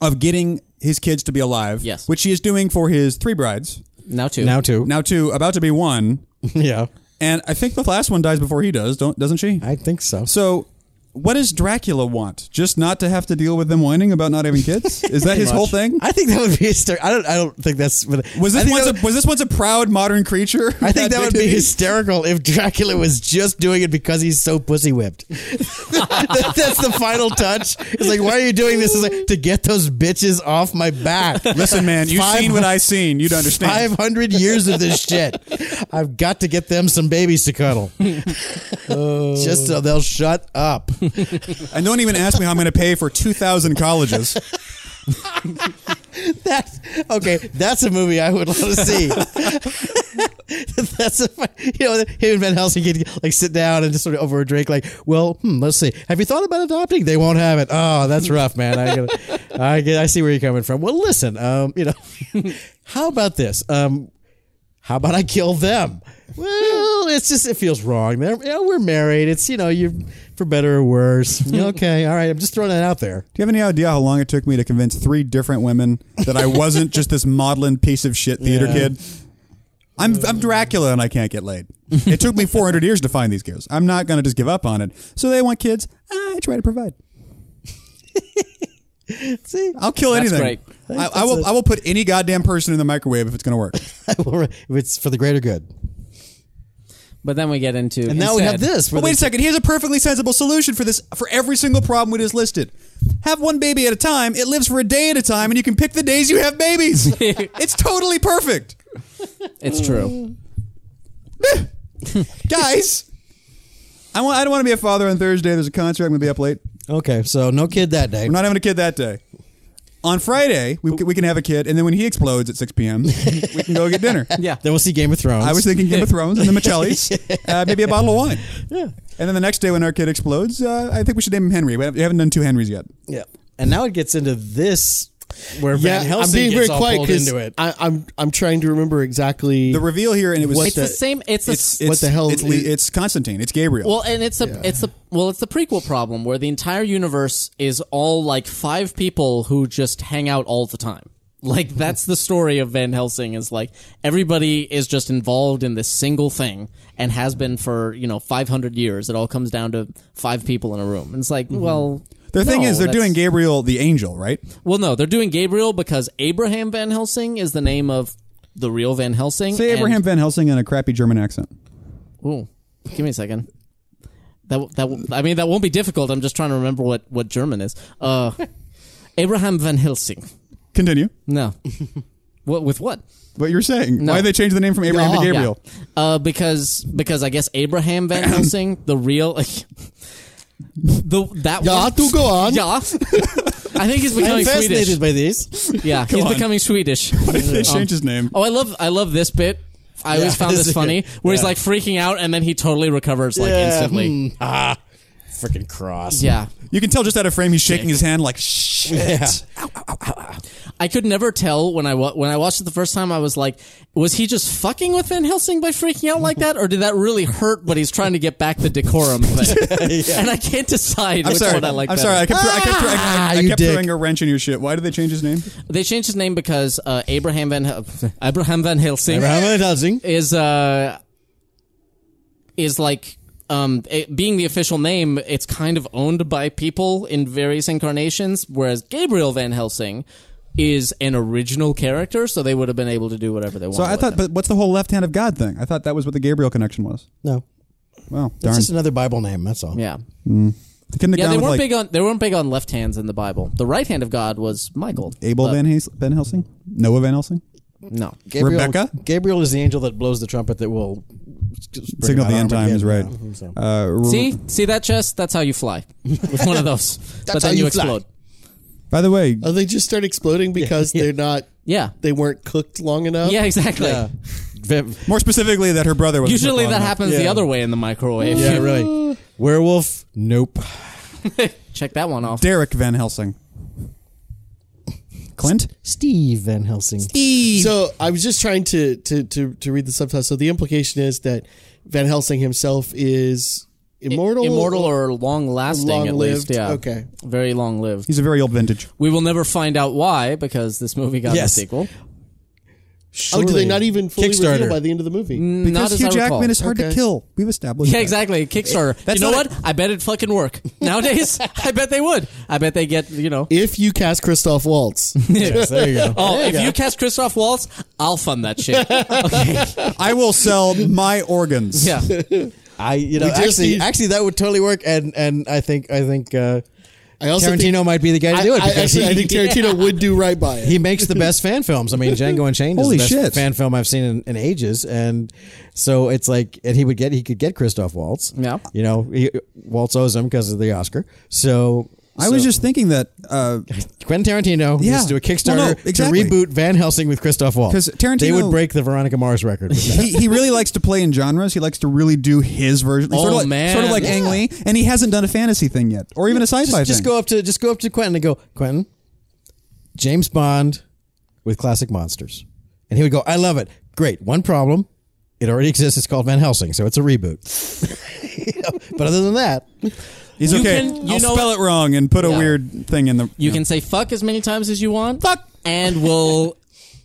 Speaker 1: of getting his kids to be alive.
Speaker 2: Yes.
Speaker 1: which he is doing for his three brides.
Speaker 2: now too.
Speaker 4: now too
Speaker 1: Now two, about to be one,
Speaker 4: yeah
Speaker 1: and I think the last one dies before he does. Don't doesn't she?
Speaker 4: I think so
Speaker 1: So, what does Dracula want? Just not to have to deal with them whining about not having kids? Is that his whole thing?
Speaker 4: I think that would be hyster I don't. I don't think that's. But
Speaker 1: Was this
Speaker 4: I
Speaker 1: once
Speaker 4: think that
Speaker 1: a, was this once a proud modern creature?
Speaker 4: I think that would
Speaker 1: big
Speaker 4: be
Speaker 1: titties?
Speaker 4: hysterical if Dracula was just doing it because he's so pussy whipped. That- that's the final touch. It's like, why are you doing this? It's like to get those bitches off my back.
Speaker 1: Listen, man, you've
Speaker 4: Five-
Speaker 1: seen what I've seen. You'd
Speaker 4: Five
Speaker 1: understand.
Speaker 4: hundred years of this shit. I've got to get them some babies to cuddle, just so they'll shut up.
Speaker 1: And don't even ask me how I'm going to pay for two thousand colleges.
Speaker 4: That's okay. That's a movie I would love to see. that's a fun- you know him and Van Helsing could like sit down and just sort of over a drink like, well, hmm, let's see. Have you thought about adopting? They won't have it. Oh, that's rough, man. I gotta, I get, I see where you're coming from. Well, listen, um, you know, how about this? Um, how about I kill them? Well, it's just it feels wrong. They're, you know, we're married. It's you know you for better or worse. okay, all right. I'm just throwing that out there.
Speaker 1: Do you have any idea how long it took me to convince three different women that I wasn't just this maudlin piece of shit theater
Speaker 4: Yeah.
Speaker 1: kid? I'm, I'm Dracula and I can't get laid. It took me 400 years to find these girls. I'm not going to just give up on it. So they want kids. I try to provide.
Speaker 4: See,
Speaker 1: I'll kill
Speaker 2: That's
Speaker 1: anything.
Speaker 4: great.
Speaker 1: I, I will. I will put any goddamn person in the microwave if it's going to work.
Speaker 4: if it's for the greater good.
Speaker 2: But then we get into
Speaker 4: And now we have
Speaker 2: instead-
Speaker 4: this. where
Speaker 1: But wait
Speaker 4: they-
Speaker 1: a second. Here's a perfectly sensible solution for this for every single problem we just listed. Have one baby at a time. It lives for a day at a time, and you can pick the days you have babies. it's totally perfect,
Speaker 2: It's true.
Speaker 1: guys. I want. I don't want to be a father on Thursday. There's a concert. I'm going to be up late.
Speaker 4: Okay, so no kid that day.
Speaker 1: We're not having a kid that day. On Friday, we, we can have a kid, and then when he explodes at 6 p.m., we can go get dinner.
Speaker 2: Yeah.
Speaker 4: Then we'll see Game of Thrones.
Speaker 1: I was thinking Game of Thrones and the Michellis, uh, maybe a bottle of wine. Yeah. And then the next day when our kid explodes, uh, I think we should name him Henry. We haven't- we haven't done two Henrys yet.
Speaker 4: yeah. And now it gets into this where Van
Speaker 3: yeah.
Speaker 4: Helsing
Speaker 3: I'm being
Speaker 4: gets
Speaker 3: very
Speaker 4: all
Speaker 3: quiet
Speaker 4: pulled into it.
Speaker 3: I, I'm I'm trying to remember exactly
Speaker 1: The reveal here, and it was
Speaker 3: What's
Speaker 2: It's the
Speaker 3: that-
Speaker 2: same. It's the
Speaker 1: It's,
Speaker 2: s-
Speaker 1: it's,
Speaker 3: What the hell
Speaker 1: It's,
Speaker 3: is-
Speaker 1: it's Constantine. It's Gabriel.
Speaker 2: well, and it's the it's the well, it's the prequel problem where the entire universe is all like five people who just hang out all the time. Like that's the story of Van Helsing is like everybody is just involved in this single thing and has been for you know 500 years. It all comes down to five people in a room. And it's like, well,
Speaker 1: their Mm-hmm. thing
Speaker 2: no,
Speaker 1: is they're
Speaker 2: that's-
Speaker 1: doing Gabriel the angel, right?
Speaker 2: Well, no, they're doing Gabriel because Abraham Van Helsing is the name of the real Van Helsing.
Speaker 1: Say
Speaker 2: and-
Speaker 1: Abraham Van Helsing in a crappy German accent.
Speaker 2: Ooh, give me a second. That w- that w- I mean that won't be difficult. I'm just trying to remember what what German is. Uh, Abraham Van Helsing.
Speaker 1: Continue.
Speaker 2: No, what with what?
Speaker 1: What you're saying? Why they changed the name from Abraham to
Speaker 2: Yeah.
Speaker 1: Gabriel?
Speaker 2: Uh, because because I guess Abraham Van Helsing, the real. The, that
Speaker 3: Yeah,
Speaker 2: one,
Speaker 3: do go on.
Speaker 2: Yeah, I think he's
Speaker 4: I'm
Speaker 2: becoming Swedish.
Speaker 4: fascinated by these.
Speaker 2: Yeah, he's
Speaker 1: on.
Speaker 2: becoming Swedish.
Speaker 1: They
Speaker 2: Um,
Speaker 1: changed his name.
Speaker 2: Oh, I love I love this bit. I always found
Speaker 4: this
Speaker 2: this
Speaker 4: is
Speaker 2: funny,
Speaker 4: good.
Speaker 2: where he's
Speaker 4: Yeah.
Speaker 2: like freaking out and then he totally recovers like instantly.
Speaker 4: Hmm. Ah, freaking cross.
Speaker 2: Yeah,
Speaker 1: You can tell just out of frame he's shaking his hand like shit.
Speaker 4: Yeah.
Speaker 2: I could never tell when I wa- when I watched it the first time. I was like, was he just fucking with Van Helsing by freaking out like that, or did that really hurt? But he's trying to get back the decorum thing, and I can't decide
Speaker 1: I'm
Speaker 2: which
Speaker 1: sorry.
Speaker 2: one I like.
Speaker 1: I'm
Speaker 2: better. Ah,
Speaker 1: sorry. I kept, I kept, I, I, I
Speaker 4: you
Speaker 1: kept
Speaker 4: dick.
Speaker 1: throwing a wrench in your shit. Why did they change his name?
Speaker 2: They changed his name because uh, Abraham Van Hel- Abraham Van Helsing
Speaker 4: Abraham Helsing.
Speaker 2: is uh is like um it, being the official name. It's kind of owned by people in various incarnations, whereas Gabriel Van Helsing is an original character, so they would have been able to do whatever they want.
Speaker 1: So I thought, but what's the whole left hand of God thing? I thought that was what the Gabriel connection was.
Speaker 4: No,
Speaker 1: Wow,
Speaker 4: it's
Speaker 1: darn.
Speaker 4: just another Bible name. That's all.
Speaker 2: yeah.
Speaker 1: Couldn't have
Speaker 2: Yeah,
Speaker 1: gone
Speaker 2: they
Speaker 1: with
Speaker 2: weren't
Speaker 1: like
Speaker 2: big on they weren't big on left hands in the Bible. The right hand of God was Michael.
Speaker 1: Abel Van, Hels- Van Helsing, Noah Van Helsing.
Speaker 2: No.
Speaker 4: Gabriel,
Speaker 1: Rebecca?
Speaker 4: Gabriel is the angel that blows the trumpet that will bring
Speaker 1: Signal the
Speaker 4: about
Speaker 1: end times, right?
Speaker 4: Armageddon. Yeah, so.
Speaker 1: Uh, r-
Speaker 2: See, see that chest? That's how you fly with one of those. but
Speaker 4: how
Speaker 2: then you,
Speaker 4: you fly.
Speaker 2: explode.
Speaker 1: By the way,
Speaker 3: Oh, they just start exploding because they're not.
Speaker 2: Yeah.
Speaker 3: They weren't cooked long enough.
Speaker 2: Yeah, exactly.
Speaker 4: Yeah. Ve-
Speaker 1: more specifically, that her brother was.
Speaker 2: Usually that happens the
Speaker 4: Yeah.
Speaker 2: other way in the microwave.
Speaker 4: yeah, really. Werewolf? Nope.
Speaker 2: Check that one off.
Speaker 1: Derek Van Helsing. Clint.
Speaker 4: Steve Van Helsing.
Speaker 3: So I was just trying to to to, to read the subtitle. So the implication is that Van Helsing himself is immortal.
Speaker 2: Immortal or long lasting, at least.
Speaker 3: Long-lived,
Speaker 2: Yeah.
Speaker 3: okay.
Speaker 2: Very long lived.
Speaker 1: He's a very old vintage.
Speaker 2: We will never find out why because this movie got
Speaker 4: Yes.
Speaker 2: a sequel.
Speaker 3: Oh, do
Speaker 4: Surely.
Speaker 3: they not even fully
Speaker 4: Kickstarter. Mm.
Speaker 3: reveal by the end of the movie?
Speaker 2: Not
Speaker 1: Because
Speaker 2: as
Speaker 1: Hugh
Speaker 2: I recall.
Speaker 1: Jackman is hard to
Speaker 3: Okay.
Speaker 1: kill. We've established.
Speaker 2: Yeah,
Speaker 1: that.
Speaker 2: exactly. Kickstarter.
Speaker 1: That's
Speaker 2: you know
Speaker 1: not
Speaker 2: what? I bet it'd fucking work. Nowadays, I bet they would. I bet they get, you know.
Speaker 3: If you cast Christoph Waltz,
Speaker 4: Yes, there you go.
Speaker 2: Oh, if you cast Christoph Waltz, I'll fund that shit. Okay.
Speaker 1: I will sell my organs.
Speaker 2: Yeah.
Speaker 4: I, you know,
Speaker 3: We just
Speaker 4: actually,
Speaker 3: need-
Speaker 4: actually, that would totally work, and and I think, I think uh,
Speaker 3: I also
Speaker 4: Tarantino
Speaker 3: think,
Speaker 4: might be the guy to
Speaker 3: I,
Speaker 4: do it
Speaker 3: I,
Speaker 4: because
Speaker 3: actually,
Speaker 4: he,
Speaker 3: I think Tarantino would do right by it.
Speaker 4: he makes the best fan films. I mean, Django Unchained
Speaker 1: Holy
Speaker 4: is the best
Speaker 1: shit.
Speaker 4: fan film I've seen in, in ages, and so it's like, and he would get, he could get Christoph Waltz.
Speaker 2: Yeah.
Speaker 4: you know, he, Waltz owes him because of the Oscar. So
Speaker 1: I was just thinking that uh, because
Speaker 4: Quentin Tarantino
Speaker 1: Yeah.
Speaker 4: needs to do a Kickstarter
Speaker 1: Well, no, exactly.
Speaker 4: to reboot Van Helsing with Christoph Waltz
Speaker 1: 'Cause Tarantino-
Speaker 4: They would break the Veronica Mars record. with that.
Speaker 1: he, he really likes to play in genres. He likes to really do his version.
Speaker 2: Oh,
Speaker 1: sort of like,
Speaker 2: man.
Speaker 1: sort of like Ang
Speaker 4: Yeah.
Speaker 1: Lee, and he hasn't done a fantasy thing yet, or even a sci-fi
Speaker 4: just, just
Speaker 1: thing.
Speaker 4: go up to just go up to Quentin and go, Quentin, James Bond with classic monsters, and he would go, I love it. Great. One problem, it already exists. It's called Van Helsing, so it's a reboot. You know, but other than that,
Speaker 1: He's
Speaker 2: You
Speaker 1: okay.
Speaker 2: can- you
Speaker 1: I'll
Speaker 2: know-
Speaker 1: spell it wrong and put a
Speaker 2: Yeah.
Speaker 1: weird thing in the.
Speaker 2: You can say fuck as many times as you want. Fuck. And we'll,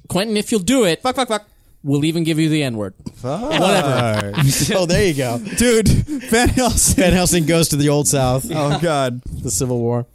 Speaker 2: Quentin, if you'll do it,
Speaker 1: fuck, fuck, fuck.
Speaker 2: we'll even give you the N word.
Speaker 1: Whatever,
Speaker 4: oh, there you go.
Speaker 1: dude. Van Helsing.
Speaker 4: Van Helsing goes to the Old South,
Speaker 1: Oh God.
Speaker 4: the Civil War.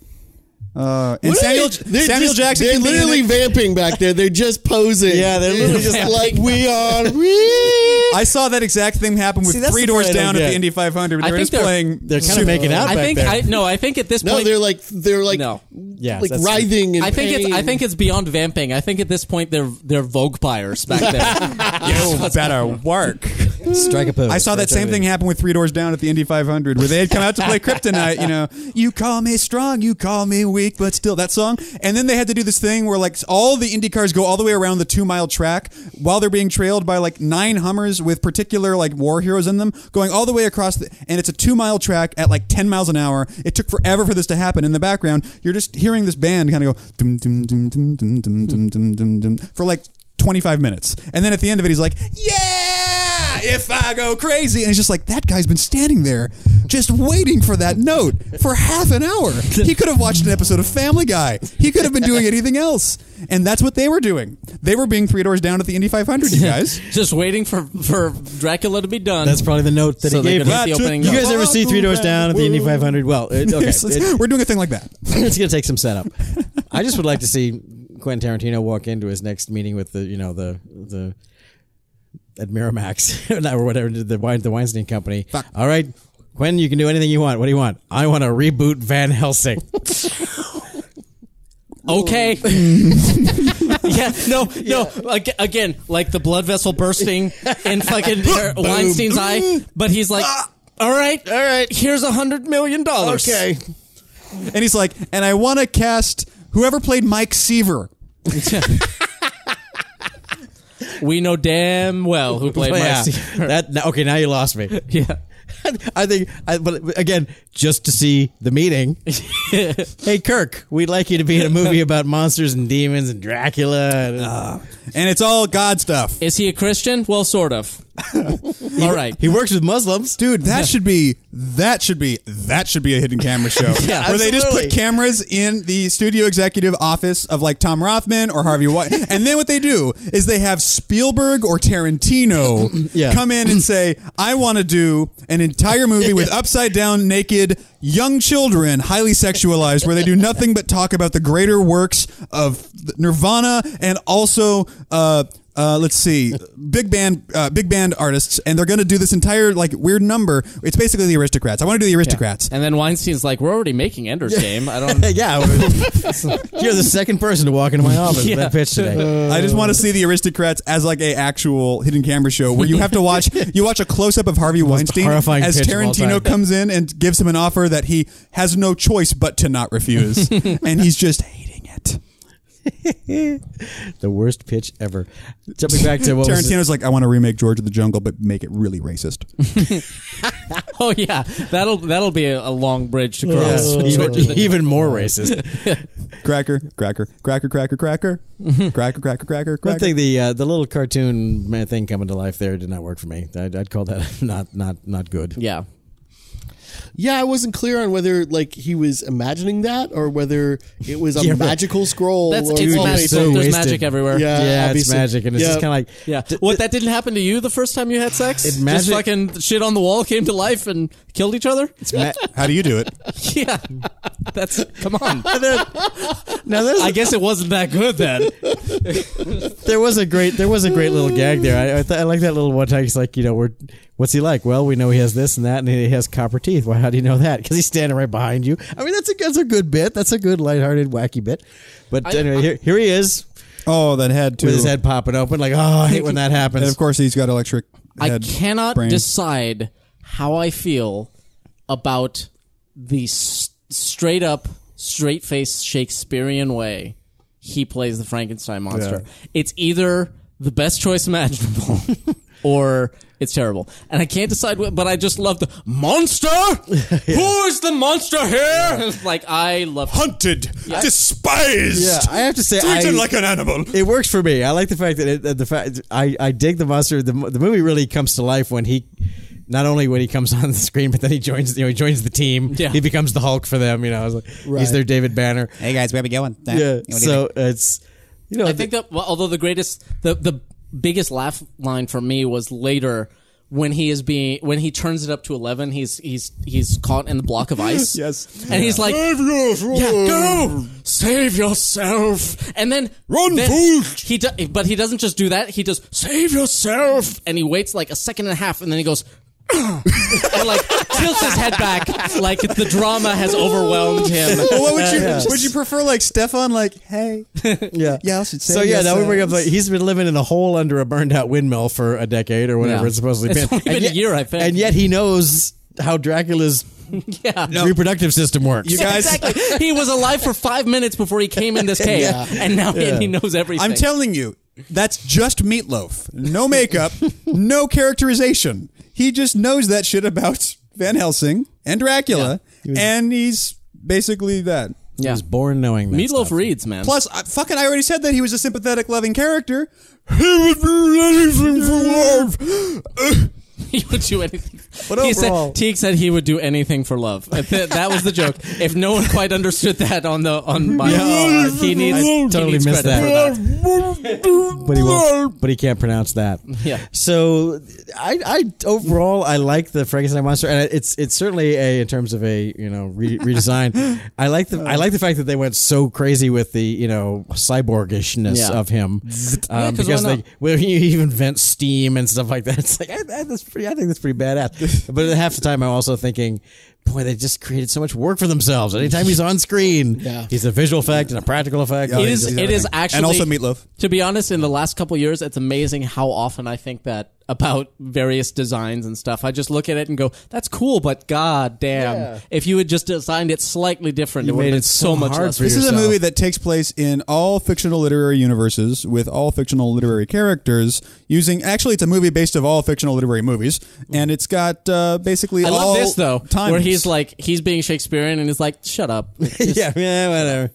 Speaker 1: Uh, and
Speaker 3: What are
Speaker 1: Samuel,
Speaker 3: they- they're
Speaker 1: Samuel
Speaker 3: just-
Speaker 1: Jackson.
Speaker 3: They're
Speaker 1: can be in
Speaker 3: literally
Speaker 1: it.
Speaker 3: vamping back there. They're just posing.
Speaker 4: Yeah, they're literally
Speaker 3: just
Speaker 2: vamping.
Speaker 3: like we are. We.
Speaker 1: I saw that exact thing happen with
Speaker 4: See, that's
Speaker 1: three
Speaker 4: the
Speaker 1: doors
Speaker 4: point I
Speaker 1: down
Speaker 4: don't
Speaker 1: at the
Speaker 4: get.
Speaker 1: Indy 500.
Speaker 2: I
Speaker 1: They were
Speaker 2: think
Speaker 1: just
Speaker 2: they're-
Speaker 1: playing.
Speaker 4: They're kind of making out
Speaker 2: I
Speaker 4: back
Speaker 2: think
Speaker 4: there.
Speaker 2: I no. I think at this
Speaker 3: No,
Speaker 2: point
Speaker 3: they're like they're like
Speaker 2: No.
Speaker 4: Yes,
Speaker 3: like
Speaker 4: that's-
Speaker 3: writhing. In
Speaker 2: I think it's I
Speaker 3: pain.
Speaker 2: think it's beyond vamping. I think at this point they're they're vogue buyers back there.
Speaker 1: You better work.
Speaker 4: Strike a pose.
Speaker 1: I saw that same thing happen with Three Doors Down at the Indy 500, where they had come out to play Kryptonite. You know, you call me strong, you call me weak, but still that song. And then they had to do this thing where like all the Indy cars go all the way around the two mile track while they're being trailed by like nine Hummers with particular like war heroes in them, going all the way across. The, and it's a two mile track at like ten miles an hour. It took forever for this to happen. In the background, you're just hearing this band kind of go dum dum dum dum dum dum dum dum dum dum for like. 25 minutes. And then at the end of it, he's like, Yeah, Ah, if I go crazy. And it's just like, that guy's been standing there just waiting for that note for half an hour. He could have watched an episode of Family Guy, he could have been doing anything else. And that's what they were doing. They were being three doors down at the Indy 500, you guys.
Speaker 2: Just waiting for for Dracula to be done.
Speaker 4: That's probably the note that
Speaker 2: So they
Speaker 4: he gave.
Speaker 2: could
Speaker 4: Oh,
Speaker 2: hit
Speaker 4: me.
Speaker 2: the opening
Speaker 4: you
Speaker 2: note.
Speaker 4: guys ever see Three Doors Down at the Indy 500? Well, it, okay, it-
Speaker 1: we're doing a thing like that.
Speaker 4: it's going to take some setup. I just would like to see Quentin Tarantino walk into his next meeting with the you know the the at Miramax or whatever the wine the Weinstein company. All right, Quentin, you can do anything you want. What do you want? I want to reboot Van Helsing.
Speaker 2: okay. yeah. No. No. Ag- again, like the blood vessel bursting in fucking Weinstein's eye, but he's like, all right, all right. Here's a hundred million dollars.
Speaker 1: And he's like, And I want to cast whoever played Mike Seaver.
Speaker 2: We know damn well who played
Speaker 4: yeah.
Speaker 2: Mike.
Speaker 4: that now- okay. Now you lost me.
Speaker 2: Yeah.
Speaker 4: I think, I, but again, just to see the meeting. hey, Kirk, we'd like you to be in a movie about monsters and demons and Dracula. And,
Speaker 1: and it's all God stuff.
Speaker 2: Is he a Christian? Well, sort of. All right.
Speaker 4: he works with Muslims,
Speaker 1: Dude, that should be that should be that should be a hidden camera show.
Speaker 2: Yeah,
Speaker 1: where they just
Speaker 4: absolutely.
Speaker 1: put cameras in the studio executive office of like Tom Rothman or Harvey White, and then what they do is they have Spielberg or Tarantino
Speaker 4: Yeah.
Speaker 1: come in and say, "I want to do an entire movie with upside down naked." Young children, highly sexualized, where they do nothing but talk about the greater works of Nirvana and also uh, uh, let's see, big band, uh, big band artists, and they're going to do this entire like weird number. It's basically the Aristocrats. I want to do the Aristocrats.
Speaker 2: And then Weinstein's like, we're already making Ender's Game. I don't.
Speaker 4: yeah, you're the second person to walk into my office with
Speaker 2: Yeah.
Speaker 4: that pitch today.
Speaker 1: I just want to see the Aristocrats as like a actual hidden camera show where you have to watch you watch a close up of Harvey Weinstein
Speaker 4: horrifying
Speaker 1: as
Speaker 4: pitch of all
Speaker 1: Tarantino
Speaker 4: time.
Speaker 1: comes in and gives him an offer that he has no choice but to not refuse, and he's just hating it.
Speaker 4: the worst pitch ever. Jumping back to what was it?
Speaker 1: Tarantino's like, I want to remake George of the Jungle, but make it really racist.
Speaker 2: Oh yeah, that'll that'll be a, a long bridge to cross.
Speaker 4: Yeah, even, even more racist.
Speaker 1: cracker, cracker, cracker, cracker, cracker, cracker, cracker, cracker,
Speaker 4: One
Speaker 1: cracker.
Speaker 4: thing, the uh, the little cartoon man thing coming to life there did not work for me. I'd, I'd call that not not not good.
Speaker 2: Yeah.
Speaker 3: Yeah, I wasn't clear on whether like he was imagining that or whether it was a
Speaker 4: Yeah, right.
Speaker 3: magical scroll.
Speaker 2: That's
Speaker 3: or
Speaker 2: it's
Speaker 4: you're
Speaker 2: magic.
Speaker 4: so
Speaker 2: There's
Speaker 4: wasted.
Speaker 2: magic everywhere.
Speaker 3: Yeah.
Speaker 4: Yeah, it's
Speaker 3: obviously.
Speaker 4: magic, and it's just
Speaker 3: Yeah.
Speaker 4: kind of like
Speaker 2: Yeah.
Speaker 4: d-
Speaker 2: what that didn't happen to you the first time you had sex?
Speaker 4: It
Speaker 2: Just
Speaker 4: magic-
Speaker 2: fucking shit on the wall came to life and killed each other?
Speaker 4: ma-
Speaker 1: How do you do it?
Speaker 2: Yeah. That's come on.
Speaker 4: now there's
Speaker 2: I guess it wasn't that good then.
Speaker 4: there was a great there was a great little gag there. I I, th- I like that little one time. He's like, you know, we're what's he like? Well, we know he has this and that, and he has copper teeth. Why? How do you know that? Because he's standing right behind you. I mean, that's a that's a good bit. That's a good lighthearted wacky bit. But anyway, here, here he is
Speaker 1: Oh, that head too.
Speaker 4: with his head popping open. Like, oh, I hate when that happens.
Speaker 1: And of course, he's got electric.
Speaker 2: I
Speaker 1: head
Speaker 2: cannot
Speaker 1: brain.
Speaker 2: decide how I feel about the s- straight up, straight faced Shakespearean way he plays the Frankenstein monster. It's either the best choice imaginable or it's terrible. And I can't decide, what, but I just love the monster? Who is the monster here? It's like, I love
Speaker 1: hunted, despised,
Speaker 4: yeah, I have to say, I,
Speaker 1: an animal.
Speaker 4: it works for me. I like the fact that it, that the fact I, I dig the monster. The, mo- the movie really comes to life when he, not only when he comes on the screen, but then he joins you know he joins the team.
Speaker 2: Yeah.
Speaker 4: he becomes the Hulk for them. You know, I was like, he's their David Banner.
Speaker 1: Hey guys, where we going?
Speaker 4: Yeah, so it's you know
Speaker 2: I think that well, although the greatest, the the biggest laugh line for me was later when he is being when he turns it up to eleven. He's he's he's caught in the block of ice.
Speaker 1: Yes.
Speaker 2: and he's like, yeah, go save yourself, and then
Speaker 1: Run,
Speaker 2: then
Speaker 1: fools!
Speaker 2: He do, but he doesn't just do that. He does save yourself, and he waits like a second and a half, and then he goes. and like tilts his head back, like the drama has overwhelmed him.
Speaker 1: Well, what would you
Speaker 4: Yeah.
Speaker 1: would you prefer like Stefan like hey
Speaker 4: yeah,
Speaker 1: y'all should uh,
Speaker 4: so
Speaker 1: save
Speaker 4: yeah, now we bring up
Speaker 1: yourselves.
Speaker 4: like he's been living in a hole under a burned out windmill for a decade or whatever
Speaker 2: Yeah.
Speaker 4: it's supposedly
Speaker 2: It's
Speaker 4: been.
Speaker 2: only been
Speaker 4: And
Speaker 2: a year, I think.
Speaker 4: and yet he knows how Dracula's
Speaker 2: Yeah.
Speaker 4: reproductive system works.
Speaker 1: you guys
Speaker 2: Exactly. he was alive for five minutes before he came in this cave, and now he- he knows everything.
Speaker 1: I'm telling you that's just meatloaf no makeup no characterization he just knows that shit about Van Helsing and Dracula and he's basically that
Speaker 2: yeah.
Speaker 4: I was born knowing that.
Speaker 2: Meatloaf
Speaker 4: stuff.
Speaker 2: reads, man.
Speaker 1: Plus, I, fucking, I already said that he was a sympathetic, loving character. He would do anything for love.
Speaker 2: he would do anything.
Speaker 1: But
Speaker 2: he said,
Speaker 1: overall-
Speaker 2: Teague said he would do anything for love. That, that was the joke. If no one quite understood that on the on my,
Speaker 4: Yeah.
Speaker 2: he needs
Speaker 4: I
Speaker 2: he
Speaker 4: totally
Speaker 2: needs
Speaker 4: missed
Speaker 2: credit
Speaker 4: that.
Speaker 2: for
Speaker 4: but he won't, but he can't pronounce that.
Speaker 2: Yeah.
Speaker 4: So I, I overall I like the Frankenstein monster, and it's it's certainly a in terms of a you know re- redesign. I like the I like the fact that they went so crazy with the you know cyborgishness
Speaker 2: Yeah.
Speaker 4: of him Um,
Speaker 2: Yeah, 'cause why
Speaker 4: because
Speaker 2: not?
Speaker 4: they where he even vents steam and stuff like that. It's like I, I, that's pretty. I think that's pretty badass. but at half the time I'm also thinking. boy, they just created so much work for themselves. Anytime he's on screen,
Speaker 3: Yeah.
Speaker 4: he's a visual effect and a practical effect.
Speaker 2: It is. It is actually.
Speaker 1: And also Meatloaf.
Speaker 2: To be honest, in the last couple years, it's amazing how often I think that about various designs and stuff. I just look at it and go, "That's cool," but god damn, if you had just designed it slightly different, it would have
Speaker 4: made
Speaker 2: been
Speaker 4: it
Speaker 2: so
Speaker 4: so
Speaker 2: much
Speaker 4: hard
Speaker 2: less.
Speaker 4: for
Speaker 2: fun.
Speaker 1: This is a
Speaker 4: yourself.
Speaker 1: movie that takes place in all fictional literary universes with all fictional literary characters. Using actually, it's a movie based of all fictional literary movies, and it's got uh, basically.
Speaker 2: I
Speaker 1: all
Speaker 2: love this though,
Speaker 1: times.
Speaker 2: where he's like, he's being Shakespearean and he's like, "Shut up." you
Speaker 4: yeah, yeah, whatever.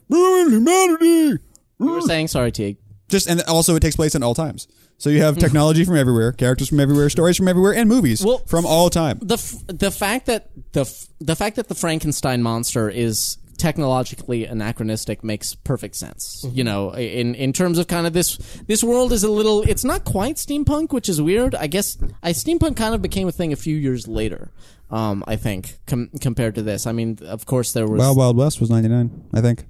Speaker 1: humanity.
Speaker 2: were saying sorry, Teague.
Speaker 1: Just and also it takes place in all times. So you have technology from everywhere, characters from everywhere, stories from everywhere, and movies
Speaker 2: Well-
Speaker 1: from all time.
Speaker 2: the f- the fact that the f- the fact that the Frankenstein monster is technologically anachronistic makes perfect sense.
Speaker 1: Mm-hmm.
Speaker 2: You know, in in terms of kind of this this world is a little it's not quite steampunk, which is weird. I guess I steampunk kind of became a thing a few years later. Um, I think com- compared to this, I mean, of course there was
Speaker 1: Wild Wild West was ninety nine, I think.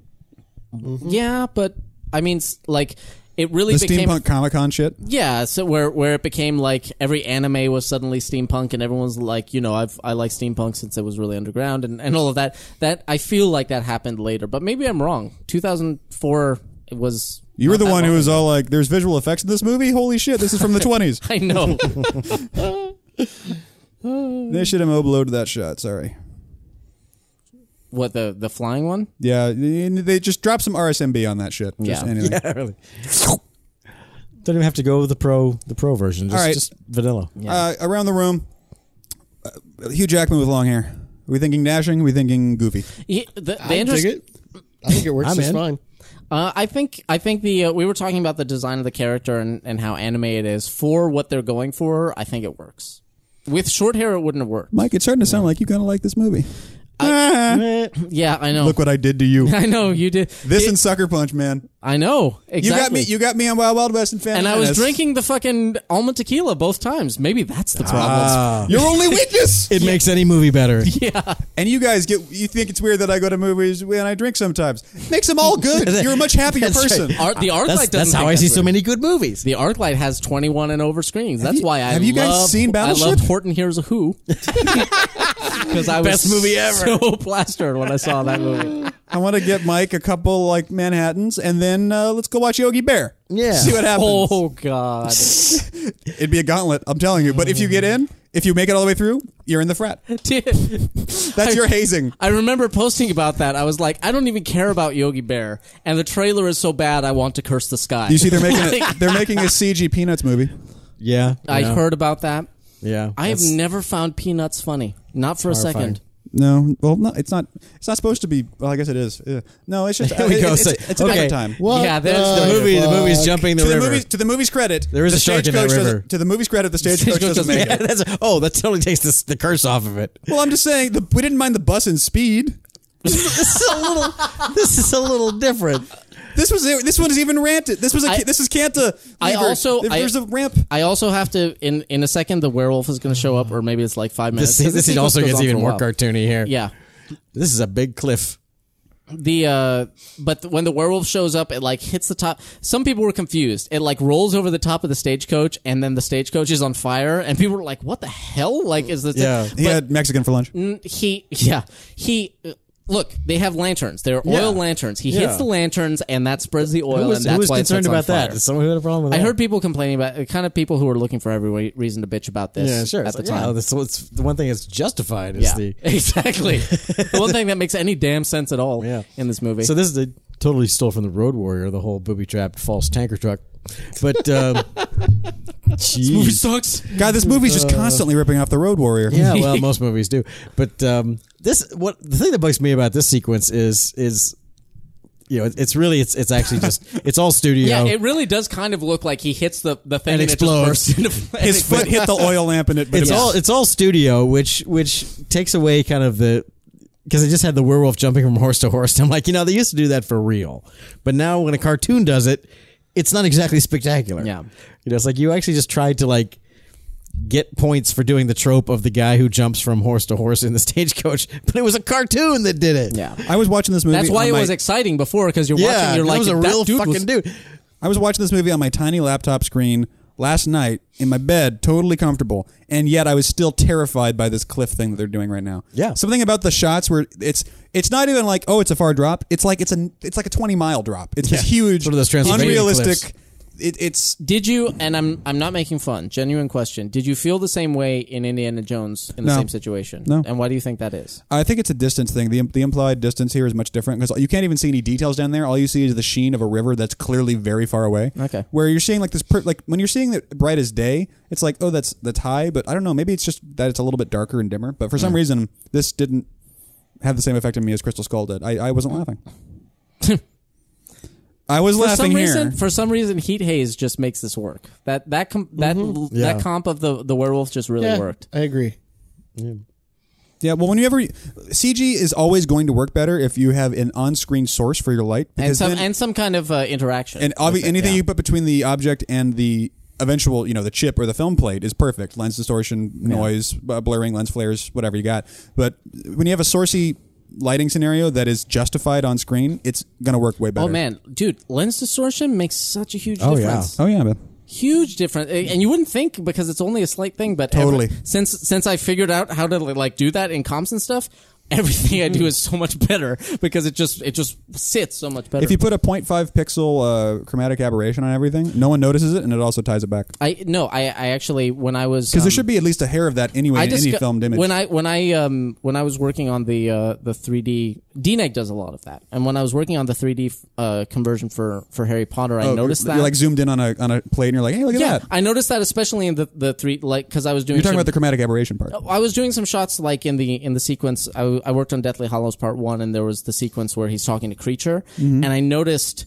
Speaker 2: yeah, but I mean, s- like it really
Speaker 1: The
Speaker 2: became
Speaker 1: steampunk Comic Con shit.
Speaker 2: Yeah, so where where it became like every anime was suddenly steampunk, and everyone's like, you know, I've I like steampunk since it was really underground, and, and all of that. That I feel like that happened later, but maybe I'm wrong. 2004 was.
Speaker 1: You were
Speaker 2: not
Speaker 1: the
Speaker 2: that
Speaker 1: one who
Speaker 2: long
Speaker 1: was all like, "There's visual effects in this movie. Holy shit! This is from the 20s.
Speaker 2: I know.
Speaker 1: They should have overloaded that shot. Sorry.
Speaker 2: what the the flying one?
Speaker 1: Yeah, and they just drop some RSMB on that shit. Just
Speaker 2: Yeah.
Speaker 1: anyway.
Speaker 4: Yeah, really. Don't even have to go with the pro the pro version. Just,
Speaker 1: All right.
Speaker 4: just vanilla.
Speaker 1: Uh, around the room, uh, Hugh Jackman with long hair. Are we thinking dashing? Are we thinking goofy?
Speaker 2: He- the, the
Speaker 3: I
Speaker 2: interest-
Speaker 3: dig it. I think it works
Speaker 4: I'm
Speaker 3: just
Speaker 4: in.
Speaker 3: fine.
Speaker 2: Uh, I think I think the uh, we were talking about the design of the character and, and how anime it is for what they're going for. I think it works. With short hair, it wouldn't have worked.
Speaker 1: Mike, it's starting to sound like you kind of like this movie. Ah,
Speaker 2: Yeah, I know.
Speaker 1: look what I did to you.
Speaker 2: I know you did.
Speaker 1: This and Sucker Punch, man.
Speaker 2: I know exactly.
Speaker 1: You got me. You got me on Wild Wild West and Fan.
Speaker 2: and I was
Speaker 1: Menace.
Speaker 2: drinking the fucking almond tequila both times. Maybe that's the problem.
Speaker 4: Ah.
Speaker 1: Your Uh. only weakness.
Speaker 4: It makes any movie better.
Speaker 1: and you guys get. You think it's weird that I go to movies and I drink sometimes. Makes them all good. You're a much happier
Speaker 4: That's right.
Speaker 1: person.
Speaker 2: Art, the arc
Speaker 4: That's,
Speaker 2: light doesn't.
Speaker 4: that's how
Speaker 2: think
Speaker 4: I see
Speaker 2: that's
Speaker 4: so
Speaker 2: weird.
Speaker 4: many good movies.
Speaker 2: The arc light has twenty one and over screens. That's
Speaker 1: you-
Speaker 2: why I
Speaker 1: have you guys
Speaker 2: love-
Speaker 1: seen
Speaker 2: I love
Speaker 1: Battleship?
Speaker 2: Horton Hears a Who because I was
Speaker 4: Best movie ever.
Speaker 2: so plastered when I saw that movie.
Speaker 1: I want to get Mike a couple like Manhattans, and then uh, let's go watch Yogi Bear.
Speaker 4: Yeah.
Speaker 1: see what happens.
Speaker 2: Oh god,
Speaker 1: It'd be a gauntlet, I'm telling you. But if you get in, if you make it all the way through, you're in the frat. That's your hazing.
Speaker 2: I remember posting about that. I was like, I don't even care about Yogi Bear, and the trailer is so bad. I want to curse the sky.
Speaker 1: You see, they're making a, they're making a CG Peanuts movie.
Speaker 4: Yeah,
Speaker 2: I
Speaker 4: yeah,
Speaker 2: heard about that.
Speaker 4: Yeah,
Speaker 2: I have
Speaker 4: that's-
Speaker 2: never found peanuts funny. Not for a
Speaker 4: horrifying.
Speaker 2: second.
Speaker 1: No, well, no, it's not. It's not supposed to be. Well, I guess it is. Yeah. No, it's just.
Speaker 4: There we
Speaker 1: it-
Speaker 4: go.
Speaker 1: It's,
Speaker 4: So-
Speaker 1: it's, it's a
Speaker 4: okay.
Speaker 1: different time.
Speaker 3: What
Speaker 2: Yeah, there's
Speaker 4: the
Speaker 2: the
Speaker 4: movie. The movie's
Speaker 3: fuck?
Speaker 4: jumping the
Speaker 1: To the,
Speaker 4: river.
Speaker 1: movies, to the movie's credit,
Speaker 4: There is
Speaker 1: the
Speaker 4: a shark in
Speaker 1: stagecoach
Speaker 4: that river.
Speaker 1: doesn't- To the movie's credit, the stagecoach
Speaker 2: Stagecoach
Speaker 1: doesn't
Speaker 2: doesn't
Speaker 1: make
Speaker 4: yeah,
Speaker 1: it.
Speaker 4: that's oh, that totally takes this, the curse off of it.
Speaker 1: Well, I'm just saying the, we didn't mind the bus and speed.
Speaker 4: this is a little. This is a little different.
Speaker 1: This was this one is even ranted. This was a
Speaker 2: I-
Speaker 1: this is Kanta.
Speaker 2: I
Speaker 1: Lever.
Speaker 2: also- I-
Speaker 1: there's a ramp.
Speaker 2: I also have to in in a second. The werewolf is going to show up, or maybe it's like five minutes.
Speaker 4: This,
Speaker 2: 'cause
Speaker 4: this,
Speaker 2: the
Speaker 4: scene
Speaker 2: sequence
Speaker 4: also
Speaker 2: goes
Speaker 4: gets
Speaker 2: on for
Speaker 4: even
Speaker 2: a
Speaker 4: more
Speaker 2: while.
Speaker 4: cartoony here.
Speaker 2: Yeah,
Speaker 4: this is a big cliff.
Speaker 2: the uh, but when the werewolf shows up, it like hits the top. Some people were confused. It like rolls over the top of the stagecoach, and then the stagecoach is on fire, and people were like, "What the hell? Like, is this?"
Speaker 4: Yeah.
Speaker 1: He
Speaker 2: But-
Speaker 1: had Mexican for lunch.
Speaker 2: he yeah he uh, look they have lanterns they're oil lanterns he hits
Speaker 4: Yeah.
Speaker 2: the lanterns and that spreads the oil
Speaker 4: Who was,
Speaker 2: and
Speaker 4: who
Speaker 2: that's
Speaker 4: was
Speaker 2: why it
Speaker 4: concerned
Speaker 2: sets on
Speaker 4: about that?
Speaker 2: fire.
Speaker 4: Did someone who had a problem with
Speaker 2: I
Speaker 4: that?
Speaker 2: heard people complaining about the kind of people who are looking for every way, reason to bitch about this
Speaker 4: Yeah, sure.
Speaker 2: at
Speaker 4: It's
Speaker 2: the
Speaker 4: like,
Speaker 2: time
Speaker 4: yeah, that's what's- the one thing that's justified is the.
Speaker 2: exactly. the one thing that makes any damn sense at all
Speaker 4: Yeah.
Speaker 2: in this movie.
Speaker 4: So this is the, totally stole from the Road Warrior, the whole booby trapped false tanker truck. But um, jeez,
Speaker 2: sucks.
Speaker 1: God, this movie's
Speaker 2: Mm,
Speaker 1: just
Speaker 2: uh,
Speaker 1: constantly ripping off the Road Warrior.
Speaker 4: yeah, well, most movies do. But um, this, what the thing that bugs me about this sequence is, is you know, it- it's really, it's it's actually just, it's all studio.
Speaker 2: Yeah, it really does kind of look like he hits the, the thing
Speaker 4: And
Speaker 2: and,
Speaker 4: explodes.
Speaker 2: It just bursts into flame.
Speaker 1: His foot hit the oil lamp in it. But
Speaker 4: it's
Speaker 1: it was-
Speaker 4: all it's all studio, which which takes away kind of the because I just had the werewolf jumping from horse to horse. And I'm like, you know, they used to do that for real, but now when a cartoon does it, it's not exactly spectacular.
Speaker 2: Yeah.
Speaker 4: you know, it's like you actually just tried to like get points for doing the trope of the guy who jumps from horse to horse in the stagecoach, but it was a cartoon that did it.
Speaker 2: Yeah.
Speaker 1: I was watching this movie.
Speaker 2: That's why
Speaker 1: on
Speaker 2: it
Speaker 1: my-
Speaker 2: was exciting before because you're
Speaker 4: yeah,
Speaker 2: watching. You're
Speaker 4: that
Speaker 2: like,
Speaker 4: was a
Speaker 2: that
Speaker 4: real
Speaker 2: dude
Speaker 4: fucking
Speaker 2: was-
Speaker 4: dude.
Speaker 1: I was watching this movie on my tiny laptop screen last night in my bed, totally comfortable, and yet I was still terrified by this cliff thing that they're doing right now.
Speaker 4: Yeah.
Speaker 1: something about the shots where it's it's not even like oh it's a far drop. It's like it's a it's like a twenty mile drop. It's this huge,
Speaker 4: One of those Transylvanian
Speaker 1: unrealistic.
Speaker 4: cliffs.
Speaker 1: It, it's
Speaker 2: Did you? And I'm I'm not making fun. Genuine question. Did you feel the same way in Indiana Jones in the
Speaker 1: No.
Speaker 2: same situation?
Speaker 1: No.
Speaker 2: And why do you think that is?
Speaker 1: I think it's a distance thing. The, the implied distance here is much different because you can't even see any details down there. All you see is the sheen of a river that's clearly very far away.
Speaker 2: Okay.
Speaker 1: Where you're seeing like this, per- like when you're seeing it bright as day, it's like, oh, that's that's high. But I don't know. Maybe it's just that it's a little bit darker and dimmer. But for some reason, this didn't have the same effect on me as Crystal Skull did. I, I wasn't laughing. I was
Speaker 2: For
Speaker 1: laughing
Speaker 2: some
Speaker 1: here.
Speaker 2: reason, for some reason, heat haze just makes this work. That that com- that l
Speaker 4: Mm-hmm. Yeah.
Speaker 2: that comp of the the werewolf just really
Speaker 3: Yeah,
Speaker 2: worked.
Speaker 3: I agree.
Speaker 1: Yeah, well, whenever you, CG is always going to work better if you have an on-screen source for your light,
Speaker 2: And
Speaker 1: because
Speaker 2: some
Speaker 1: then-
Speaker 2: and some kind of uh, interaction.
Speaker 1: and obvi- anything you put between the object and the eventual, you know, the chip or the film plate is perfect. Lens distortion, noise, uh, blurring, lens flares, whatever you got. But when you have a sourcey lighting scenario that is justified on screen, it's gonna work way better.
Speaker 2: oh man, dude, lens distortion makes such a huge
Speaker 4: Oh, yeah.
Speaker 2: difference.
Speaker 1: Oh yeah, man.
Speaker 2: Huge difference, A- and you wouldn't think because it's only a slight thing, but every-
Speaker 1: Totally.
Speaker 2: since since I figured out how to like do that in comps and stuff, everything I
Speaker 1: Hmm.
Speaker 2: do is so much better because it just it just sits so much better.
Speaker 1: If you put a 0.5 pixel uh, chromatic aberration on everything, no one notices it, and it also ties it back.
Speaker 2: I no, I I actually when I was
Speaker 1: Because there
Speaker 2: um,
Speaker 1: should be at least a hair of that anyway in any
Speaker 2: disco-
Speaker 1: filmed image.
Speaker 2: When I when I um when I was working on the uh the 3D DNEG E does a lot of that, and when I was working on the 3D uh conversion for for Harry Potter, I
Speaker 1: Oh,
Speaker 2: noticed
Speaker 1: you're
Speaker 2: that.
Speaker 1: like zoomed in on a on a plate, and you're like, hey, look at
Speaker 2: yeah,
Speaker 1: that.
Speaker 2: I noticed that especially in the the three like because I was doing
Speaker 1: You're talking
Speaker 2: some-
Speaker 1: about the chromatic aberration part.
Speaker 2: I was doing some shots like in the in the sequence. I, I worked on Deathly Hollows Part One, and there was the sequence where he's talking to Creature,
Speaker 1: Mm-hmm.
Speaker 2: and I noticed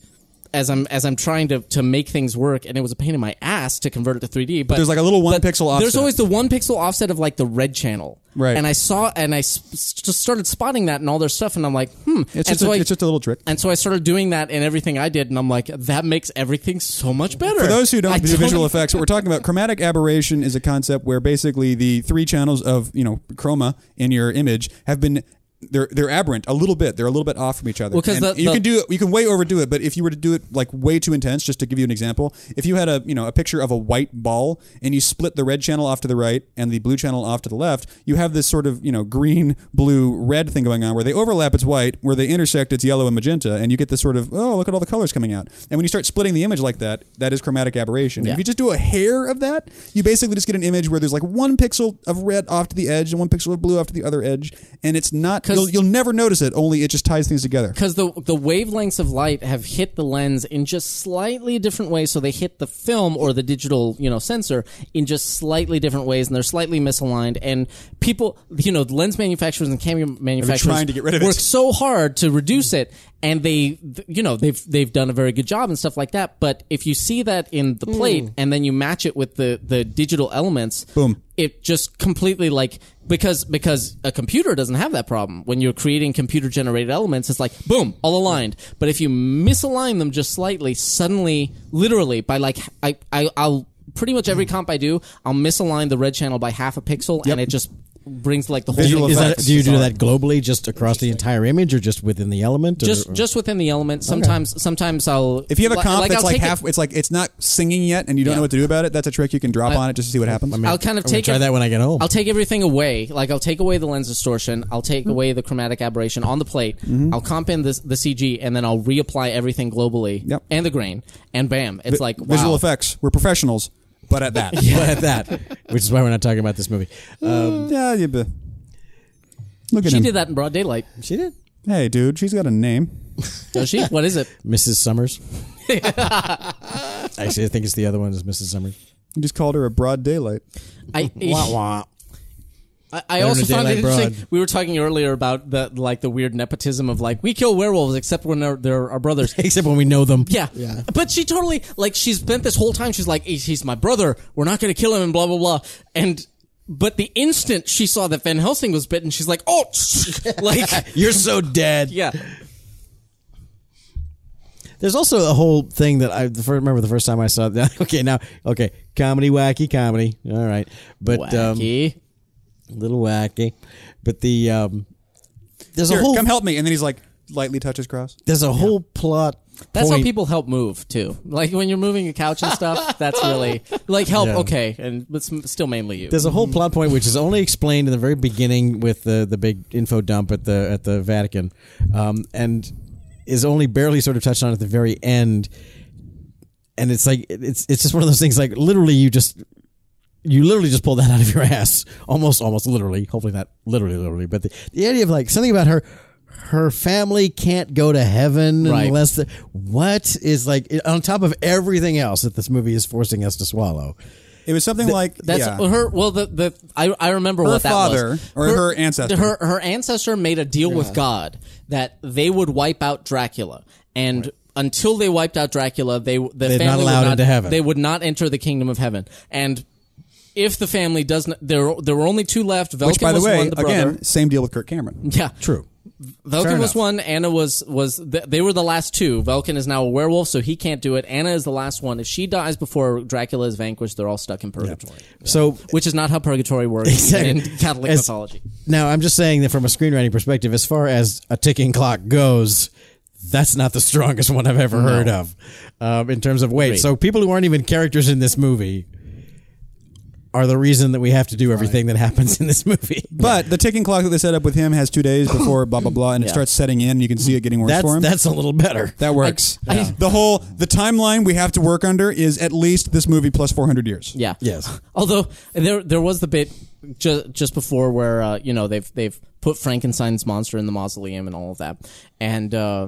Speaker 2: as I'm as I'm trying to to make things work, and it was a pain in my ass to convert it to 3D. But,
Speaker 1: there's like a little one
Speaker 2: but
Speaker 1: pixel offset.
Speaker 2: There's always the one pixel offset of like the red channel,
Speaker 1: Right.
Speaker 2: And I saw and I s- s- just started spotting that and all their stuff, and I'm like, hmm. and
Speaker 1: It's just,
Speaker 2: so
Speaker 1: a,
Speaker 2: I-
Speaker 1: it's just a little trick.
Speaker 2: and so I started doing that in everything I did, and I'm like, that makes everything so much better.
Speaker 1: For those who don't
Speaker 2: I
Speaker 1: do visual effects, what we're talking about chromatic aberration is a concept where basically the three channels of you know chroma in your image have been they're they're aberrant a little bit. They're a little bit off from each other.
Speaker 2: Well, 'cause
Speaker 1: And
Speaker 2: the-
Speaker 1: you
Speaker 2: the-
Speaker 1: can do it, you can way overdo it, but if you were to do it like way too intense, just to give you an example, if you had a you know a picture of a white ball and you split the red channel off to the right and the blue channel off to the left, you have this sort of you know green, blue, red thing going on where they overlap. It's white. Where they intersect, it's yellow and magenta, and you get this sort of oh look at all the colors coming out. And when you start splitting the image like that, that is chromatic aberration.
Speaker 2: Yeah.
Speaker 1: If you just do a hair of that, you basically just get an image where there's like one pixel of red off to the edge and one pixel of blue off to the other edge, and it's not.
Speaker 2: 'Cause-
Speaker 1: You'll, you'll never notice it. Only it just ties things together.
Speaker 2: because the the wavelengths of light have hit the lens in just slightly different ways. So they hit the film or the digital, you know, sensor in just slightly different ways, and they're slightly misaligned. And people, you know, lens manufacturers and camera manufacturers
Speaker 1: trying to get rid of it.
Speaker 2: work so hard to reduce it, and they, th- you know, they've they've done a very good job and stuff like that. But if you see that in the plate and then you match it with the the digital elements,
Speaker 1: Boom.
Speaker 2: it just completely like because because a computer doesn't have that problem when you're creating computer generated elements it's like boom all aligned but if you misalign them just slightly suddenly literally by like i, I i'll pretty much every comp i do i'll misalign the red channel by half a pixel and it just brings like the whole
Speaker 1: Visual
Speaker 2: thing
Speaker 4: Is that,
Speaker 1: effects.
Speaker 4: do you do that globally, just across the entire image, or just within the element? Or,
Speaker 2: just just within the element sometimes sometimes i'll
Speaker 1: If you have a comp that's
Speaker 2: I'll
Speaker 1: like
Speaker 2: take it-
Speaker 1: half, it's like it's not singing yet, and you don't know what to do about it. That's a trick you can drop on it just to see what happens.
Speaker 2: I'll kind of
Speaker 4: I'm gonna
Speaker 2: take
Speaker 4: try
Speaker 2: it-
Speaker 4: that when I get home.
Speaker 2: I'll take everything away. Like I'll take away the lens distortion. I'll take
Speaker 1: Mm-hmm.
Speaker 2: away the chromatic aberration on the plate. I'll comp in the, the CG, and then I'll reapply everything globally
Speaker 1: Yep.
Speaker 2: and the grain. And bam, it's like wow.
Speaker 1: visual effects. We're professionals, but at that, yeah,
Speaker 4: but at that, which is why we're not talking about this movie. Um,
Speaker 1: you be- look at
Speaker 2: She
Speaker 1: him.
Speaker 2: did that in broad daylight.
Speaker 4: she did.
Speaker 1: Hey, dude, she's got a name.
Speaker 2: Does she? what is it?
Speaker 4: Mrs. Summers. Actually, I think it's the other one is Mrs. Summers.
Speaker 1: You just called her a broad daylight.
Speaker 2: I
Speaker 4: wah.
Speaker 2: I, I also
Speaker 4: than
Speaker 2: found it
Speaker 4: Daylight
Speaker 2: interesting.
Speaker 4: Broad.
Speaker 2: We were talking earlier about the like the weird nepotism of like we kill werewolves except when they're, they're our brothers.
Speaker 4: Except when we know them.
Speaker 2: Yeah. But she totally like she's spent this whole time she's like he's, he's my brother. We're not going to kill him and blah blah blah. And but the instant she saw that Van Helsing was bitten, she's like, "Oh, like
Speaker 4: You're so dead.
Speaker 2: yeah."
Speaker 4: There's also a whole thing that I the fir- remember the first time I saw that. Okay, now, okay, comedy, wacky, comedy. All right. But Um,
Speaker 2: Wacky.
Speaker 4: little wacky. But the. Um, there's a
Speaker 1: Here,
Speaker 4: whole
Speaker 1: come help me. And then he's like, lightly touches cross.
Speaker 4: there's a whole plot
Speaker 2: That's how
Speaker 4: point-
Speaker 2: people help move too. Like when you're moving a couch and stuff, that's really like help.
Speaker 4: Yeah.
Speaker 2: Okay, and it's m- still mainly you.
Speaker 4: There's a whole plot point which is only explained in the very beginning with the the big info dump at the at the Vatican, um, and is only barely sort of touched on at the very end. And it's like it's it's just one of those things. Like literally, you just you literally just pull that out of your ass, almost almost literally. Hopefully not literally literally, but the, the idea of like something about her. Her family can't go to heaven
Speaker 2: Right.
Speaker 4: unless the, what is like on top of everything else that this movie is forcing us to swallow.
Speaker 1: It was something like
Speaker 2: That's
Speaker 1: yeah.
Speaker 2: her. Well, the, the I, I remember
Speaker 1: Her
Speaker 2: what that
Speaker 1: father,
Speaker 2: was.
Speaker 1: or her ancestor.
Speaker 2: Her her ancestor made a deal with God that they would wipe out Dracula, and until they wiped out Dracula, they the
Speaker 4: not
Speaker 2: family would
Speaker 4: allowed
Speaker 2: not-
Speaker 4: into heaven.
Speaker 2: They would not enter the kingdom of heaven, and if the family doesn't, there there were only two left. Velkin
Speaker 1: Which, by the
Speaker 2: was
Speaker 1: way,
Speaker 2: one, the brother.
Speaker 1: again, same deal with Kirk Cameron.
Speaker 2: yeah,
Speaker 4: True.
Speaker 1: Fair
Speaker 2: Velkin was
Speaker 1: enough.
Speaker 2: one. Anna was was th- they were the last two. Velkin is now a werewolf, so he can't do it. Anna is the last one. If she dies before Dracula is vanquished, they're all stuck in purgatory
Speaker 4: So
Speaker 2: which is not how purgatory works
Speaker 4: Exactly.
Speaker 2: in Catholic
Speaker 4: As-
Speaker 2: mythology.
Speaker 4: Now, I'm just saying that from a screenwriting perspective, as far as a ticking clock goes, that's not the strongest one I've ever heard of um, in terms of weight. So, people who aren't even characters in this movie are the reason that we have to do everything that happens in this movie.
Speaker 1: But the ticking clock that they set up with him has two days before blah blah blah, and it starts setting in. You can see it getting worse for
Speaker 4: That's
Speaker 1: him.
Speaker 4: that's a little better.
Speaker 1: that works.
Speaker 2: I- Yeah.
Speaker 1: the whole the timeline we have to work under is at least this movie plus four hundred years.
Speaker 2: Yeah.
Speaker 4: Yes.
Speaker 2: Although there there was the bit just just before where uh, you know they've they've put Frankenstein's monster in the mausoleum and all of that, and uh,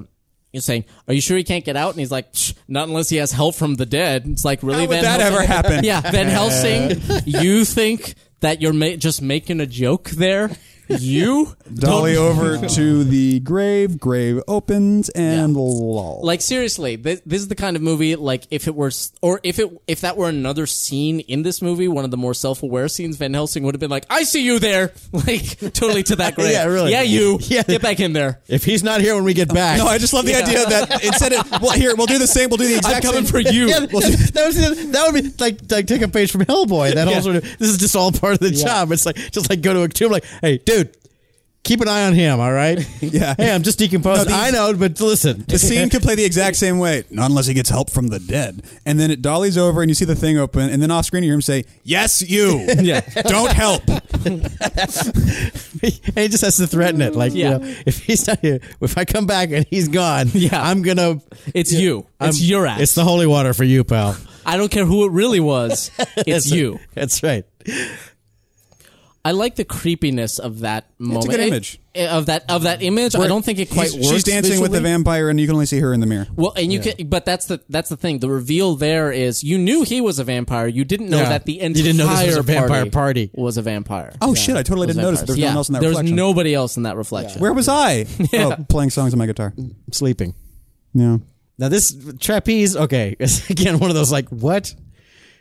Speaker 2: you're saying, "Are you sure he can't get out?" And he's like, "Psh, "Not unless he has help from the dead." It's like really
Speaker 1: How would
Speaker 2: Van
Speaker 1: that
Speaker 2: Helsing?
Speaker 1: ever happen?
Speaker 2: Yeah, Van Helsing, you think that you're ma- just making a joke there? You
Speaker 1: Dolly
Speaker 2: Don't-
Speaker 1: over to the grave. Grave opens and lol.
Speaker 2: Like seriously, this, this is the kind of movie. Like if it were, s- or if it, if that were another scene in this movie, one of the more self-aware scenes, Van Helsing would have been like, "I see you there," like totally to that grave.
Speaker 4: Yeah, really.
Speaker 2: Yeah, you.
Speaker 4: Yeah.
Speaker 2: get back in there.
Speaker 4: If he's not here when we get back,
Speaker 1: no, I just love the idea that instead of well, here we'll do the same. We'll do the exact
Speaker 2: I'm coming
Speaker 1: same-
Speaker 2: for you.
Speaker 4: Yeah, that, that was, that would be like like take a page from Hellboy. That whole sort of this is just all part of the job. It's like just like go to a tomb. Like, hey, dude, keep an eye on him. All right.
Speaker 1: Yeah.
Speaker 4: Hey, I'm just decomposing.
Speaker 1: No, the-
Speaker 4: I know, but listen.
Speaker 1: The scene could play the exact same way, not unless he gets help from the dead. And then it dollies over, and you see the thing open, and then off screen you hear him say, "Yes, you.
Speaker 2: Yeah.
Speaker 1: Don't help."
Speaker 4: and he just has to threaten it. Like,
Speaker 2: Yeah.
Speaker 4: you know, if he's not here, if I come back and he's gone,
Speaker 2: Yeah.
Speaker 4: I'm gonna.
Speaker 2: It's you. It's
Speaker 4: I'm-
Speaker 2: your ass.
Speaker 4: It's the holy water for you, pal.
Speaker 2: I don't care who it really was. It's you.
Speaker 4: That's right.
Speaker 2: I like the creepiness of that moment.
Speaker 1: good
Speaker 2: It-
Speaker 1: image.
Speaker 2: of that of that image. I don't think it quite
Speaker 1: He's-
Speaker 2: works.
Speaker 1: She's dancing with the
Speaker 2: visually.
Speaker 1: vampire, and you can only see her in the mirror.
Speaker 2: Well, and you can, but that's the that's the thing. The reveal there is you knew he was a vampire. You didn't know
Speaker 4: Yeah.
Speaker 2: that the
Speaker 4: You
Speaker 2: entire
Speaker 4: didn't know this was a vampire party.
Speaker 2: was a vampire.
Speaker 1: Oh shit! I totally didn't notice that there was no one else in that
Speaker 2: There was
Speaker 1: reflection.
Speaker 2: nobody else in that reflection.
Speaker 1: Where was I? Oh, playing songs on my guitar.
Speaker 4: I'm sleeping.
Speaker 1: Yeah.
Speaker 4: Now this trapeze. Okay, it's again one of those like what?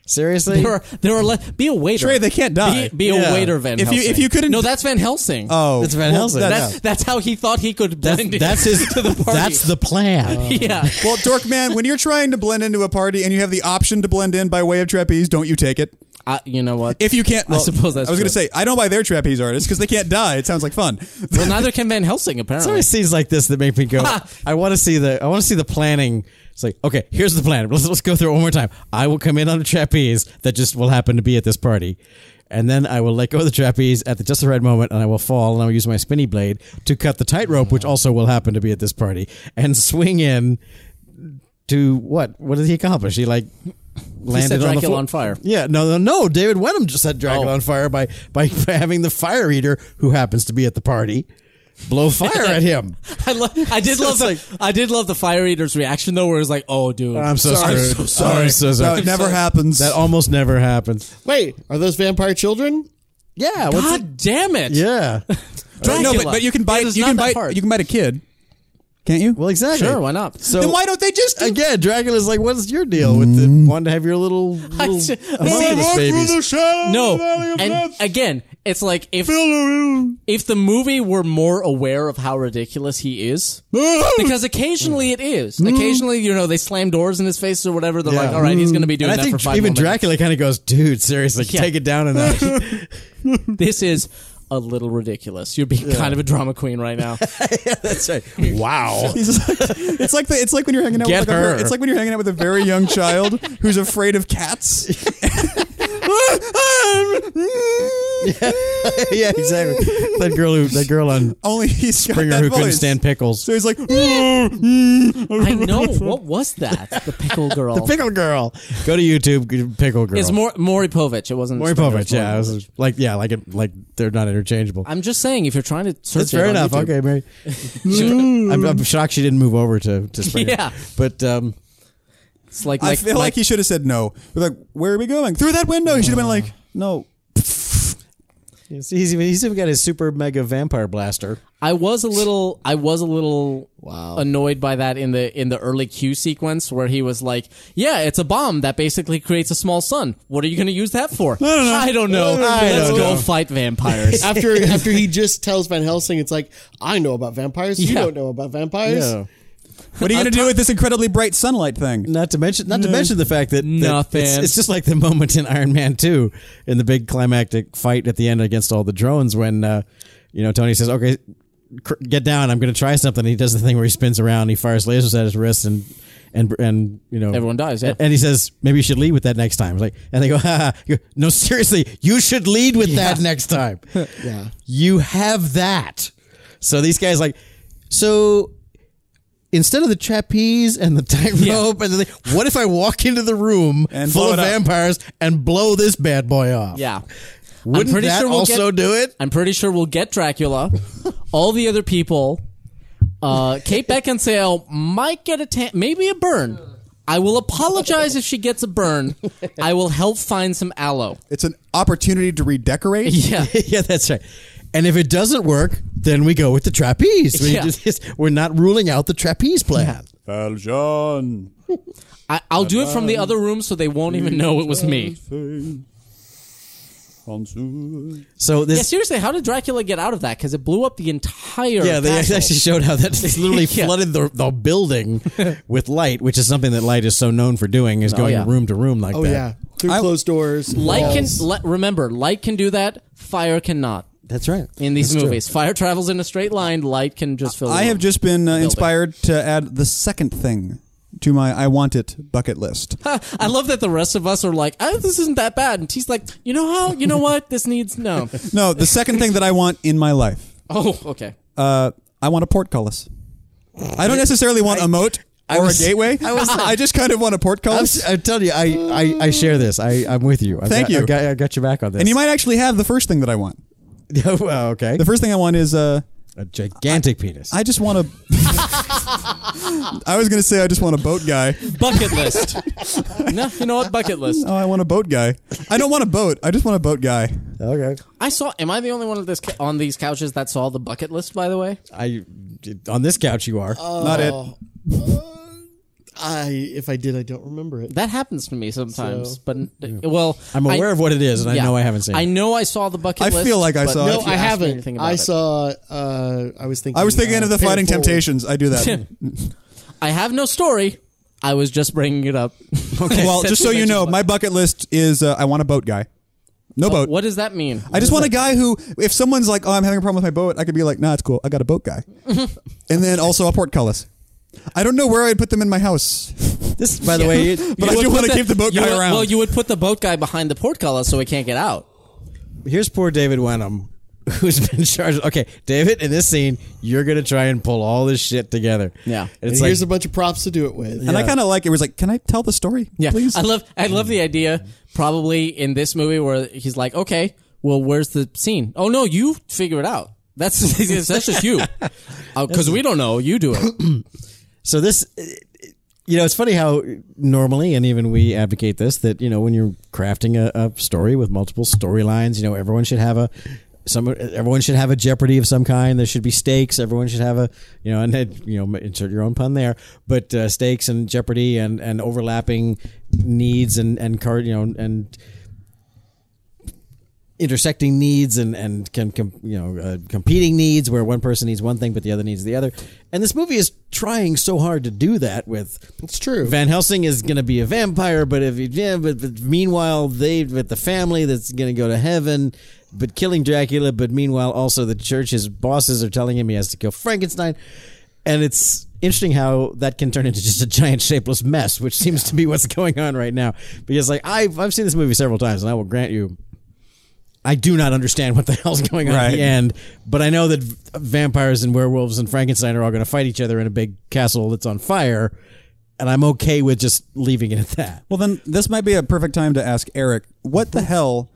Speaker 4: Seriously?
Speaker 2: There are there are le- be a waiter.
Speaker 1: Trey, they can't die.
Speaker 2: Be, be a
Speaker 4: Yeah.
Speaker 2: waiter, Van.
Speaker 1: If you-
Speaker 2: Helsing.
Speaker 1: if you couldn't-
Speaker 2: no, that's Van Helsing.
Speaker 1: Oh,
Speaker 4: It's Van Helsing,
Speaker 1: That's,
Speaker 2: that's that's how he thought he could blend
Speaker 4: That's,
Speaker 2: in
Speaker 4: that's his.
Speaker 2: to the party. Oh.
Speaker 4: That's the plan.
Speaker 2: yeah.
Speaker 1: Well, dork man, when you're trying to blend into a party and you have the option to blend in by way of trapeze, don't you take it?
Speaker 2: I, you know what?
Speaker 1: If you can't, well,
Speaker 2: suppose that's
Speaker 1: I was
Speaker 2: true.
Speaker 1: to say I don't buy their trapeze artists because they can't die. It sounds like fun.
Speaker 2: well, neither can Van Helsing
Speaker 4: It's
Speaker 2: apparently.
Speaker 4: always scenes like this that make me go. I want to see the. I want to see the planning. It's like, okay, here's the plan. Let's let's go through it one more time. I will come in on a trapeze that just will happen to be at this party, and then I will let go of the trapeze at the just the right moment, and I will fall, and I will use my spinny blade to cut the tightrope, which also will happen to be at this party, and swing in. To what? What did he accomplish? He like
Speaker 2: he set
Speaker 4: landed on the
Speaker 2: Dracula
Speaker 4: floor.
Speaker 2: on fire.
Speaker 4: Yeah, no, no, no. David Wenham just set Dracula
Speaker 2: Oh.
Speaker 4: on fire by, by by having the fire eater, who happens to be at the party, blow fire at him.
Speaker 2: I, lo- I did
Speaker 4: So
Speaker 2: love
Speaker 4: it's
Speaker 2: the
Speaker 4: like-
Speaker 2: I did love the fire eater's reaction though, where it was like, "Oh, dude,
Speaker 4: I'm so
Speaker 1: Sorry.
Speaker 4: screwed.
Speaker 1: I'm so sorry.
Speaker 4: I'm so sorry.
Speaker 1: No, it never happens.
Speaker 4: That almost never happens.
Speaker 3: Wait, are those vampire children?
Speaker 4: Yeah. What's
Speaker 2: God damn it!
Speaker 4: Yeah.
Speaker 2: Dracula.
Speaker 1: No, but, but you can bite.
Speaker 2: It is
Speaker 1: You
Speaker 2: not
Speaker 1: can
Speaker 2: that
Speaker 1: bite.
Speaker 2: hard.
Speaker 1: You can bite a kid, can't you?
Speaker 4: Well, exactly.
Speaker 2: Sure, why not?
Speaker 4: So
Speaker 1: then why don't they just? Do-
Speaker 4: again, Dracula's like, "What's your deal with the wanting to have your little,
Speaker 2: I
Speaker 4: little
Speaker 2: ju-
Speaker 4: homunculus babies?"
Speaker 2: no, and again, it's like if if the movie were more aware of how ridiculous he is, because occasionally it is. Occasionally, you know, they slam doors in his face or whatever. They're
Speaker 4: Mm. Yeah. Mm.
Speaker 2: like, all right, he's going to be doing
Speaker 4: And I
Speaker 2: that
Speaker 4: think
Speaker 2: for five
Speaker 4: even
Speaker 2: more minutes."
Speaker 4: Dracula kind of goes, "Dude, seriously,
Speaker 2: Yeah.
Speaker 4: take it down a notch."
Speaker 2: This is a little ridiculous. You're being kind of a drama queen right now.
Speaker 4: That's right. Wow.
Speaker 1: He's just like, it's like the, it's like when you're hanging out
Speaker 4: Get
Speaker 1: with like
Speaker 4: her.
Speaker 1: A, it's like when you're hanging out with a very young child who's afraid of cats.
Speaker 4: yeah, exactly. That girl who that girl on
Speaker 1: Only he's got
Speaker 4: Springer
Speaker 1: that
Speaker 4: who couldn't
Speaker 1: voice.
Speaker 4: stand pickles.
Speaker 1: So he's like,
Speaker 2: I know. What was that? The pickle girl.
Speaker 4: Pickle girl. Oh. Go to YouTube. Pickle girl.
Speaker 2: It's Mor- Maury Povich. It wasn't
Speaker 4: Maury
Speaker 2: Springer, it was
Speaker 4: Povich. Yeah, I
Speaker 2: Maury Povich.
Speaker 4: was like yeah, like it, like they're not interchangeable.
Speaker 2: I'm just saying, if you're trying to search
Speaker 4: That's fair
Speaker 2: it on
Speaker 4: enough.
Speaker 2: YouTube-
Speaker 4: Okay, Mary. Mm. I'm, I'm shocked she didn't move over to to Springer.
Speaker 2: Yeah.
Speaker 4: but um,
Speaker 2: it's like,
Speaker 1: I
Speaker 2: like,
Speaker 1: feel like, he should have said no. We're like, where are we going? Through that window. He should have been like, no.
Speaker 4: he's he's even, he's even got his super mega vampire blaster.
Speaker 2: I was a little I was a little annoyed by that in the in the early Q sequence where he was like, "Yeah, it's a bomb that basically creates a small sun. What are you going to use that for?" I don't know. Let's
Speaker 4: don't
Speaker 2: go
Speaker 4: know.
Speaker 2: fight vampires.
Speaker 3: after after he just tells Van Helsing, it's like I know about vampires. You
Speaker 2: Yeah.
Speaker 3: don't know about vampires.
Speaker 1: What are you going to do with this incredibly bright sunlight thing?
Speaker 4: Not to mention, not to mention the fact that, that
Speaker 2: Nothing.
Speaker 4: It's, it's just like the moment in Iron Man Two, in the big climactic fight at the end against all the drones, when uh, you know Tony says, "Okay, cr- get down. I'm going to try something." And he does the thing where he spins around, he fires lasers at his wrist, and and and you know
Speaker 2: Everyone dies, yeah.
Speaker 4: And he says, "Maybe you should lead with that next time." Like, and they go, ha, ha. He goes, "No, seriously, you should lead with that next time." yeah, you have that. So these guys like, so instead of the trapeze and the tightrope and the thing, what if I walk into the room
Speaker 1: And
Speaker 4: full
Speaker 1: blow
Speaker 4: of
Speaker 1: it up.
Speaker 4: vampires and blow this bad boy off?
Speaker 2: yeah.
Speaker 4: Wouldn't
Speaker 2: I'm pretty
Speaker 4: that
Speaker 2: sure we'll
Speaker 4: also
Speaker 2: get,
Speaker 4: do it?
Speaker 2: I'm pretty sure we'll get Dracula. All the other people uh Kate Beckinsale might get a tan- maybe a burn. I will apologize if she gets a burn. I will help find some aloe.
Speaker 1: It's an opportunity to redecorate.
Speaker 2: Yeah.
Speaker 4: yeah, that's right. And if it doesn't work, then we go with the trapeze. We
Speaker 2: Yeah.
Speaker 4: are not ruling out the trapeze plan.
Speaker 1: Valjean.
Speaker 2: I, I'll do it from the other room so they won't even know it was me.
Speaker 4: So
Speaker 2: Yeah,
Speaker 4: this,
Speaker 2: seriously, how did Dracula get out of that? Because it blew up the entire.
Speaker 4: yeah, they
Speaker 2: castle.
Speaker 4: actually showed how that just literally
Speaker 2: Yeah.
Speaker 4: flooded the, the building with light, which is something that light is so known for doing, is going
Speaker 2: Oh, yeah.
Speaker 4: room to room like
Speaker 3: Oh
Speaker 4: that.
Speaker 3: yeah, through closed doors.
Speaker 2: Light can
Speaker 3: walls.
Speaker 2: li- remember, light can do that. Fire cannot
Speaker 4: that's right.
Speaker 2: in these movies. Fire travels in a straight line. Light can just fill.
Speaker 1: I
Speaker 2: the
Speaker 1: have
Speaker 2: room.
Speaker 1: just been uh, inspired to add the second thing to my I want it bucket list.
Speaker 2: I love that the rest of us are like, oh, "This isn't that bad," and he's like, "You know how? You know what? This needs no."
Speaker 1: No, the second thing that I want in my life.
Speaker 2: Oh, okay.
Speaker 1: Uh, I want a portcullis. I don't necessarily want a moat or
Speaker 4: was-
Speaker 1: a gateway. I, just kind of want a
Speaker 4: I'm,
Speaker 1: portcullis.
Speaker 4: I'm telling you, I, I, I share this. I, I'm with you. I've
Speaker 1: Thank
Speaker 4: got,
Speaker 1: you.
Speaker 4: I got, I got your back on this.
Speaker 1: and you might actually have the first thing that I want.
Speaker 4: Yeah, well, okay.
Speaker 1: The first thing I want is uh,
Speaker 4: a gigantic penis.
Speaker 1: I just want a. I was gonna say I just want a boat guy.
Speaker 2: Bucket list. no, you know what? Bucket list.
Speaker 1: Oh, I want a boat guy. I don't want a boat. I just want a boat guy.
Speaker 4: okay.
Speaker 2: I saw. Am I the only one of this ca- on these couches that saw the bucket list? By the way,
Speaker 4: I on this couch you are.
Speaker 1: Not it.
Speaker 3: Oh, I if I did, I don't remember it.
Speaker 2: That happens to me sometimes,
Speaker 3: So-
Speaker 2: but well,
Speaker 4: I'm aware
Speaker 2: I-
Speaker 4: of what it is, and
Speaker 2: yeah.
Speaker 4: I know I haven't seen.
Speaker 2: I
Speaker 4: it.
Speaker 2: know I saw the bucket
Speaker 1: I
Speaker 2: list.
Speaker 1: feel like I
Speaker 2: but
Speaker 1: saw
Speaker 2: if
Speaker 1: it.
Speaker 3: No,
Speaker 2: you
Speaker 3: I
Speaker 2: ask me
Speaker 3: haven't.
Speaker 2: anything about
Speaker 3: I
Speaker 2: it-
Speaker 3: saw. Uh, I was thinking.
Speaker 1: I was thinking
Speaker 3: uh,
Speaker 1: of the
Speaker 3: Pay It
Speaker 1: Fighting
Speaker 3: Forward.
Speaker 1: Temptations. I do that.
Speaker 2: I have no story. I was just bringing it up. Okay.
Speaker 1: well, just so you know, my bucket list is uh, I want a boat guy. No boat.
Speaker 2: Oh, what does that mean?
Speaker 1: I just want a guy who, if someone's like, "Oh, I'm having a problem with my boat," I could be like, "Nah, it's cool. I got a boat guy," and then also a portcullis. I don't know where I'd put them in my house,
Speaker 4: This, by the way, it-
Speaker 1: but
Speaker 2: You
Speaker 1: I
Speaker 2: would
Speaker 1: do
Speaker 2: put
Speaker 1: want to keep the boat
Speaker 2: you
Speaker 1: guy
Speaker 2: would-
Speaker 1: around.
Speaker 2: Well, you would put the boat guy behind the portcullis so he can't get out.
Speaker 4: here's poor David Wenham, who's been charged. Okay, David, in this scene, you're gonna try and pull all this shit together.
Speaker 2: Yeah.
Speaker 4: and
Speaker 3: And
Speaker 4: it's like
Speaker 3: here's a bunch of props to do it with.
Speaker 1: and I kind of like it. Was like, can I tell the story,
Speaker 2: Yeah,
Speaker 1: please?
Speaker 2: I love. I love the idea. Probably in this movie where he's like, "Okay, well, where's the scene? Oh no, you figure it out. That's that's just you, because we don't know. You do it.
Speaker 4: so this. You know, it's funny how normally, and even we advocate this that you know when you're crafting a, a story with multiple storylines, you know everyone should have a some everyone should have a jeopardy of some kind. There should be stakes. Everyone should have a you know and then, you know insert your own pun there, but uh, stakes and jeopardy and and overlapping needs and and card you know and intersecting needs and and can com, you know uh, competing needs where one person needs one thing but the other needs the other and this movie is trying so hard to do that with
Speaker 3: It's true.
Speaker 4: Van Helsing is going to be a vampire, but if he, yeah, but, but meanwhile they with the family that's going to go to heaven but killing Dracula. But meanwhile, also the church, his bosses are telling him he has to kill Frankenstein, and it's interesting how that can turn into just a giant shapeless mess, which seems to be what's going on right now. Because like I've I've seen this movie several times, and I will grant you. I do not understand what the hell's going on at
Speaker 1: Right.
Speaker 4: the end, but I know that v- vampires and werewolves and Frankenstein are all going to fight each other in a big castle that's on fire, and I'm okay with just leaving it at that.
Speaker 1: Well, then this might be a perfect time to ask Eric, what the hell?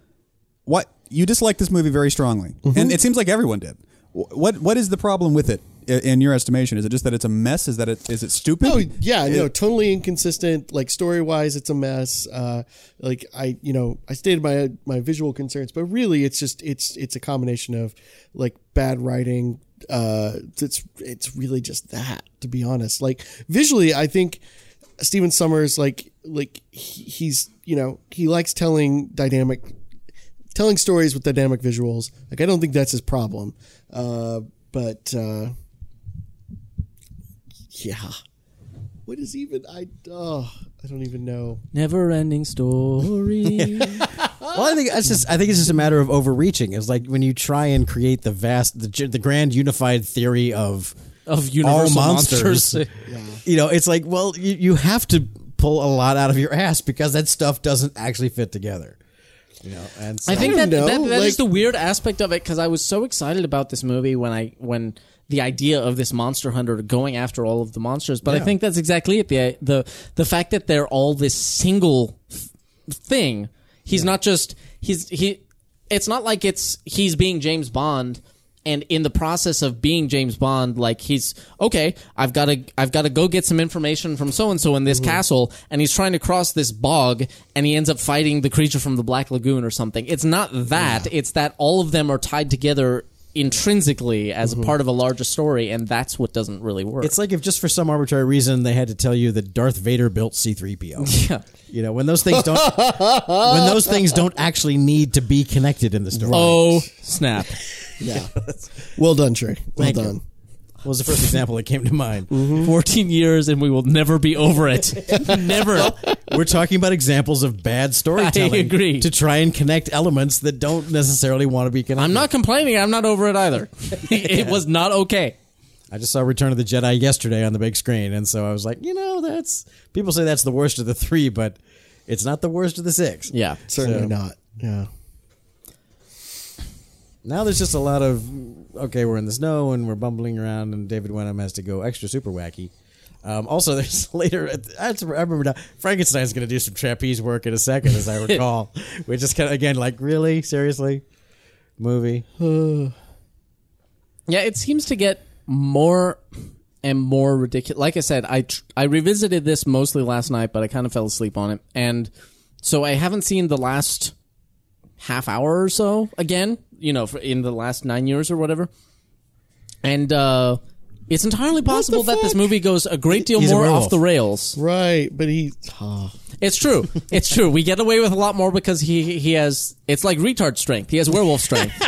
Speaker 1: What you dislike this movie very strongly,
Speaker 4: Mm-hmm.
Speaker 1: and it seems like everyone did. Wh- What what is the problem with it i- in your estimation? Is it just that it's a mess? Is that it is it stupid?
Speaker 3: Oh yeah, no, totally inconsistent. Like story wise, it's a mess. Uh, like I, you know, I stated my my visual concerns, but really, it's just it's it's a combination of like bad writing. Uh, it's it's really just that, to be honest. Like visually, I think Steven Summers, like like he, he's you know he likes telling dynamic telling stories with dynamic visuals. Like I don't think that's his problem. Uh, but uh, yeah, what is even I? Oh, I don't even know.
Speaker 2: Never ending story.
Speaker 4: Well, I think it's just I think it's just a matter of overreaching. It's like when you try and create the vast, the, gi- the grand unified theory of
Speaker 2: Of universal monsters.
Speaker 4: you know, it's like well, you, you have to pull a lot out of your ass because that stuff doesn't actually fit together. You know, and so,
Speaker 2: I think
Speaker 3: don't
Speaker 2: that,
Speaker 3: know,
Speaker 2: that, that is
Speaker 3: like-
Speaker 2: the weird aspect of it because I was so excited about this movie when I when the idea of this monster hunter going after all of the monsters. But I think that's exactly it. The the the fact that they're all this single f- thing. He's not just he's he. It's not like it's he's being James Bond. And in the process of being James Bond, like he's okay, I've got to, I've got to go get some information from so and so in this castle, and he's trying to cross this bog, and he ends up fighting the creature from the Black Lagoon or something. It's not that; it's that all of them are tied together intrinsically as a part of a larger story, and that's what doesn't really work.
Speaker 4: it's like if just for some arbitrary reason they had to tell you that Darth Vader built C-3PO.
Speaker 2: Yeah.
Speaker 4: You know, when those things don't when those things don't actually need to be connected in the story.
Speaker 2: oh snap!
Speaker 3: Yeah. well done, Trey. Well
Speaker 4: Thank you.
Speaker 3: done.
Speaker 4: was the first example that came to mind.
Speaker 2: Mm-hmm. Fourteen years, and we will never be over it. never.
Speaker 4: We're talking about examples of bad storytelling.
Speaker 2: I agree.
Speaker 4: To try and connect elements that don't necessarily want to be connected.
Speaker 2: I'm not complaining. I'm not over it either. it was not okay.
Speaker 4: I just saw Return of the Jedi yesterday on the big screen, and so I was like, you know, that's people say that's the worst of the three, but it's not the worst of the six.
Speaker 2: Yeah.
Speaker 3: Certainly not. Yeah.
Speaker 4: Now there's just a lot of okay, we're in the snow and we're bumbling around, and David Wenham has to go extra super wacky. Um, also, there's later. I just- I remember now. Frankenstein's going to do some trapeze work in a second, as I recall. Which is kind of again like, really, seriously, movie.
Speaker 2: Yeah, it seems to get more and more ridiculous. Like I said, I tr- I revisited this mostly last night, but I kind of fell asleep on it, and so I haven't seen the last half hour or so again. You know, for, in the last nine years or whatever, and uh, it's entirely possible that this movie goes a great deal
Speaker 4: He's a
Speaker 2: more
Speaker 4: werewolf.
Speaker 2: off the rails.
Speaker 3: Right, but he. ah.
Speaker 2: It's true. It's true. We get away with a lot more because he he has. It's like retard strength. He has werewolf strength,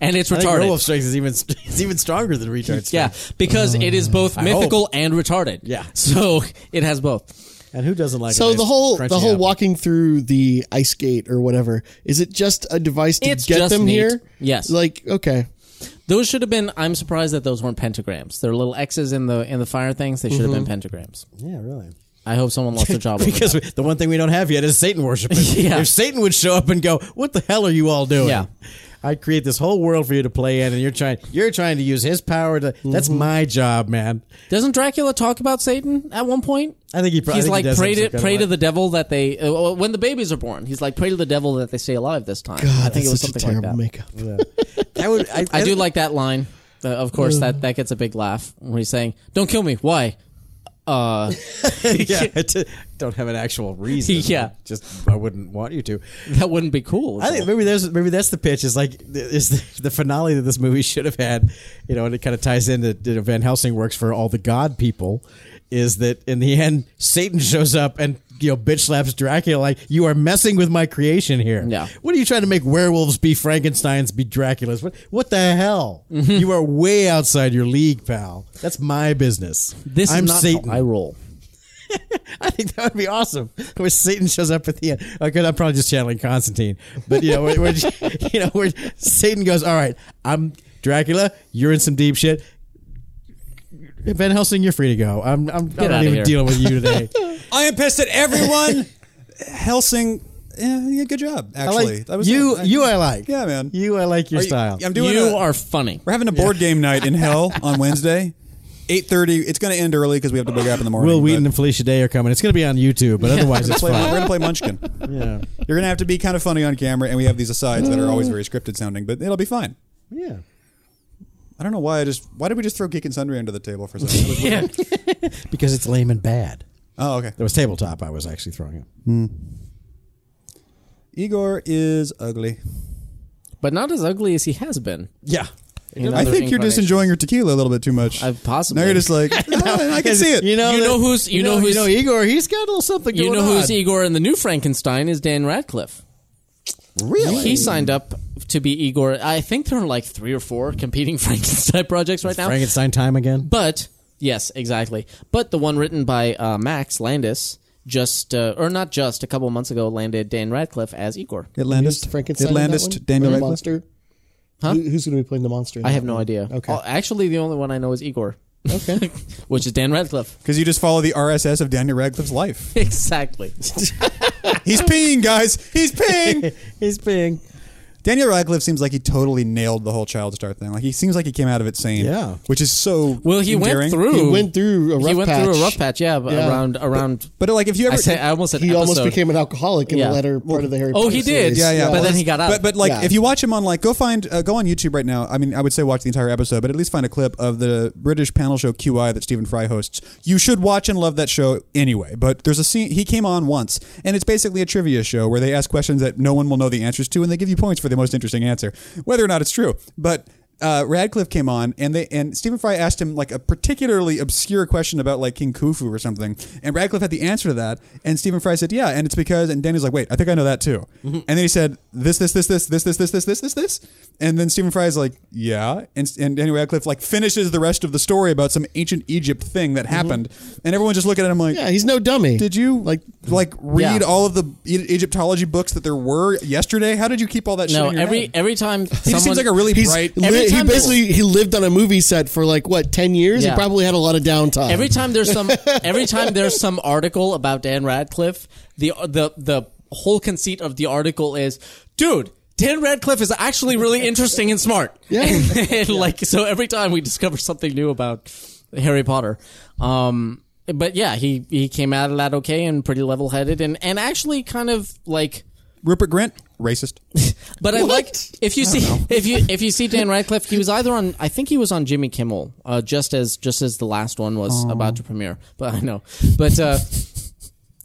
Speaker 2: and it's
Speaker 4: I think
Speaker 2: retarded.
Speaker 4: Werewolf Strikes is even is even stronger than Retard Strikes.
Speaker 2: Yeah, because it is both mythical and retarded.
Speaker 4: Yeah.
Speaker 2: So it has both.
Speaker 4: and who doesn't like? a
Speaker 3: So
Speaker 4: nice
Speaker 3: the whole
Speaker 4: crunchy
Speaker 3: the whole
Speaker 4: apple?
Speaker 3: walking through the ice gate or whatever is it just a device to
Speaker 2: It's
Speaker 3: get
Speaker 2: just
Speaker 3: them
Speaker 2: neat.
Speaker 3: here?
Speaker 2: Yes.
Speaker 3: Like okay,
Speaker 2: Those should have been I'm surprised that those weren't pentagrams. They're little X's in the in the fire things. They should have been pentagrams.
Speaker 4: Yeah, really.
Speaker 2: I hope someone lost their job. over
Speaker 4: Mm-hmm. Because we, the one thing we don't have yet is Satan worshiping.
Speaker 2: Yeah.
Speaker 4: If Satan would show up and go, "What the hell are you all doing?"
Speaker 2: Yeah.
Speaker 4: I'd create this whole world for you to play in, and you're trying you're trying to use his power to. That's
Speaker 2: Mm-hmm.
Speaker 4: my job, man.
Speaker 2: that. Doesn't Dracula talk about Satan at one point?
Speaker 4: I think he probably
Speaker 2: He's like
Speaker 4: he does
Speaker 2: pray
Speaker 4: have
Speaker 2: to
Speaker 4: some kind
Speaker 2: pray
Speaker 4: of
Speaker 2: to
Speaker 4: like-
Speaker 2: the devil that they uh, well, when the babies are born. He's like pray to the devil that they stay alive this time. I
Speaker 3: God,
Speaker 2: think it was
Speaker 3: such a
Speaker 2: something like that.
Speaker 3: terrible makeup.
Speaker 4: I would. I,
Speaker 2: I do like that line. Uh, of course, that that gets a big laugh when he's saying, "Don't kill me." Why? Uh,
Speaker 4: yeah, I d- don't have an actual reason.
Speaker 2: Yeah.
Speaker 4: Just I wouldn't want you to.
Speaker 2: that wouldn't be cool.
Speaker 4: I think maybe there's maybe that's the pitch. Is like th- is the, the finale that this movie should have had. You know, and it kind of ties into you know, Van Helsing works for all the God people. Is that in the end Satan shows up and you know bitch slaps Dracula like you are messing with my creation here.
Speaker 2: Yeah.
Speaker 4: What are you trying to make werewolves be Frankenstein's be Dracula's? What what the hell?
Speaker 2: Mm-hmm.
Speaker 4: You are way outside your league, pal. That's my business.
Speaker 2: This
Speaker 4: I'm
Speaker 2: is not
Speaker 4: Satan.
Speaker 2: how I roll.
Speaker 4: I think that would be awesome. Where Satan shows up at the end. Okay, I'm probably just channeling Constantine, but you know, where, where- you know, where Satan goes, "All right, I'm Dracula. You're in some deep shit. Van Helsing, you're free to go. I'm, I'm, I'm
Speaker 2: outta
Speaker 4: not even
Speaker 2: here."
Speaker 4: dealing with you today.
Speaker 1: I am pissed at everyone. Helsing, eh, yeah, good job.
Speaker 4: I
Speaker 1: Actually,
Speaker 4: like you.
Speaker 1: I-
Speaker 4: you, I like.
Speaker 1: Yeah, man.
Speaker 4: You, I like your
Speaker 1: Are you-
Speaker 4: style.
Speaker 1: I'm doing.
Speaker 2: You
Speaker 1: a-
Speaker 2: are funny.
Speaker 1: We're having a board game night in hell on Wednesday, eight thirty. It's going to end early because we have to wake up in the morning.
Speaker 4: Will
Speaker 1: but
Speaker 4: Wheaton and Felicia Day are coming. It's going to be on YouTube, but otherwise,
Speaker 1: We're
Speaker 4: it's fine.
Speaker 1: going to play Munchkin.
Speaker 4: Yeah.
Speaker 1: You're going to have to be kind of funny on camera, and we have these asides that are always very scripted sounding, but it'll be fine.
Speaker 4: Yeah.
Speaker 1: I don't know why I just. Why did we just throw Geek and Sundry under the table for something?
Speaker 2: Yeah.
Speaker 4: Because it's lame and bad.
Speaker 1: oh, okay.
Speaker 4: There was tabletop I was actually throwing up.
Speaker 1: Igor is ugly.
Speaker 2: but not as ugly as he has been.
Speaker 4: Yeah.
Speaker 1: I think you're just
Speaker 2: incarnation.
Speaker 1: enjoying your tequila a little bit too much.
Speaker 2: I- possibly.
Speaker 1: Now you're just like, "Ah, I can see it.
Speaker 4: You know,
Speaker 2: You
Speaker 4: that-
Speaker 2: know who's- you know who's-
Speaker 4: you know Igor. He's got a little something.
Speaker 2: You
Speaker 4: going
Speaker 2: know
Speaker 4: on.
Speaker 2: who's Igor in the new Frankenstein is Dan Radcliffe.
Speaker 4: Really?
Speaker 2: He signed up to be Igor. I think there are like three or four competing Frankenstein projects right now.
Speaker 4: Frankenstein time again.
Speaker 2: But yes, exactly. But the one written by uh, Max Landis just uh, or not just a couple of months ago landed Dan Radcliffe as Igor.
Speaker 1: Atlantis.
Speaker 3: Frankenstein. in that one?
Speaker 1: Atlantis. Daniel
Speaker 3: Or the
Speaker 1: Radcliffe.
Speaker 3: monster. Huh? who's going to be playing the monster? in
Speaker 2: I
Speaker 3: that
Speaker 2: have no
Speaker 4: Mm-hmm.
Speaker 3: one?
Speaker 2: idea.
Speaker 3: Okay.
Speaker 2: Oh, actually, the only one I know is Igor,
Speaker 3: Okay.
Speaker 2: which is Dan Radcliffe.
Speaker 1: Because you just follow the RSS of Daniel Radcliffe's life.
Speaker 2: exactly.
Speaker 1: He's peeing, guys. He's peeing.
Speaker 4: He's being.
Speaker 1: Daniel Radcliffe seems like he totally nailed the whole child star thing. Like he seems like he came out of it sane.
Speaker 4: Yeah.
Speaker 1: Which is so.
Speaker 2: Well, he
Speaker 1: endearing.
Speaker 2: went through.
Speaker 3: He went through a rough
Speaker 2: he went
Speaker 3: patch.
Speaker 2: through a rough patch. Yeah, but
Speaker 3: Yeah.
Speaker 2: around around.
Speaker 1: But like, if you ever,
Speaker 2: I say I almost said
Speaker 3: He almost
Speaker 2: episode.
Speaker 3: became an alcoholic in
Speaker 2: Yeah.
Speaker 3: the latter part of the Harry
Speaker 2: Oh,
Speaker 3: Potter
Speaker 2: he did.
Speaker 3: series.
Speaker 1: yeah, yeah.
Speaker 2: But then he got out.
Speaker 1: But, but like,
Speaker 3: Yeah.
Speaker 1: if you watch him on like, go find, uh, go on YouTube right now. I mean, I would say watch the entire episode, but at least find a clip of the British panel show QI that Stephen Fry hosts. You should watch and love that show anyway. But there's a scene he came on once, and it's basically a trivia show where they ask questions that no one will know the answers to, and they give you points for the most interesting answer, whether or not it's true. But uh, Radcliffe came on, and they and Stephen Fry asked him like a particularly obscure question about like King Khufu or something, and Radcliffe had the answer to that, and Stephen Fry said, "Yeah," and it's because, and Danny's like, "Wait, I think I know that too,"
Speaker 2: Mm-hmm.
Speaker 1: and then he said, "This, this, this, this, this, this, this, this, this, this, this," and then Stephen Fry is like, "Yeah," and and Danny Radcliffe like finishes the rest of the story about some ancient Egypt thing
Speaker 2: Mm-hmm.
Speaker 1: that happened, and everyone's just looking at him like,
Speaker 3: Yeah, he's no dummy.
Speaker 1: "Did you like like read
Speaker 2: Yeah.
Speaker 1: all of the E- Egyptology books that there were yesterday? How did you keep all that?" shit
Speaker 2: No,
Speaker 1: in your
Speaker 2: every
Speaker 1: head?
Speaker 2: every time
Speaker 1: He just seems like a really
Speaker 3: He's
Speaker 1: bright.
Speaker 3: li-
Speaker 2: Every
Speaker 3: he
Speaker 2: time
Speaker 3: basically he lived on a movie set for like what ten years.
Speaker 2: Yeah.
Speaker 3: He probably had a lot of downtime.
Speaker 2: Every time there's some every time there's some article about Dan Radcliffe, the the the whole conceit of the article is, dude, Dan Radcliffe is actually really interesting and smart.
Speaker 3: Yeah.
Speaker 2: And, like so every time we discover something new about Harry Potter. Um but yeah, he he came out of that okay and pretty level-headed and and actually kind of like
Speaker 1: Rupert Grint, racist.
Speaker 2: But I like if you see if you if you see Dan Radcliffe, he was either on I think he was on Jimmy Kimmel, uh, just as just as the last one was about to premiere. But I know, but uh,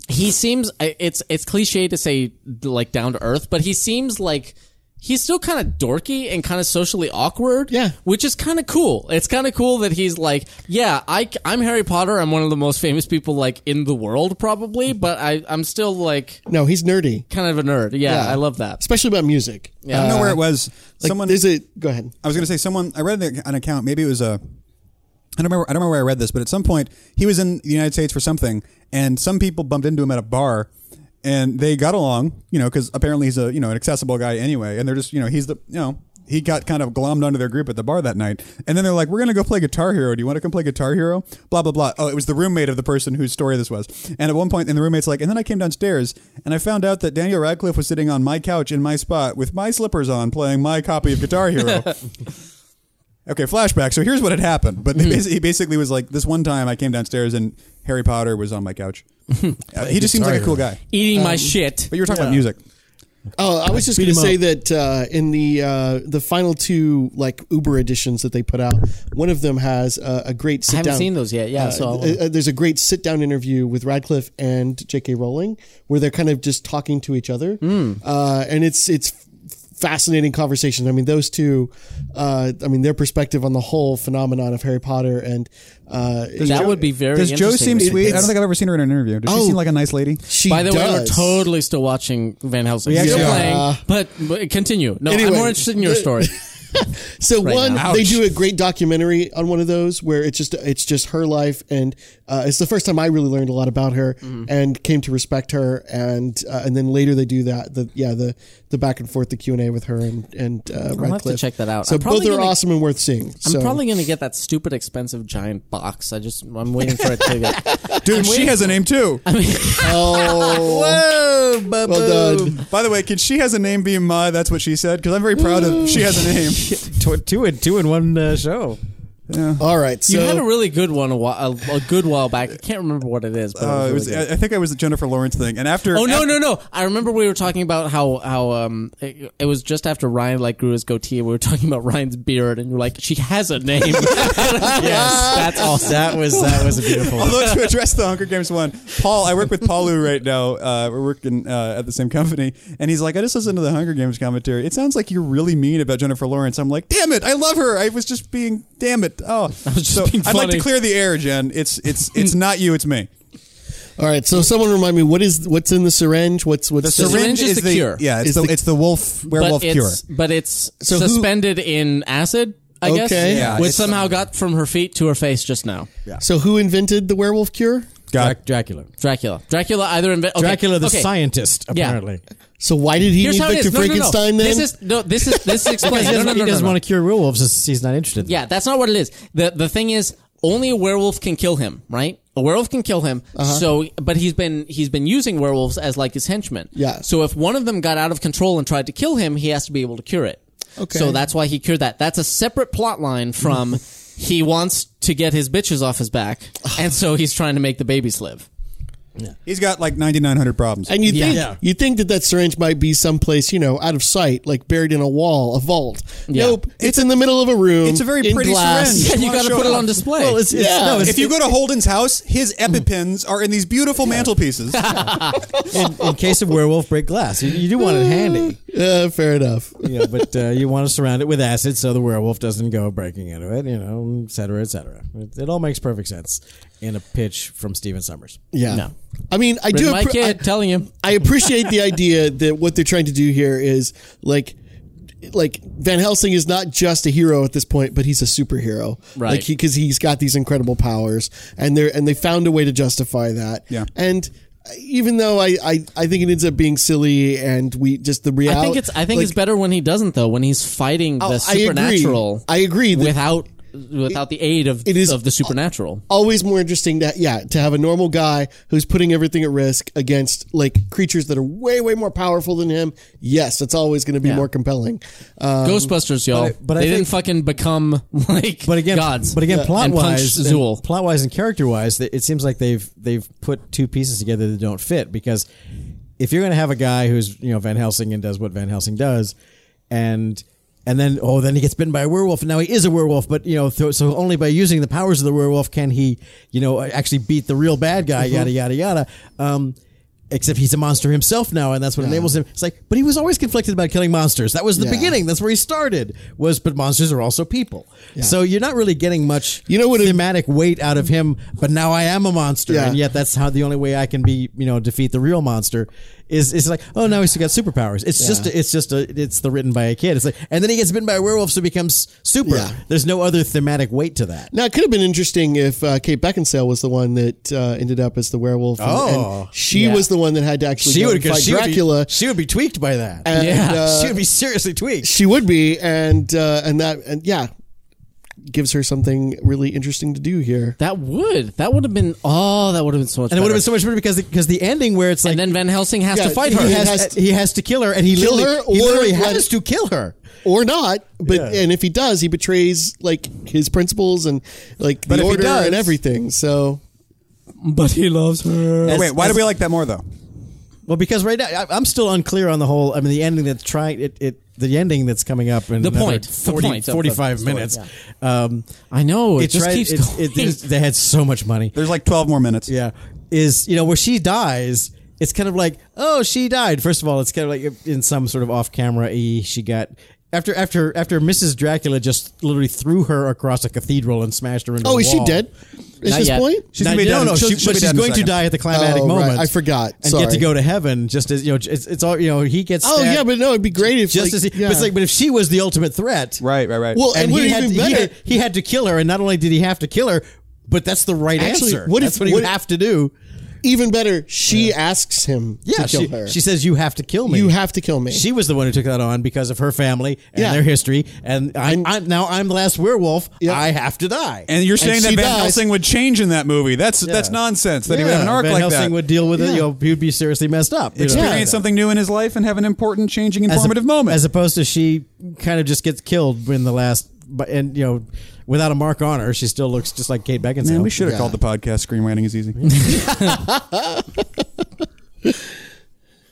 Speaker 2: he seems I- it's it's cliche to say like down to earth, but he seems like. He's still kind of dorky and kind of socially awkward.
Speaker 3: Yeah.
Speaker 2: Which is kind of cool. It's kind of cool that he's like, yeah, I, am Harry Potter. I'm one of the most famous people, like, in the world, probably, but I, I'm still, like,
Speaker 3: no, he's nerdy,
Speaker 2: kind of a nerd. Yeah,
Speaker 3: Yeah.
Speaker 2: I love that.
Speaker 3: especially about music. Uh,
Speaker 1: I
Speaker 2: Yeah.
Speaker 1: don't know where it was. someone
Speaker 3: there's a go ahead.
Speaker 1: I was going to say someone. I read an account. Maybe it was a. I don't remember. I don't remember where I read this, but at some point he was in the United States for something, and some people bumped into him at a bar, and they got along, you know, because apparently he's a you know an accessible guy anyway, and they're just you know he's the you know he got kind of glommed onto their group at the bar that night, and then they're like, "We're going to go play Guitar Hero. Do you want to come play Guitar Hero?" Blah blah blah. Oh, it was the roommate of the person whose story this was, and at one point, and the roommate's like, and then I came downstairs and I found out that Daniel Radcliffe was sitting on my couch in my spot with my slippers on, playing my copy of Guitar Hero. Okay, flashback. So here's what had happened. But they basi- he basically was like, this one time I came downstairs and Harry Potter was on my couch. Uh, he just seems like a cool guy.
Speaker 2: eating my shit.
Speaker 1: But you were talking about music.
Speaker 3: Oh, I was just
Speaker 4: beat
Speaker 3: going to
Speaker 4: him
Speaker 3: say
Speaker 4: up.
Speaker 3: that uh, in the uh, the final two like Uber editions that they put out, one of them has uh, a great sit
Speaker 2: I haven't
Speaker 3: down.
Speaker 2: seen those yet. Yeah,
Speaker 3: uh,
Speaker 2: so I'll-
Speaker 3: uh, uh, there's a great sit down interview with Radcliffe and J.K. Rowling where they're kind of just talking to each other,
Speaker 2: Hmm.
Speaker 3: uh, and it's it's fascinating conversation. I mean, those two, uh, I mean, their perspective on the whole phenomenon of Harry Potter and uh,
Speaker 2: that would be very.
Speaker 1: Does Joe
Speaker 2: interesting.
Speaker 1: seem sweet? I don't think I've ever seen her in an interview. Does she
Speaker 3: Oh.
Speaker 1: seem like a nice lady?
Speaker 3: she
Speaker 2: By the way, we're
Speaker 3: does.
Speaker 2: totally still watching Van Helsing.
Speaker 1: actually
Speaker 2: Still
Speaker 1: are.
Speaker 2: playing, but, but continue. No, I'm
Speaker 3: Anyway.
Speaker 2: more interested in your story.
Speaker 3: So
Speaker 2: Right
Speaker 3: one,
Speaker 2: now.
Speaker 3: they
Speaker 2: Ouch.
Speaker 3: do a great documentary on one of those where it's just it's just her life, and uh, it's the first time I really learned a lot about her
Speaker 2: Mm-hmm.
Speaker 3: and came to respect her, and uh, and then later they do that the yeah the the back and forth the Q and A with her and and uh, Radcliffe.
Speaker 2: check that out.
Speaker 3: So
Speaker 2: I'm
Speaker 3: both
Speaker 2: probably
Speaker 3: are
Speaker 2: gonna-
Speaker 3: awesome and worth seeing.
Speaker 2: I'm
Speaker 3: So
Speaker 2: probably gonna get that stupid expensive giant box. I just I'm waiting for it to get.
Speaker 1: Dude, she has a name too. oh. Whoa. Boo.
Speaker 3: Well done.
Speaker 1: By the way, can she has a name be my? That's what she said. Because I'm very proud of she has a name.
Speaker 4: Two, two in two in one uh, show.
Speaker 3: all right. So
Speaker 2: you had a really good one a, while, a, a good while back. I can't remember what it is. But
Speaker 1: Uh, it
Speaker 2: it was
Speaker 1: was,
Speaker 2: really good.
Speaker 1: I I think I was the Jennifer Lawrence thing. And after.
Speaker 2: Oh no no no! I remember we were talking about how how um it, it was just after Ryan like grew his goatee. and We were talking about Ryan's beard, and you're like, she has a name. yes, that's awesome.
Speaker 4: That was that was a beautiful. one.
Speaker 1: Although to address the Hunger Games one, Paul, I work with Paulu right now. Uh, we're working uh, at the same company, and he's like, "I just listened to the Hunger Games commentary. It sounds like you're really mean about Jennifer Lawrence." I'm like, "Damn it, I love her. I was just being, damn it. Oh,
Speaker 2: just
Speaker 1: so
Speaker 2: being
Speaker 1: I'd like to
Speaker 2: funny.
Speaker 1: clear the air, Jen. It's it's it's not you, it's me.
Speaker 3: all right. So someone remind me what is what's in the syringe? What's what's
Speaker 2: The syringe is the cure.
Speaker 1: Yeah, it's
Speaker 3: Is
Speaker 1: the,
Speaker 3: the-
Speaker 1: it's the wolf werewolf
Speaker 2: But
Speaker 1: cure.
Speaker 2: it's but it's
Speaker 3: So who-
Speaker 2: suspended in acid. I guess,
Speaker 3: Okay.
Speaker 1: Yeah,
Speaker 2: which
Speaker 1: it's-
Speaker 2: somehow got from her feet to her face just now.
Speaker 3: So who invented the werewolf cure?
Speaker 1: Got
Speaker 4: Drac- Dracula.
Speaker 2: Dracula, Dracula either invented
Speaker 4: Dracula the
Speaker 2: okay.
Speaker 4: scientist
Speaker 2: Yeah.
Speaker 4: apparently.
Speaker 3: So why did he
Speaker 2: Here's
Speaker 3: need
Speaker 2: how it
Speaker 3: Victor
Speaker 2: is. No, no, no.
Speaker 3: Frankenstein then?
Speaker 2: This is no. This is this explains. no, no, no,
Speaker 4: he
Speaker 2: no,
Speaker 4: doesn't
Speaker 2: no.
Speaker 4: want to cure werewolves. He's- He's not interested.
Speaker 2: Yeah, that's not what it is. The the thing is, only a werewolf can kill him, right? A werewolf can kill him. So, but he's been he's been using werewolves as like his henchmen.
Speaker 3: Yeah.
Speaker 2: So if one of them got out of control and tried to kill him, he has to be able to cure it.
Speaker 3: Okay.
Speaker 2: So that's why he cured that. That's a separate plot line from he wants to get his bitches off his back, and so he's trying to make the babies live.
Speaker 1: he's got like 9900 problems.
Speaker 3: And you
Speaker 2: Yeah.
Speaker 3: think
Speaker 4: Yeah.
Speaker 3: you think that that syringe might be someplace you know out of sight, like buried in a wall, a vault.
Speaker 2: Yeah.
Speaker 3: Nope, it's, in the middle of a room.
Speaker 1: it's a very
Speaker 3: in
Speaker 1: pretty syringe.
Speaker 3: glass.
Speaker 2: Yeah, you
Speaker 1: Come
Speaker 2: got to
Speaker 1: show
Speaker 2: put it
Speaker 1: off.
Speaker 2: on display.
Speaker 4: Well, it's, it's
Speaker 3: Yeah.
Speaker 4: no. It's,
Speaker 1: If you go to Holden's house, his epipens are in these beautiful mantelpieces.
Speaker 4: in, in case of werewolf, break glass. You, you do
Speaker 2: Mm.
Speaker 4: want it handy,
Speaker 3: Uh, fair enough.
Speaker 4: you know, but uh, you want to surround it with acid so the werewolf doesn't go breaking into it, you know, et cetera, et cetera. It, it all makes perfect sense in a pitch from Steven Summers.
Speaker 3: Yeah.
Speaker 2: No.
Speaker 3: I mean, I
Speaker 2: Written
Speaker 3: do.
Speaker 2: by a
Speaker 3: appre-
Speaker 2: kid
Speaker 3: I-
Speaker 2: telling you.
Speaker 3: I appreciate the idea that what they're trying to do here is like like Van Helsing is not just a hero at this point, but he's a superhero,
Speaker 2: Right.
Speaker 3: Like because he's got these incredible powers, and they are and they found a way to justify that.
Speaker 1: Yeah.
Speaker 3: and even though I, I I think it ends up being silly, and we just the reality.
Speaker 2: I think it's I think it's better when he doesn't though when he's fighting
Speaker 4: Oh,
Speaker 2: the
Speaker 3: I agree.
Speaker 2: supernatural.
Speaker 3: I agree that-
Speaker 2: without without the aid of
Speaker 3: is-
Speaker 2: of the supernatural.
Speaker 3: always more interesting to yeah to have a normal guy who's putting everything at risk against like creatures that are way way more powerful than him. Yes, it's always going to be
Speaker 2: Yeah.
Speaker 3: more compelling.
Speaker 2: Ghostbusters, y'all,
Speaker 4: uh, um, but I- but I
Speaker 2: they
Speaker 4: think-
Speaker 2: didn't fucking become like
Speaker 4: But again,
Speaker 2: gods.
Speaker 4: But again, plot
Speaker 2: And punch
Speaker 4: wise,
Speaker 2: Zool.
Speaker 4: plot wise, and character wise, it seems like they've they've put two pieces together that don't fit because if you're going to have a guy who's you know Van Helsing and does what Van Helsing does, and and then oh then he gets bitten by a werewolf and now he is a werewolf, but you know th- so only by using the powers of the werewolf can he you know actually beat the real bad guy
Speaker 2: Mm-hmm.
Speaker 4: yada yada yada. Um, Except he's a monster himself now, and that's what enables him. It's like, but he was always conflicted about killing monsters. That was the
Speaker 3: Yeah.
Speaker 4: beginning. That's where he started. Was but monsters are also people. So you're not really getting much
Speaker 3: You know what it-
Speaker 4: thematic weight out of him, but now I am a monster,
Speaker 3: Yeah.
Speaker 4: and yet that's how the only way I can be, you know, defeat the real monster is is like, oh, now he's got superpowers. It's just, a, it's just a, it's the written by a kid. It's like, and then he gets bitten by a werewolf, so he becomes super.
Speaker 3: Yeah.
Speaker 4: There's no other thematic weight to that.
Speaker 3: Now it could have been interesting if uh, Kate Beckinsale was the one that uh, ended up as the werewolf. and-
Speaker 4: Oh.
Speaker 3: and she
Speaker 2: Yeah.
Speaker 3: was the one that had to actually go and fight Dracula.
Speaker 4: Would be, she would be tweaked by that.
Speaker 3: and,
Speaker 2: Yeah.
Speaker 3: uh,
Speaker 4: she would be seriously tweaked.
Speaker 3: she would be, and uh, and that and yeah, gives her something really interesting to do here.
Speaker 2: that would that would have been oh that would have been so much.
Speaker 4: And it would
Speaker 2: better.
Speaker 4: have been so much better because the, because the ending where it's like
Speaker 2: and then Van Helsing has
Speaker 3: Yeah,
Speaker 2: to fight
Speaker 3: he
Speaker 2: her.
Speaker 4: he
Speaker 3: has-
Speaker 4: has, he has to kill her, and he
Speaker 3: Kill
Speaker 4: literally,
Speaker 3: her
Speaker 4: he
Speaker 3: or
Speaker 4: literally
Speaker 3: let-
Speaker 4: has to kill her.
Speaker 3: or not. But
Speaker 4: Yeah.
Speaker 3: and if he does, he betrays like his principles and like
Speaker 1: But if
Speaker 3: the
Speaker 1: he
Speaker 3: order
Speaker 1: does-
Speaker 3: and everything. So
Speaker 2: but he loves her.
Speaker 1: Wait, why
Speaker 4: as-
Speaker 1: do we like that more though?
Speaker 4: Well, because right now I, I'm still unclear on the whole. I mean, the ending that's trying it, it the ending that's coming up in
Speaker 2: The
Speaker 4: another
Speaker 2: point. The
Speaker 4: 40,
Speaker 2: point of the
Speaker 4: 45
Speaker 2: story,
Speaker 4: minutes. Um,
Speaker 2: I know it
Speaker 4: it's
Speaker 2: just
Speaker 4: right.
Speaker 2: keeps
Speaker 4: it's-
Speaker 2: going.
Speaker 4: it- there's- they had so much money.
Speaker 1: There's like 12 more minutes.
Speaker 4: Yeah, is you know where she dies. It's kind of like oh she died. First of all, it's kind of like in some sort of off camera. E she got. After after after Mrs. Dracula just literally threw her across a cathedral and smashed her into
Speaker 3: Oh,
Speaker 4: a
Speaker 3: is she
Speaker 4: wall.
Speaker 3: dead? at
Speaker 2: Not
Speaker 3: this
Speaker 2: yet.
Speaker 3: point?
Speaker 1: She's
Speaker 4: Now,
Speaker 1: gonna be
Speaker 4: no,
Speaker 1: dead in
Speaker 4: no,
Speaker 1: a- she'll-
Speaker 4: she-
Speaker 1: she'll be
Speaker 4: but
Speaker 1: dead in
Speaker 4: she's
Speaker 1: a
Speaker 4: going to
Speaker 1: second.
Speaker 4: die at the climactic
Speaker 3: Oh, right.
Speaker 4: moment.
Speaker 3: I forgot.
Speaker 4: and
Speaker 3: Sorry.
Speaker 4: get to go to heaven. Just as you know, it's, it's all you know. He gets.
Speaker 3: Oh
Speaker 4: stabbed
Speaker 3: yeah, but no, it'd be great if
Speaker 4: just
Speaker 3: like,
Speaker 4: as he,
Speaker 3: yeah.
Speaker 4: but it's like, but if she was the ultimate threat,
Speaker 1: Right, right, right.
Speaker 3: Well,
Speaker 4: and
Speaker 3: and what
Speaker 4: he
Speaker 3: if
Speaker 4: had,
Speaker 3: even
Speaker 4: he,
Speaker 3: better-
Speaker 4: had, he had to kill her, and not only did he have to kill her, but that's the right
Speaker 3: Actually,
Speaker 4: answer.
Speaker 3: what if-
Speaker 4: that's what, he
Speaker 3: what
Speaker 4: would
Speaker 3: if-
Speaker 4: have to do.
Speaker 3: even better, she asks him
Speaker 4: Yeah,
Speaker 3: to kill
Speaker 4: she,
Speaker 3: her.
Speaker 4: she says you have to kill me.
Speaker 3: you have to kill me.
Speaker 4: She was the one who took that on because of her family and
Speaker 3: Yeah.
Speaker 4: their history, and I'm, I'm now I'm the last werewolf.
Speaker 3: Yep.
Speaker 4: I have to die.
Speaker 1: and you're saying that
Speaker 3: she
Speaker 1: Van
Speaker 3: dies.
Speaker 1: Helsing would change in that movie? That's that's nonsense. That he would have an
Speaker 4: Yeah,
Speaker 1: arc
Speaker 4: Van
Speaker 1: like
Speaker 4: Helsing
Speaker 1: that.
Speaker 4: would deal with it.
Speaker 3: Yeah.
Speaker 4: You know, he'd be seriously messed up. you know.
Speaker 1: experience
Speaker 3: Yeah.
Speaker 1: something new in his life and have an important, changing,
Speaker 4: As a-
Speaker 1: informative moment.
Speaker 4: as opposed to she kind of just gets killed in the last. But and you know, without a mark on her, she still looks just like Kate Beckinsale.
Speaker 1: Man, we should have
Speaker 3: Yeah.
Speaker 1: called the podcast "Screenwriting is Easy."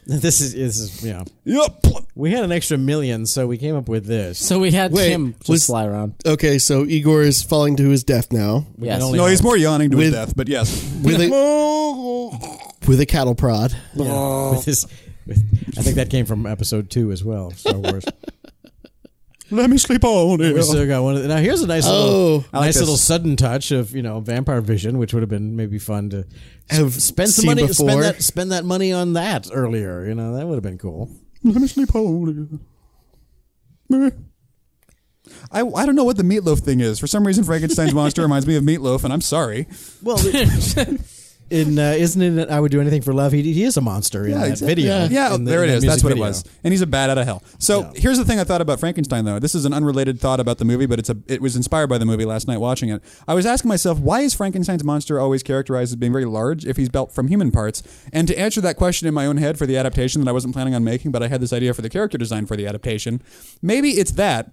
Speaker 4: This is this is you know,
Speaker 1: yep.
Speaker 4: we had an extra million, so we came up with this.
Speaker 2: So we had
Speaker 3: Wait,
Speaker 2: him just
Speaker 3: was-
Speaker 2: fly around.
Speaker 3: okay, so Igor is falling to his death now
Speaker 2: Yes.
Speaker 4: can only-
Speaker 1: No, he's more yawning to his
Speaker 3: With-
Speaker 1: death, but yes.
Speaker 3: with a with a cattle prod.
Speaker 4: Yeah, with this, with, I think that came from episode two as well. Star Wars.
Speaker 1: Let me sleep on
Speaker 4: We
Speaker 1: it.
Speaker 4: still got one. Of the, now here's a nice little,
Speaker 3: Oh.
Speaker 1: like
Speaker 4: nice
Speaker 1: this.
Speaker 4: little sudden touch of you know vampire vision, which would have been maybe fun to
Speaker 3: Have
Speaker 4: spend some
Speaker 3: seen
Speaker 4: money,
Speaker 3: before.
Speaker 4: spend that, spend that money on that earlier. You know that would have been cool.
Speaker 1: Let me sleep on it. Meh. I, I don't know what the meatloaf thing is. For some reason, Frankenstein's monster reminds me of meatloaf, and I'm sorry.
Speaker 4: Well, it- in uh, isn't it? that I would do anything for love. He, he is a monster in that
Speaker 1: exactly.
Speaker 4: video.
Speaker 1: Yeah,
Speaker 4: in the-
Speaker 1: there
Speaker 4: in
Speaker 1: it
Speaker 4: that
Speaker 1: is. That's
Speaker 4: music
Speaker 1: what
Speaker 4: video.
Speaker 1: it was. And he's a bat out of hell. So here's the thing I thought about Frankenstein, though. This is an unrelated thought about the movie, but it's a it was inspired by the movie last night watching it. I was asking myself, why is Frankenstein's monster always characterized as being very large if he's built from human parts? And to answer that question in my own head for the adaptation that I wasn't planning on making, but I had this idea for the character design for the adaptation, maybe it's that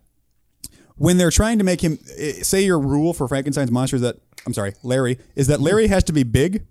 Speaker 1: when they're trying to make him eh, say your rule for Frankenstein's monster is that I'm sorry, Larry is that Larry has to be big.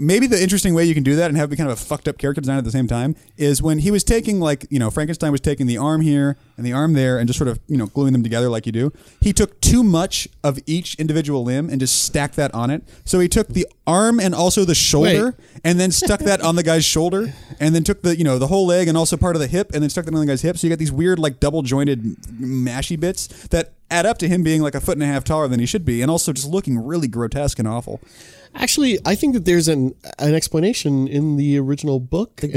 Speaker 1: Maybe the interesting way you can do that and have it be kind of a fucked up character design at the same time is when he was taking like you know Frankenstein was taking the arm here and the arm there and just sort of you know gluing them together like you do. He took too much of each individual limb and just stacked that on it. So he took the arm and also the shoulder
Speaker 3: Wait.
Speaker 1: and then stuck that on the guy's shoulder, and then took the you know the whole leg and also part of the hip, and then stuck that on the guy's hip. So you got these weird like double jointed mashy bits that add up to him being like a foot and a half taller than he should be, and also just looking really grotesque and awful.
Speaker 3: Actually, I think that there's an an explanation in the original book and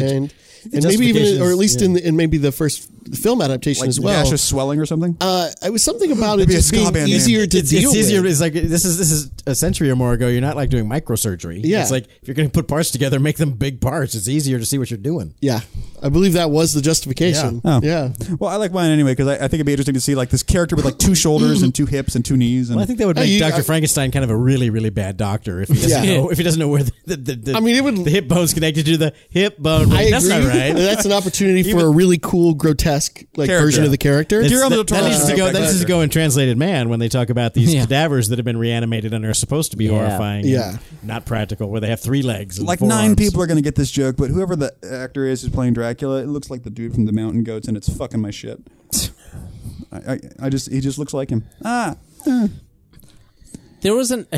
Speaker 3: and maybe even
Speaker 4: justification
Speaker 3: or at
Speaker 4: is-
Speaker 3: least in the, in maybe the first film adaptation
Speaker 1: Like
Speaker 3: as well.
Speaker 1: gaseous swelling or something.
Speaker 3: uh, it was something about it
Speaker 1: Maybe a
Speaker 3: just
Speaker 1: ska
Speaker 3: being
Speaker 1: band name.
Speaker 3: easier to
Speaker 4: It's,
Speaker 3: deal
Speaker 4: it's easier.
Speaker 3: with.
Speaker 4: It's like this is this is a century or more ago. You're not like doing microsurgery.
Speaker 3: Yeah.
Speaker 4: It's like if you're going to put parts together, make them big parts. It's easier to see what you're doing.
Speaker 3: Yeah, I believe that was the justification.
Speaker 1: Oh.
Speaker 3: Yeah,
Speaker 1: well, I like mine anyway because I, I think it'd be interesting to see like this character with like two shoulders and two hips and two knees. And
Speaker 4: Well, I think that would
Speaker 3: Hey,
Speaker 4: make
Speaker 3: you-
Speaker 4: Doctor
Speaker 3: I-
Speaker 4: Frankenstein kind of a really, really bad doctor if he doesn't
Speaker 3: Yeah.
Speaker 4: know if he doesn't know where the, the, the, the-
Speaker 3: I mean, it would-
Speaker 4: the hip bone's connected to the hip bone.
Speaker 3: I
Speaker 4: That's
Speaker 3: agree.
Speaker 4: not right.
Speaker 3: That's an opportunity for a really cool, grotesque like
Speaker 1: Character.
Speaker 3: version of the character.
Speaker 1: It's- Dear
Speaker 4: that,
Speaker 1: Elmer
Speaker 4: that
Speaker 1: Torrado
Speaker 4: needs
Speaker 1: is
Speaker 4: to
Speaker 1: a
Speaker 4: go.
Speaker 1: bad
Speaker 4: That needs to
Speaker 1: actor.
Speaker 4: go in translated man when they talk about these
Speaker 2: Yeah.
Speaker 4: cadavers that have been reanimated and are supposed to be
Speaker 2: Yeah.
Speaker 4: horrifying.
Speaker 3: Yeah.
Speaker 4: and not practical. Where they have three legs. And
Speaker 1: like
Speaker 4: four
Speaker 1: nine
Speaker 4: arms.
Speaker 1: people are going to get this joke, but whoever the actor is who's playing Dracula, it looks like the dude from the Mountain Goats, and it's fucking my shit. I, I, I just he just looks like him. Ah,
Speaker 2: There was an.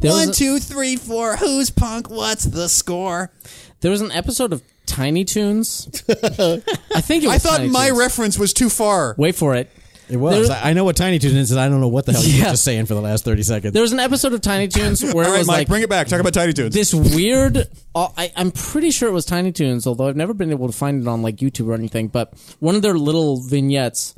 Speaker 2: There was a-
Speaker 5: One, two, three, four. Who's punk? What's the score?
Speaker 2: There was an episode of Tiny Toons. I think it was
Speaker 1: I thought
Speaker 2: Tiny
Speaker 1: my
Speaker 2: Toons.
Speaker 1: reference was too far.
Speaker 2: Wait for it.
Speaker 4: It was.
Speaker 2: There-
Speaker 4: I I know what Tiny Toons is. I don't know what the hell you
Speaker 2: Yeah.
Speaker 4: were just saying for the last thirty seconds.
Speaker 2: There was an episode of Tiny Toons where
Speaker 1: All
Speaker 2: it
Speaker 1: right,
Speaker 2: was
Speaker 1: Mike,
Speaker 2: like
Speaker 1: bring it back. Talk about Tiny Toons.
Speaker 2: this weird. Uh, I, I'm pretty sure it was Tiny Toons, although I've never been able to find it on like YouTube or anything. But one of their little vignettes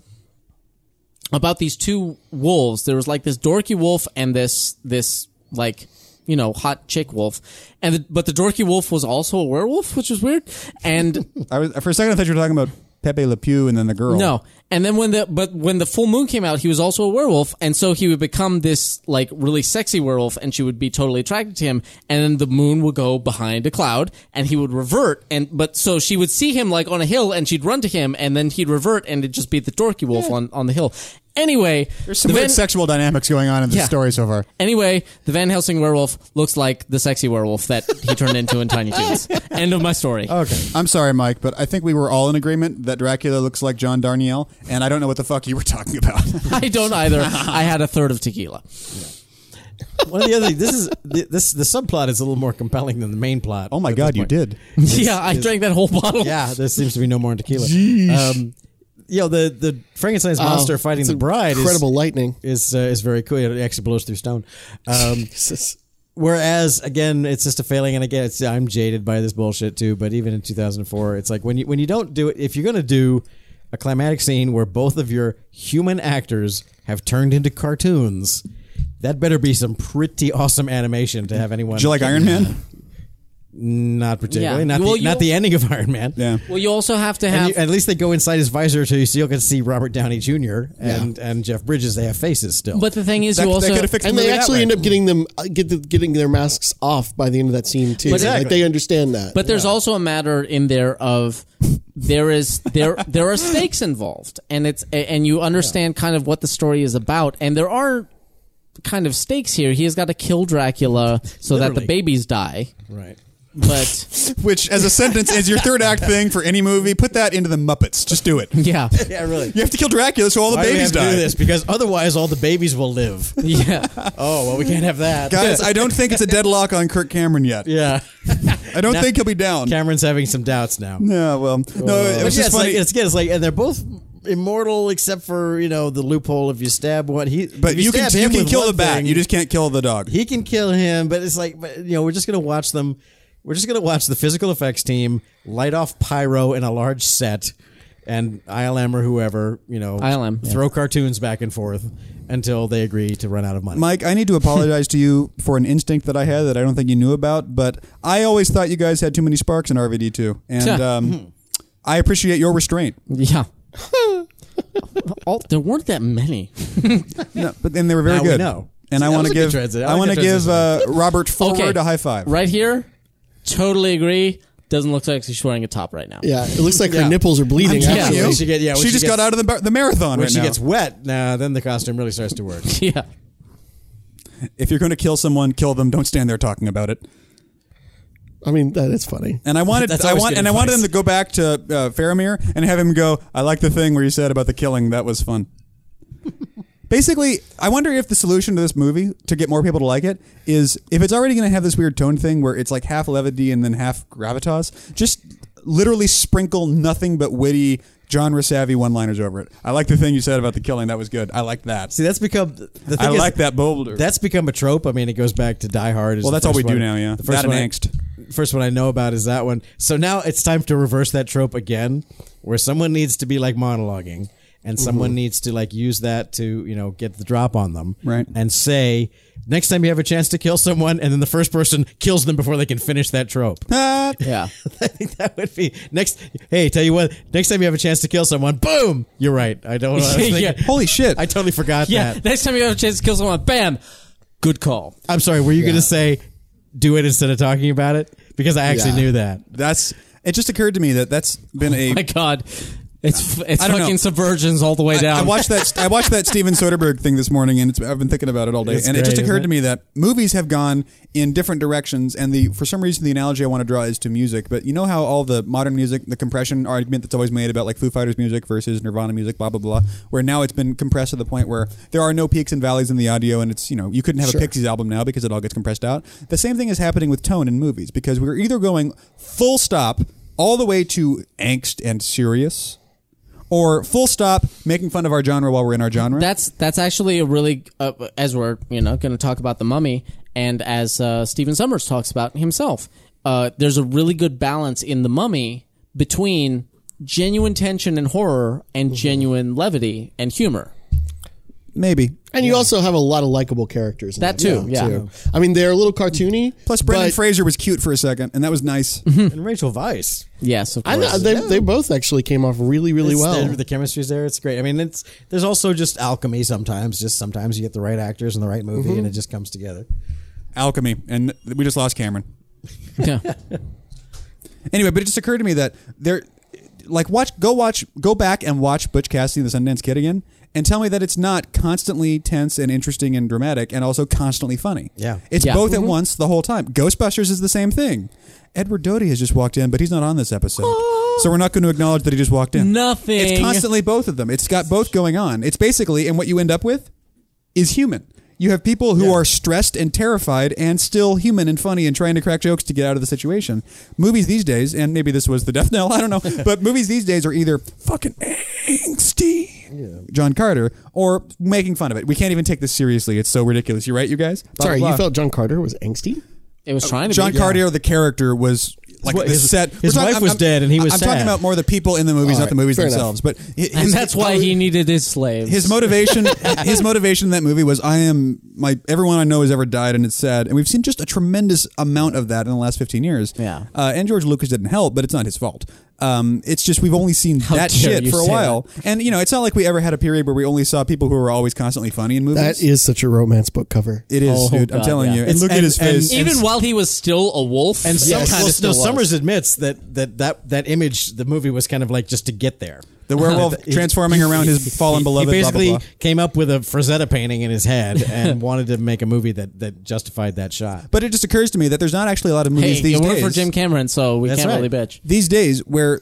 Speaker 2: about these two wolves. There was like this dorky wolf and this this like you know hot chick wolf, and the, but the dorky wolf was also a werewolf, which was weird. And
Speaker 1: I was, for a second, I thought you were talking about Pepe Le Pew and then the girl.
Speaker 2: No, and then when the but when the full moon came out, he was also a werewolf, and so he would become this like really sexy werewolf, and she would be totally attracted to him, and then the moon would go behind a cloud, and he would revert, and but so she would see him like on a hill, and she'd run to him, and then he'd revert, and it'd just be the dorky wolf on on the hill. Anyway,
Speaker 1: there's some weird sexual dynamics going on in this
Speaker 2: Yeah.
Speaker 1: story so far.
Speaker 2: Anyway, the Van Helsing werewolf looks like the sexy werewolf that he turned into in Tiny Toons. End of my story.
Speaker 1: Okay, I'm sorry, Mike, but I think we were all in agreement that Dracula looks like John Darnielle, and I don't know what the fuck you were talking about.
Speaker 2: I don't either. I had a third of tequila.
Speaker 4: One of the other things. This is the, this. The subplot is a little more compelling than the main plot.
Speaker 1: oh my
Speaker 4: at this
Speaker 1: god, you
Speaker 4: point.
Speaker 1: did.
Speaker 2: yeah, I drank that whole bottle.
Speaker 4: Yeah, there seems to be no more in tequila. Um, you know, the the Frankenstein's monster fighting
Speaker 3: Oh, It's
Speaker 4: the bride
Speaker 3: incredible
Speaker 4: is
Speaker 3: lightning.
Speaker 4: is, uh, is very cool. It actually blows through stone. Um,
Speaker 3: Jesus.
Speaker 4: Whereas again, it's just a failing, and again, it's, I'm jaded by this bullshit too. But even in 2004, it's like when you when you don't do it, if you're gonna do a climatic scene where both of your human actors have turned into cartoons, that better be some pretty awesome animation to have anyone.
Speaker 1: Did you like Iron Man?
Speaker 4: Not particularly.
Speaker 2: Yeah.
Speaker 4: Not
Speaker 2: Well,
Speaker 4: the not
Speaker 2: you-
Speaker 4: the ending of Iron Man.
Speaker 1: Yeah.
Speaker 2: Well, you also have to
Speaker 4: And
Speaker 2: have.
Speaker 4: you, at least they go inside his visor, so you still can see Robert Downey Jr. and and Jeff Bridges. They have faces still.
Speaker 2: but the thing is,
Speaker 1: That,
Speaker 2: you also
Speaker 1: that could have fixed
Speaker 3: and
Speaker 1: the
Speaker 3: they
Speaker 1: movie that
Speaker 3: actually
Speaker 1: way.
Speaker 3: end up getting them uh, get the, getting their masks off by the end of that scene too.
Speaker 2: Exactly.
Speaker 3: Like they understand that.
Speaker 2: But there's also a matter in there of there is there there are stakes involved, and it's and you understand kind of what the story is about, and there are kind of stakes here. He has got to kill Dracula so that the
Speaker 4: Literally.
Speaker 2: babies die,
Speaker 4: right.
Speaker 2: but
Speaker 1: Which, as a sentence, is your third act thing for any movie. Put that into the Muppets. Just do it.
Speaker 2: yeah,
Speaker 4: Yeah, really.
Speaker 1: You have to kill Dracula so all the
Speaker 4: Why do we
Speaker 1: babies
Speaker 4: have to
Speaker 1: die.
Speaker 4: do this? Because otherwise, all the babies will live.
Speaker 2: yeah.
Speaker 4: oh well, we can't have that,
Speaker 1: Guys, I don't think it's a deadlock on Kirk Cameron yet.
Speaker 4: yeah,
Speaker 1: I don't think he'll be down.
Speaker 4: Cameron's having some doubts now.
Speaker 1: yeah, well, no, it
Speaker 4: But
Speaker 1: was
Speaker 4: yeah,
Speaker 1: just
Speaker 4: it's
Speaker 1: funny.
Speaker 4: like it's, again, it's like, and they're both immortal except for you know the loophole if you stab one. He,
Speaker 1: but
Speaker 4: if you,
Speaker 1: you can
Speaker 4: stab
Speaker 1: you
Speaker 4: him
Speaker 1: can
Speaker 4: with
Speaker 1: kill
Speaker 4: one
Speaker 1: the bat.
Speaker 4: thing,
Speaker 1: you just can't kill the dog.
Speaker 4: he can kill him, but it's like, but, you know, we're just gonna watch them. We're just gonna watch the physical effects team light off pyro in a large set, and ILM or whoever, you know,
Speaker 2: ILM, yeah.
Speaker 4: throw cartoons back and forth until they agree to run out of money.
Speaker 1: Mike, I need to apologize to you for an instinct that I had that I don't think you knew about, but I always thought you guys had too many sparks in RVD2. And
Speaker 2: Yeah.
Speaker 4: Mm-hmm.
Speaker 1: um, I appreciate your restraint.
Speaker 2: Yeah. All, there weren't that many.
Speaker 1: No, but then they were very
Speaker 4: Now we
Speaker 1: good.
Speaker 4: know.
Speaker 1: And
Speaker 4: See,
Speaker 1: I
Speaker 4: that
Speaker 1: want to
Speaker 4: was a good
Speaker 1: give
Speaker 4: transit. I
Speaker 1: I
Speaker 4: like
Speaker 1: want to
Speaker 4: that
Speaker 1: give uh, Robert Forward
Speaker 2: Okay.
Speaker 1: a high five.
Speaker 2: Right here, totally agree. Doesn't look like she's wearing a top right now.
Speaker 3: yeah, it looks like her
Speaker 4: Yeah.
Speaker 3: nipples are bleeding.
Speaker 4: telling
Speaker 3: actually.
Speaker 1: You?
Speaker 4: When she get- yeah, when
Speaker 1: she,
Speaker 4: she
Speaker 1: just
Speaker 4: gets-
Speaker 1: got out of the, bar- the marathon
Speaker 4: when
Speaker 1: right
Speaker 4: she
Speaker 1: now.
Speaker 4: gets wet, now then the costume really starts to work.
Speaker 2: Yeah.
Speaker 1: if you're going to kill someone, kill them. Don't stand there talking about it.
Speaker 3: I mean, that is funny.
Speaker 1: And I wanted,
Speaker 4: That's
Speaker 1: I
Speaker 4: always
Speaker 1: want,
Speaker 4: good
Speaker 1: and I wanted
Speaker 4: advice.
Speaker 1: him to go back to uh, Faramir and have him go. I like the thing where you said about the killing. That was fun. Basically, I wonder if the solution to this movie to get more people to like it is if it's already going to have this weird tone thing where it's like half levity and then half gravitas. Just literally sprinkle nothing but witty, genre savvy one liners over it. I like the thing you said about the killing. That was good. I like that.
Speaker 4: See, that's become the thing
Speaker 1: I
Speaker 4: is,
Speaker 1: like that boulder.
Speaker 4: That's become a trope. I mean, it goes back to Die Hard. Is
Speaker 1: Well,
Speaker 4: the
Speaker 1: that's all
Speaker 4: first
Speaker 1: we do
Speaker 4: one-
Speaker 1: now, yeah.
Speaker 4: The
Speaker 1: That
Speaker 4: first
Speaker 1: and
Speaker 4: one I-
Speaker 1: angst.
Speaker 4: First one I know about is that one. So now it's time to reverse that trope again, where someone needs to be like monologuing, and someone
Speaker 1: Mm-hmm.
Speaker 4: needs to like use that to you know get the drop on them,
Speaker 1: Right.
Speaker 4: And say next time you have a chance to kill someone, and then the first person kills them before they can finish that trope.
Speaker 1: Ah,
Speaker 2: Yeah.
Speaker 4: I think that would be next. Hey, tell you what, next time you have a chance to kill someone, boom! You're right. I don't. know what I was
Speaker 2: Yeah.
Speaker 4: thinking.
Speaker 1: holy shit!
Speaker 4: I totally forgot
Speaker 2: Yeah.
Speaker 4: that.
Speaker 2: Next time you have a chance to kill someone, bam. Good call.
Speaker 4: I'm sorry, were you going to say do it instead of talking about it? Because I actually
Speaker 3: Yeah.
Speaker 4: knew that.
Speaker 1: that's. It just occurred to me that that's
Speaker 4: Oh,
Speaker 1: been a
Speaker 2: My God. It's f- it's
Speaker 1: I don't
Speaker 2: fucking
Speaker 1: know.
Speaker 2: subversions all the way down.
Speaker 1: I watched that. I watched that Steven Soderbergh thing this morning, and it's, I've been thinking about it all day.
Speaker 4: It's
Speaker 1: and it
Speaker 4: great,
Speaker 1: just occurred
Speaker 4: isn't
Speaker 1: to me that movies have gone in different directions, and the for some reason the analogy I want to draw is to music. But you know how all the modern music, the compression argument that's always made about like Foo Fighters music versus Nirvana music, blah blah blah, where now it's been compressed to the point where there are no peaks and valleys in the audio, and it's you know you couldn't have a Pixies album now because it all gets compressed out. The same thing is happening with tone in movies because we're either going full stop all the way to angst and serious or full stop making fun of our genre while we're in our genre.
Speaker 2: That's that's actually a really uh, as we're you know going to talk about the mummy and as uh, Stephen Summers talks about himself. Uh, there's a really good balance in the mummy between genuine tension and horror
Speaker 1: Mm-hmm.
Speaker 2: and genuine levity and humor.
Speaker 1: Maybe.
Speaker 3: And you also have a lot of likable characters. In
Speaker 2: That
Speaker 3: that,
Speaker 2: too, yeah.
Speaker 3: I mean, they're a little cartoony.
Speaker 1: Plus, Brendan
Speaker 3: but
Speaker 1: Fraser was cute for a second, and that was nice.
Speaker 4: Hmm. And Rachel Weisz.
Speaker 2: Yes, of
Speaker 3: I
Speaker 2: course.
Speaker 3: know, they, they both actually came off really, really well.
Speaker 4: The, the chemistry's there. It's great. I mean, it's there's also just alchemy sometimes. Just sometimes you get the right actors in the right movie and it just comes together.
Speaker 1: Alchemy, and we just lost Cameron.
Speaker 2: yeah.
Speaker 1: Anyway, but it just occurred to me that there, like, watch, go watch, go back and watch Butch Cassidy and the Sundance Kid again, and tell me that it's not constantly tense and interesting and dramatic, and also constantly funny.
Speaker 4: Yeah.
Speaker 1: it's
Speaker 2: Yeah. Mm-hmm.
Speaker 1: both at once the whole time. Ghostbusters is the same thing. Edward Doty has just walked in, but he's not on this episode, so we're not going to acknowledge that he just walked in.
Speaker 2: Oh. Nothing.
Speaker 1: It's constantly both of them. It's got both going on. It's basically, and what you end up with is human. you have people who are stressed and terrified and still human and funny and trying to crack jokes to get out of the situation. Movies these days, and maybe this was the death knell, I don't know, but movies these days are either fucking angsty, John Carter, or making fun of it. We can't even take this seriously. It's so ridiculous. You're right, you guys? Blah,
Speaker 3: Sorry,
Speaker 1: blah,
Speaker 3: you
Speaker 1: blah.
Speaker 3: felt John Carter was angsty.
Speaker 2: It was trying to
Speaker 1: John
Speaker 2: be.
Speaker 1: Carter, the character, was like
Speaker 4: His-
Speaker 1: the set.
Speaker 4: his wife was dead and he was
Speaker 1: I'm
Speaker 4: sad.
Speaker 1: talking about more the people in the movies, not the movies
Speaker 3: fair enough.
Speaker 1: themselves. But hi-
Speaker 2: and
Speaker 1: his-
Speaker 2: that's why he needed his slaves.
Speaker 1: his motivation his motivation in that movie was I am my everyone I know has ever died and it's sad and we've seen just a tremendous amount of that in the last 15 years
Speaker 2: Yeah.
Speaker 1: uh, and George Lucas didn't help but it's not his fault um, it's just we've only seen that
Speaker 2: dare
Speaker 1: shit
Speaker 2: you
Speaker 1: for a
Speaker 2: say
Speaker 1: while and you know it's not like we ever had a period where we only saw people who were always constantly funny in movies
Speaker 3: That is such a romance book cover.
Speaker 1: it is
Speaker 2: Oh,
Speaker 1: dude I'm
Speaker 2: God,
Speaker 1: telling
Speaker 2: yeah.
Speaker 1: you and
Speaker 4: It's-
Speaker 1: look at
Speaker 4: and-
Speaker 1: his
Speaker 4: and-
Speaker 1: face
Speaker 2: even while he was still a wolf,
Speaker 4: And
Speaker 2: some
Speaker 4: some
Speaker 2: kind
Speaker 4: well,
Speaker 2: of
Speaker 4: no,
Speaker 2: still was.
Speaker 4: Summers admits that that that that image, the movie was kind of like just to get there.
Speaker 1: the werewolf transforming around his fallen
Speaker 4: He-
Speaker 1: beloved
Speaker 4: he
Speaker 1: blah, blah,
Speaker 4: basically
Speaker 1: blah.
Speaker 4: came up with a Frazetta painting in his head and wanted to make a movie that that justified that shot.
Speaker 1: but it just occurs to me that there's not actually a lot of movies
Speaker 2: Hey,
Speaker 1: these
Speaker 2: it worked
Speaker 1: days
Speaker 2: for Jim Cameron, so we
Speaker 4: That's
Speaker 2: can't
Speaker 4: right.
Speaker 2: really bitch.
Speaker 1: these days where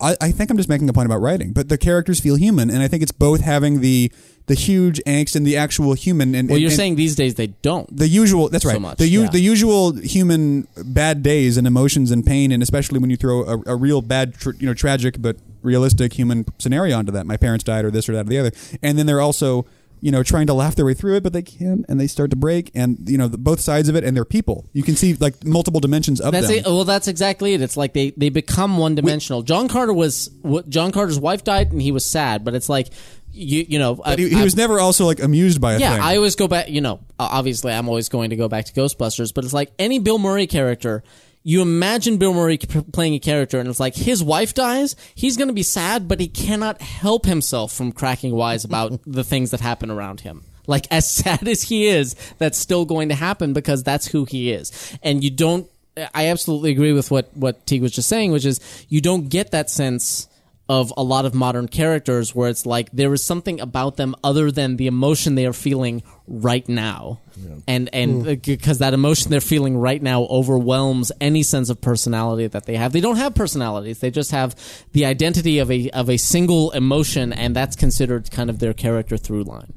Speaker 1: I, I think I'm just making a point about writing, but the characters feel human, and I think it's both having the the huge angst and the actual human. And
Speaker 2: Well,
Speaker 1: and-
Speaker 2: you're
Speaker 1: and
Speaker 2: saying these days they don't.
Speaker 1: the usual. That's
Speaker 2: so
Speaker 1: right.
Speaker 2: much,
Speaker 1: the u-
Speaker 2: yeah.
Speaker 1: the usual human bad days and emotions and pain, and especially when you throw a, a real bad, tr- you know, tragic but realistic human scenario onto that. My parents died, or this, or that, or the other, and then they're also. You know, trying to laugh their way through it, but they can't, and they start to break, and you know, the, both sides of it, and they're people. You can see like multiple dimensions of
Speaker 2: That's
Speaker 1: them.
Speaker 2: it. Well, that's exactly it. It's like they, they become one dimensional. John Carter was wh- John Carter's wife died and he was sad, but it's like you you know I,
Speaker 1: But he, he
Speaker 2: I-
Speaker 1: was never also like amused by a
Speaker 2: yeah.
Speaker 1: thing.
Speaker 2: I always go back. You know, o- obviously I'm always going to go back to Ghostbusters, but it's like any Bill Murray character. You imagine Bill Murray p- playing a character, and it's like his wife dies. He's going to be sad, but he cannot help himself from cracking wise about the things that happen around him. Like as sad as he is, that's still going to happen because that's who he is, and you don't I absolutely agree with what what Teague was just saying, which is you don't get that sense of a lot of modern characters where it's like there is something about them other than the emotion they are feeling right now, and and because that emotion they're feeling right now overwhelms any sense of personality that they have. They don't have personalities; they just have the identity of a of a single emotion, and that's considered kind of their character through line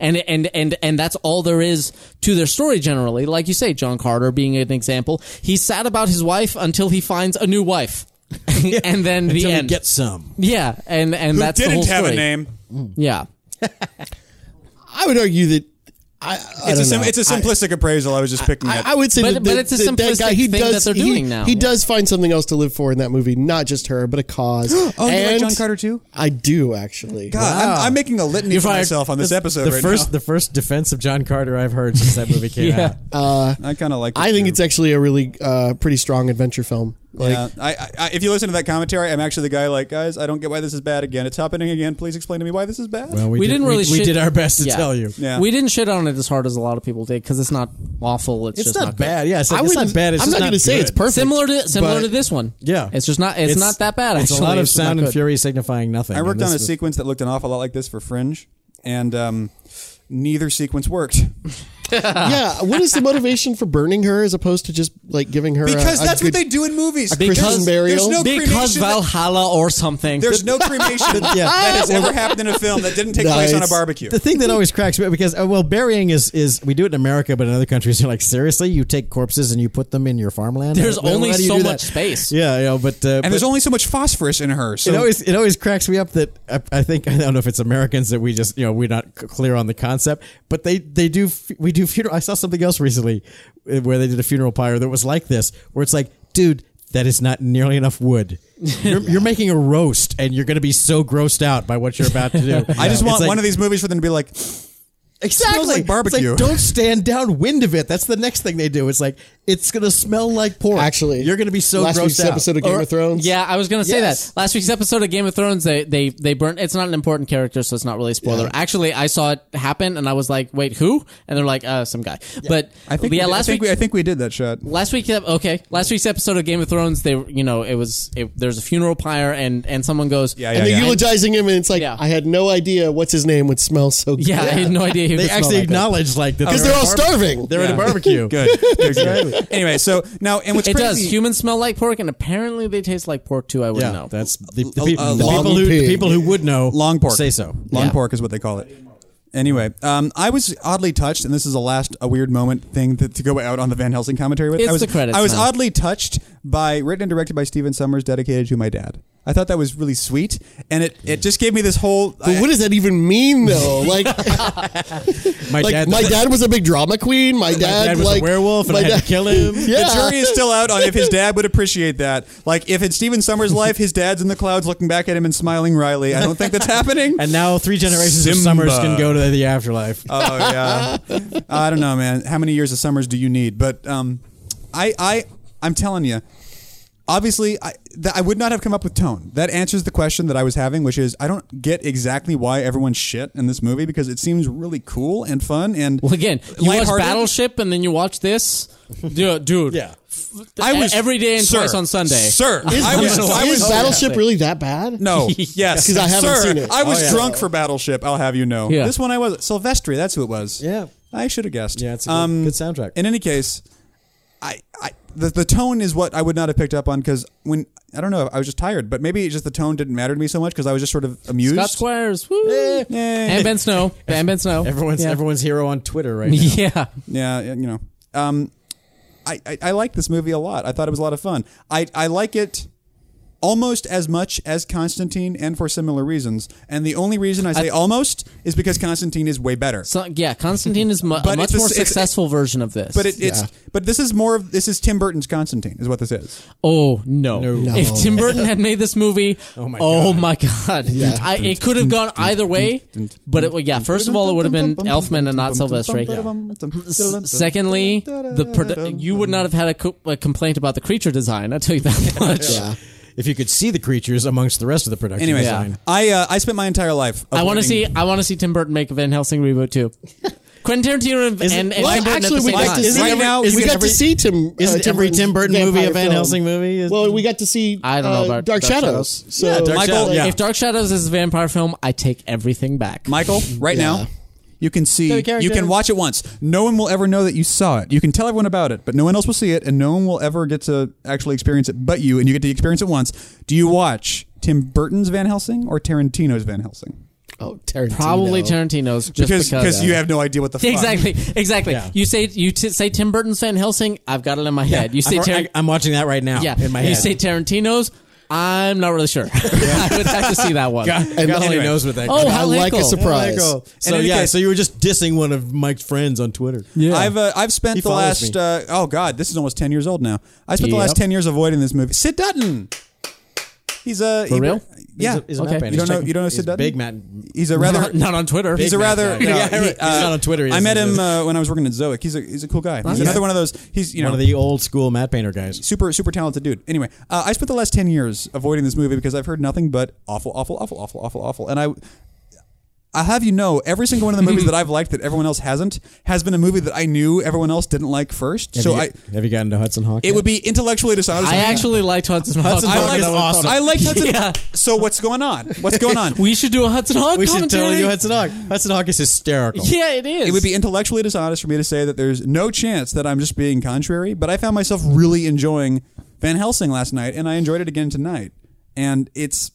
Speaker 2: and and and and that's all there is to their story generally like you say john carter being an example he's sad about his wife until he finds a new wife and then the
Speaker 4: Until we
Speaker 2: end
Speaker 4: get some.
Speaker 2: yeah and and that's the whole story. yeah
Speaker 3: I would argue that I, I
Speaker 1: It's
Speaker 3: don't
Speaker 1: a, sim-
Speaker 3: know.
Speaker 1: it's a simplistic appraisal. I was just picking up.
Speaker 3: I, I would say
Speaker 2: But-
Speaker 3: that,
Speaker 2: but
Speaker 3: that-
Speaker 2: it's a
Speaker 3: that, that
Speaker 2: simplistic
Speaker 3: guy, he
Speaker 2: thing
Speaker 3: does,
Speaker 2: that they're
Speaker 3: he-
Speaker 2: doing now.
Speaker 3: He
Speaker 2: Yeah.
Speaker 3: does find something else to live for in that movie, not just her, but a cause. oh,
Speaker 1: you like
Speaker 3: and
Speaker 1: John Carter too?
Speaker 3: I do actually.
Speaker 1: God, I'm, I'm making a litany for
Speaker 2: fired.
Speaker 1: myself on this episode
Speaker 4: the
Speaker 1: right
Speaker 4: first
Speaker 1: now.
Speaker 4: the first defense of John Carter I've heard since that movie came
Speaker 2: yeah
Speaker 4: out.
Speaker 1: I kind of like.
Speaker 3: I think it's actually a really uh, pretty strong adventure film. Like,
Speaker 1: yeah, I, I, I, if you listen to that commentary, I'm actually the guy like, guys, I don't get why this is bad again. It's happening again. Please explain to me why this is bad.
Speaker 4: Well, we,
Speaker 2: we
Speaker 4: did,
Speaker 2: didn't
Speaker 4: we-
Speaker 2: really
Speaker 4: we,
Speaker 2: shit-
Speaker 4: did our best to
Speaker 2: Yeah.
Speaker 4: tell you.
Speaker 1: Yeah.
Speaker 2: we didn't shit on it as hard as a lot of people did because it's not awful it's,
Speaker 4: It's,
Speaker 2: just
Speaker 4: not,
Speaker 2: not good.
Speaker 4: bad. Yeah, it's, like,
Speaker 3: I
Speaker 4: it's
Speaker 3: wouldn't.
Speaker 4: not bad. It's
Speaker 3: I'm
Speaker 4: just
Speaker 3: not going to say
Speaker 4: good.
Speaker 3: it's perfect.
Speaker 2: similar to similar
Speaker 3: but-
Speaker 2: to this one
Speaker 4: Yeah,
Speaker 2: it's just not it's, not that bad
Speaker 4: It's
Speaker 2: actually.
Speaker 4: a lot of
Speaker 2: It's just not
Speaker 4: sound and
Speaker 2: good.
Speaker 4: fury signifying nothing.
Speaker 1: I
Speaker 4: and
Speaker 1: worked on
Speaker 4: this
Speaker 1: a
Speaker 4: was-
Speaker 1: sequence that looked an awful lot like this for Fringe, and um, neither sequence worked
Speaker 3: yeah. What is the motivation for burning her as opposed to just like giving her?
Speaker 1: because
Speaker 3: a, a
Speaker 1: that's
Speaker 3: good,
Speaker 1: what they do in movies.
Speaker 3: Christian
Speaker 2: because
Speaker 3: burial.
Speaker 1: there's no-
Speaker 2: because
Speaker 1: cremation that-
Speaker 2: valhalla or something
Speaker 1: There's no cremation that has ever happened in a film that didn't take
Speaker 3: No,
Speaker 1: place on a
Speaker 3: it's-
Speaker 1: barbecue.
Speaker 4: The thing that always cracks me because uh, well, burying is is we do it in America, but in other countries you're like seriously, you take corpses and you put them in your farmland.
Speaker 2: There's
Speaker 4: Well,
Speaker 2: only
Speaker 4: how do you
Speaker 2: so
Speaker 4: do
Speaker 2: much
Speaker 4: that?
Speaker 2: space.
Speaker 4: Yeah, yeah, but uh,
Speaker 1: and there's only so much phosphorus in her. So
Speaker 4: it always it always cracks me up that I, I think I don't know if it's Americans that we just you know we're not c- clear on the concept, but they they do f- we do funeral. I saw something else recently uh, where they did a funeral pyre that was like this, where it's like, dude. That is not nearly enough wood. You're, you're making a roast, and you're going to be so grossed out by what you're about to do.
Speaker 1: I just
Speaker 4: It's
Speaker 1: want
Speaker 4: like-
Speaker 1: one of these movies for them to be like,
Speaker 4: Exactly.
Speaker 1: Smells like
Speaker 4: It's
Speaker 1: barbecue.
Speaker 4: don't stand downwind of it. That's the next thing they do. It's like it's gonna smell like pork.
Speaker 3: actually.
Speaker 4: you're gonna be so
Speaker 3: last
Speaker 4: grossed
Speaker 3: week's
Speaker 4: out.
Speaker 3: episode of Game
Speaker 2: Or-
Speaker 3: of Thrones.
Speaker 2: Yeah, I was gonna say
Speaker 4: Yes.
Speaker 2: that last week's episode of Game of Thrones. They they they burnt. It's not an important character, so it's not really a spoiler. Actually, I saw it happen, and I was like, "Wait, who?" And they're like, "Uh, some guy." But
Speaker 1: I think,
Speaker 2: yeah,
Speaker 1: we,
Speaker 2: last
Speaker 1: I think
Speaker 2: week
Speaker 1: we, I think we did that shot.
Speaker 2: last week okay last week's episode of Game of Thrones. They you know it was it, there's a funeral pyre, and and someone goes,
Speaker 1: Yeah,
Speaker 3: And
Speaker 1: yeah,
Speaker 3: they're
Speaker 1: yeah.
Speaker 3: eulogizing him, and it's like
Speaker 2: Yeah.
Speaker 3: I had no idea what's his name would smell so good.
Speaker 2: yeah, I had no idea. Who
Speaker 4: They
Speaker 2: could smell
Speaker 4: actually
Speaker 2: that good.
Speaker 4: acknowledge like that
Speaker 3: because they're all starving.
Speaker 4: They're at a
Speaker 2: Yeah.
Speaker 4: barbecue.
Speaker 1: Good. Good, good. anyway, so now and what's
Speaker 2: It does.
Speaker 1: crazy?
Speaker 2: Humans smell like pork, and apparently they taste like pork too. I
Speaker 4: Yeah,
Speaker 2: wouldn't know.
Speaker 4: that's the, the,
Speaker 1: A- a
Speaker 4: peop- the
Speaker 1: long
Speaker 4: people who the
Speaker 3: pig.
Speaker 4: people who would know
Speaker 1: long pork.
Speaker 4: say so.
Speaker 1: Long
Speaker 2: Yeah.
Speaker 1: pork is what they call it. Anyway, um, I was oddly touched, and this is a last a weird moment thing that, to go out on the Van Helsing commentary with.
Speaker 2: It's
Speaker 1: I was,
Speaker 2: the credits
Speaker 1: I was
Speaker 2: now.
Speaker 1: oddly touched by written and directed by Steven Summers, dedicated to my dad. I thought that was really sweet, and it, it just gave me this whole.
Speaker 3: But what does that even mean, though? Like,
Speaker 4: My
Speaker 3: like
Speaker 4: dad,
Speaker 3: my dad was a big drama queen. My dad,
Speaker 4: dad was
Speaker 3: like,
Speaker 4: a werewolf, and
Speaker 3: my
Speaker 4: I had
Speaker 3: dad-
Speaker 4: to kill him.
Speaker 3: Yeah.
Speaker 1: The jury is still out on if his dad would appreciate that. Like, if it's Steven Summers' life, his dad's in the clouds looking back at him and smiling wryly. I don't think that's happening.
Speaker 4: And now three generations of
Speaker 1: Simba.
Speaker 4: Summers can go to the afterlife.
Speaker 1: Oh yeah. I don't know, man. How many years of summers do you need? But um, I I I'm telling you. Obviously, I th- I would not have come up with tone. That answers the question that I was having, which is I don't get exactly why everyone's shit in this movie because it seems really cool and fun and
Speaker 2: Well, again, you watch
Speaker 1: lighthearted.
Speaker 2: Battleship and then you watch this, dude. dude
Speaker 4: Yeah.
Speaker 1: I was
Speaker 2: every day and
Speaker 1: sir,
Speaker 2: twice on Sunday.
Speaker 1: Sir, I was
Speaker 3: Is,
Speaker 1: I was
Speaker 3: is Battleship really that bad?
Speaker 1: No. Yes.
Speaker 3: 'Cause I haven't
Speaker 1: Sir,
Speaker 3: seen it.
Speaker 1: I was
Speaker 3: Oh, yeah.
Speaker 1: drunk for Battleship. I'll have you know.
Speaker 2: Yeah.
Speaker 1: This one I was Silvestri. That's who it was.
Speaker 4: Yeah.
Speaker 1: I should have guessed. Um,
Speaker 4: Yeah, it's a good- good soundtrack.
Speaker 1: In any case, I, I the, the tone is what I would not have picked up on because when I don't know I was just tired, but maybe just the tone didn't matter to me so much because I was just sort of amused.
Speaker 2: Scott Squires, woo.
Speaker 1: Eh.
Speaker 2: and Ben Snow, and Ben Snow.
Speaker 4: Everyone's
Speaker 2: yeah.
Speaker 4: everyone's hero on Twitter right now.
Speaker 2: yeah.
Speaker 1: yeah, you know. Um, I, I I like this movie a lot. I thought it was a lot of fun. I I like it. Almost as much as Constantine, and for similar reasons. And the only reason I say almost is because Constantine is way better.
Speaker 2: So, yeah, Constantine is mu- a
Speaker 1: But
Speaker 2: much
Speaker 1: it's a-
Speaker 2: more
Speaker 1: it's-
Speaker 2: successful version of this.
Speaker 1: But it, it's but this is more of this is Tim Burton's Constantine is what this is.
Speaker 2: oh no. If Tim Burton had made this movie, oh
Speaker 4: my
Speaker 2: god, I, it could have gone either way. But it, yeah, first of all, it would have been Elfman and not Sylvester. S- Secondly, the produ- you would not have had a, co- a complaint about the creature design. I tell you that much.
Speaker 4: If you could see the creatures amongst the rest of the production
Speaker 1: Anyway,
Speaker 4: design.
Speaker 1: I uh, I spent my entire life.
Speaker 2: I want to
Speaker 1: avoiding-
Speaker 2: see. I want to see Tim Burton make a Van Helsing reboot too. Quentin Tarantino and, and, and
Speaker 3: Well,
Speaker 2: Tim Burton
Speaker 3: actually,
Speaker 2: at the
Speaker 3: we
Speaker 2: same
Speaker 3: got
Speaker 2: time.
Speaker 3: to see
Speaker 1: Right
Speaker 3: every,
Speaker 1: now,
Speaker 3: we
Speaker 1: isn't
Speaker 3: got
Speaker 1: every-
Speaker 3: to see Tim. uh,
Speaker 4: isn't
Speaker 3: Tim
Speaker 4: every
Speaker 3: Burton's
Speaker 4: Tim Burton movie a
Speaker 3: vampire
Speaker 4: Van
Speaker 3: film.
Speaker 4: Helsing movie? Is-
Speaker 3: Well, we got to see.
Speaker 2: I don't know
Speaker 3: uh,
Speaker 2: about
Speaker 3: Dark
Speaker 2: Dark
Speaker 3: Shadows.
Speaker 2: Shadows.
Speaker 3: So
Speaker 4: Yeah, Dark
Speaker 1: Michael,
Speaker 4: Shadows, yeah.
Speaker 2: If Dark Shadows is a vampire film, I take everything back.
Speaker 1: Michael right now. You can see.
Speaker 4: Debbie Carey,
Speaker 1: You can
Speaker 4: Jerry.
Speaker 1: watch it once. No one will ever know that you saw it. You can tell everyone about it, but no one else will see it, and no one will ever get to actually experience it. But you, and you get to experience it once. Do you watch Tim Burton's Van Helsing or Tarantino's Van Helsing?
Speaker 3: Oh, Tarantino.
Speaker 2: Probably Tarantino's, just
Speaker 1: Because
Speaker 2: because,
Speaker 1: because you have no idea what the fuck.
Speaker 2: exactly exactly.
Speaker 4: Yeah.
Speaker 2: You say you t- say Tim Burton's Van Helsing. I've got it in my head. You say
Speaker 4: I'm,
Speaker 2: Tar-
Speaker 4: I, am watching that right now.
Speaker 2: yeah.
Speaker 4: in my head.
Speaker 2: You say Tarantino's. I'm not really sure. I would have to see that one.
Speaker 4: God, God only
Speaker 1: anyway.
Speaker 4: knows what that.
Speaker 2: Oh,
Speaker 4: God
Speaker 2: how
Speaker 3: I like a
Speaker 2: Michael.
Speaker 3: surprise.
Speaker 4: Michael. So
Speaker 1: any
Speaker 4: yeah,
Speaker 1: case-
Speaker 4: so you were just dissing one of Mike's friends on Twitter.
Speaker 2: Yeah.
Speaker 1: I've uh, I've spent
Speaker 4: He
Speaker 1: the
Speaker 4: follows
Speaker 1: last
Speaker 4: me.
Speaker 1: uh, oh god, this is almost ten years old now. I spent the
Speaker 2: Yep.
Speaker 1: last ten years avoiding this movie. Sid Dutton. He's a
Speaker 2: For
Speaker 1: he-
Speaker 2: real?
Speaker 1: Yeah,
Speaker 4: he's a, he's a
Speaker 2: Okay.
Speaker 4: Matt fan.
Speaker 1: You don't
Speaker 4: He's
Speaker 1: know-
Speaker 4: checking-
Speaker 1: you don't know
Speaker 4: he's
Speaker 1: Sid Dutton?
Speaker 4: Big man.
Speaker 1: he's a rather
Speaker 2: Not, not on Twitter.
Speaker 1: he's a
Speaker 4: Matt
Speaker 1: rather
Speaker 4: guy.
Speaker 1: no,
Speaker 4: Yeah,
Speaker 1: he- uh,
Speaker 4: he's not on Twitter, he
Speaker 1: I
Speaker 4: is,
Speaker 1: met
Speaker 4: he
Speaker 1: him
Speaker 4: is.
Speaker 1: uh, when I was working at Zoic. He's a he's a cool guy. He's another one of those. He's you know
Speaker 4: one of the old school Matt Painter guys.
Speaker 1: super super talented dude. Anyway, uh, I spent the last ten years avoiding this movie because I've heard nothing but awful, awful, awful, awful, awful, awful, and I. I have you know, every single one of the movies that I've liked that everyone else hasn't has been a movie that I knew everyone else didn't like first. so
Speaker 4: have you,
Speaker 1: I,
Speaker 4: have you gotten to Hudson Hawk?
Speaker 1: it would be intellectually dishonest.
Speaker 2: I actually liked Hudson Hawk.
Speaker 4: Hudson
Speaker 1: I
Speaker 4: Hawk
Speaker 1: like
Speaker 4: is awesome.
Speaker 1: I like Hudson.
Speaker 2: Yeah.
Speaker 1: So what's going on? What's going on?
Speaker 2: We should do a Hudson Hawk
Speaker 4: We should
Speaker 2: commentary.
Speaker 4: tell you Hudson Hawk. Hudson Hawk is hysterical.
Speaker 2: Yeah, it is.
Speaker 1: it would be intellectually dishonest for me to say that there's no chance that I'm just being contrary, but I found myself really enjoying Van Helsing last night, and I enjoyed it again tonight. And it's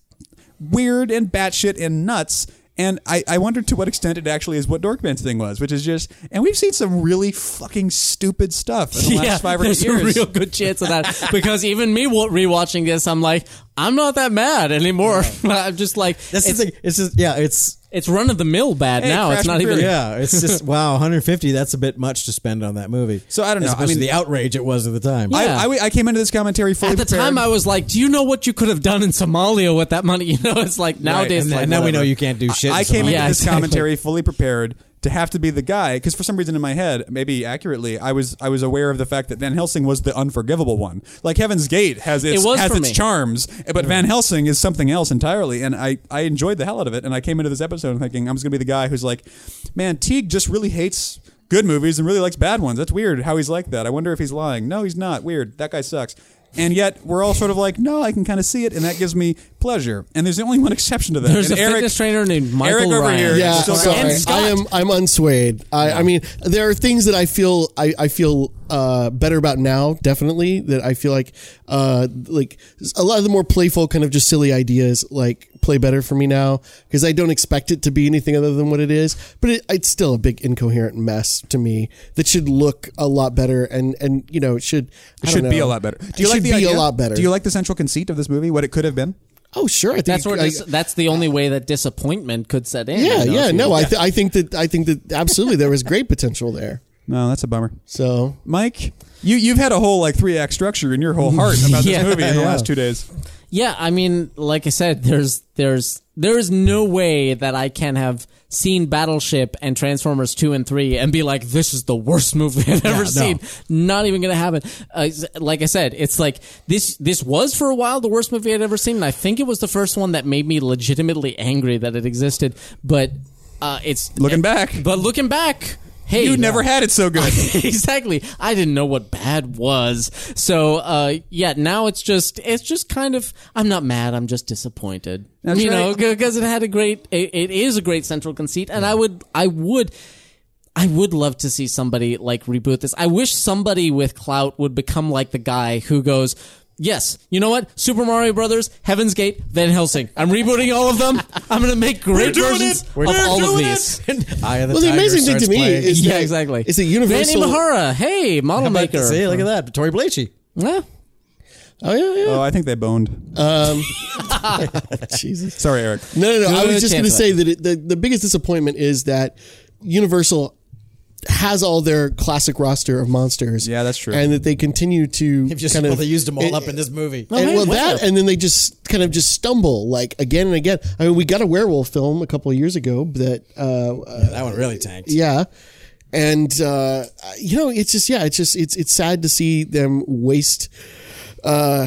Speaker 1: weird and batshit and nuts. And I, I wonder to what extent it actually is what Dorkman's thing was, which is just, and we've seen some really fucking stupid stuff in the last five or
Speaker 2: there's
Speaker 1: six years.
Speaker 2: a real good chance of that because even me wa- rewatching this, I'm like, I'm not that mad anymore. I'm just like,
Speaker 4: That's
Speaker 2: it's,
Speaker 4: the thing. It's just yeah. It's
Speaker 2: it's run of the mill bad
Speaker 1: Hey,
Speaker 2: now.
Speaker 1: Crash
Speaker 2: It's not
Speaker 1: and
Speaker 2: even.
Speaker 1: Fury.
Speaker 4: yeah. It's just wow. 150. That's a bit much to spend on that movie.
Speaker 1: So I don't know.
Speaker 4: As
Speaker 1: I
Speaker 4: opposed
Speaker 1: mean-
Speaker 4: to the outrage it was at the time.
Speaker 1: I-
Speaker 2: Yeah.
Speaker 1: I, I came into this commentary fully
Speaker 2: At the
Speaker 1: prepared.
Speaker 2: time, I was like, "Do you know what you could have done in Somalia with that money?" You know, it's like
Speaker 4: Right.
Speaker 2: nowadays. it's
Speaker 4: and
Speaker 2: like,
Speaker 4: and now we know
Speaker 2: whatever.
Speaker 4: you can't do shit.
Speaker 1: I
Speaker 4: in
Speaker 1: came
Speaker 4: Somalia.
Speaker 1: into
Speaker 2: Yeah,
Speaker 1: this
Speaker 2: exactly.
Speaker 1: commentary fully prepared to have to be the guy because for some reason in my head, maybe accurately, I was I was aware of the fact that Van Helsing was the unforgivable one. Like Heaven's Gate has its
Speaker 2: It was
Speaker 1: has
Speaker 2: for
Speaker 1: its
Speaker 2: me.
Speaker 1: charms, but Van Helsing is something else entirely. And I I enjoyed the hell out of it. And I came into this episode thinking I'm just gonna be the guy who's like, man, Teague just really hates. Good movies and really likes bad ones. That's weird how he's like that. I wonder if he's lying. No, he's not. Weird. That guy sucks. And yet we're all sort of like, no, I can kind of see it, and that gives me pleasure. And there's only one exception to that.
Speaker 2: There's
Speaker 1: and
Speaker 2: a fitness trainer named Michael
Speaker 1: Eric over
Speaker 2: Ryan.
Speaker 1: here.
Speaker 3: Yeah,
Speaker 1: Still
Speaker 3: sorry.
Speaker 1: going.
Speaker 2: And Scott.
Speaker 3: I am I'm unswayed. I, I mean, there are things that I feel I, I feel uh, better about now, definitely. That I feel like uh, like a lot of the more playful, kind of just silly ideas, like play better for me now because I don't expect it to be anything other than what it is. But it, it's still a big incoherent mess to me that should look a lot better and and you know it should I
Speaker 1: It
Speaker 3: don't
Speaker 1: should be
Speaker 3: know.
Speaker 1: a lot better. Do
Speaker 3: It
Speaker 1: you like
Speaker 3: should
Speaker 1: the
Speaker 3: be
Speaker 1: idea?
Speaker 3: a lot better?
Speaker 1: Do you like the central conceit of this movie? What it could have been?
Speaker 3: Oh sure, I think
Speaker 2: That's where
Speaker 3: I-
Speaker 2: dis- that's the only way that disappointment could set in.
Speaker 3: yeah,
Speaker 2: you know,
Speaker 3: yeah,
Speaker 2: if you-
Speaker 3: no, I, th- I think that I think that absolutely there was great potential there.
Speaker 1: No, that's a bummer.
Speaker 3: So
Speaker 1: Mike, you you've had a whole like three act structure in your whole heart about this
Speaker 2: Yeah.
Speaker 1: movie in the
Speaker 3: Yeah.
Speaker 1: last two days.
Speaker 2: Yeah, I mean, like I said, there's there's there is no way that I can have seen Battleship and Transformers two and three and be like, this is the worst movie I've ever
Speaker 4: no.
Speaker 2: seen. Not even gonna happen. Uh, s- like I said, it's like this this was for a while the worst movie I'd ever seen, and I think it was the first one that made me legitimately angry that it existed. But uh, it's
Speaker 1: Looking back,
Speaker 2: but looking back, hey,
Speaker 1: you never had it so good.
Speaker 2: exactly. I didn't know what bad was. So uh, yeah, now it's just it's just kind of I'm not mad. I'm just disappointed.
Speaker 1: That's
Speaker 2: you know,
Speaker 1: right.
Speaker 2: because it had a great. It, it is a great central conceit, and I would I would. I would love to see somebody like reboot this. I wish somebody with clout would become like the guy who goes, "Yes, you know what? Super Mario Brothers, Heaven's Gate, Van Helsing. I'm rebooting all of them. I'm going to make great
Speaker 1: doing
Speaker 2: versions
Speaker 1: it.
Speaker 2: of
Speaker 1: We're
Speaker 2: all of
Speaker 1: doing it.
Speaker 2: these."
Speaker 4: Eye of the
Speaker 3: Well, the
Speaker 4: Tiger
Speaker 3: amazing thing
Speaker 4: starts
Speaker 3: to me
Speaker 4: playing.
Speaker 3: is-
Speaker 2: Yeah,
Speaker 3: that-
Speaker 2: exactly.
Speaker 3: it's a universal-
Speaker 2: Vanny Mahara, hey, model
Speaker 4: How about-
Speaker 2: maker.
Speaker 4: See, look at that, Tori Blatchy.
Speaker 2: Yeah.
Speaker 3: oh yeah, yeah,
Speaker 1: oh, I think they
Speaker 3: Uh,
Speaker 1: boned.
Speaker 3: Jesus.
Speaker 1: Sorry, Eric.
Speaker 3: No, no, no. I
Speaker 2: no
Speaker 3: was just going to
Speaker 2: chance of
Speaker 3: say that it, the, the biggest disappointment is that Universal has all their classic roster of monsters.
Speaker 1: Yeah, that's true.
Speaker 3: And that they continue to
Speaker 4: They've just
Speaker 3: kind
Speaker 4: well,
Speaker 3: of
Speaker 4: they used them all
Speaker 3: it-
Speaker 4: up in this movie.
Speaker 3: and,
Speaker 2: hey,
Speaker 3: well,
Speaker 2: what
Speaker 3: that,
Speaker 2: the-
Speaker 3: and then they just kind of just stumble like again and again. I mean, we got a werewolf film a couple of years ago that, uh, uh,
Speaker 4: that one really tanked.
Speaker 3: yeah, and uh, you know, it's just yeah, it's just it's it's sad to see them waste uh,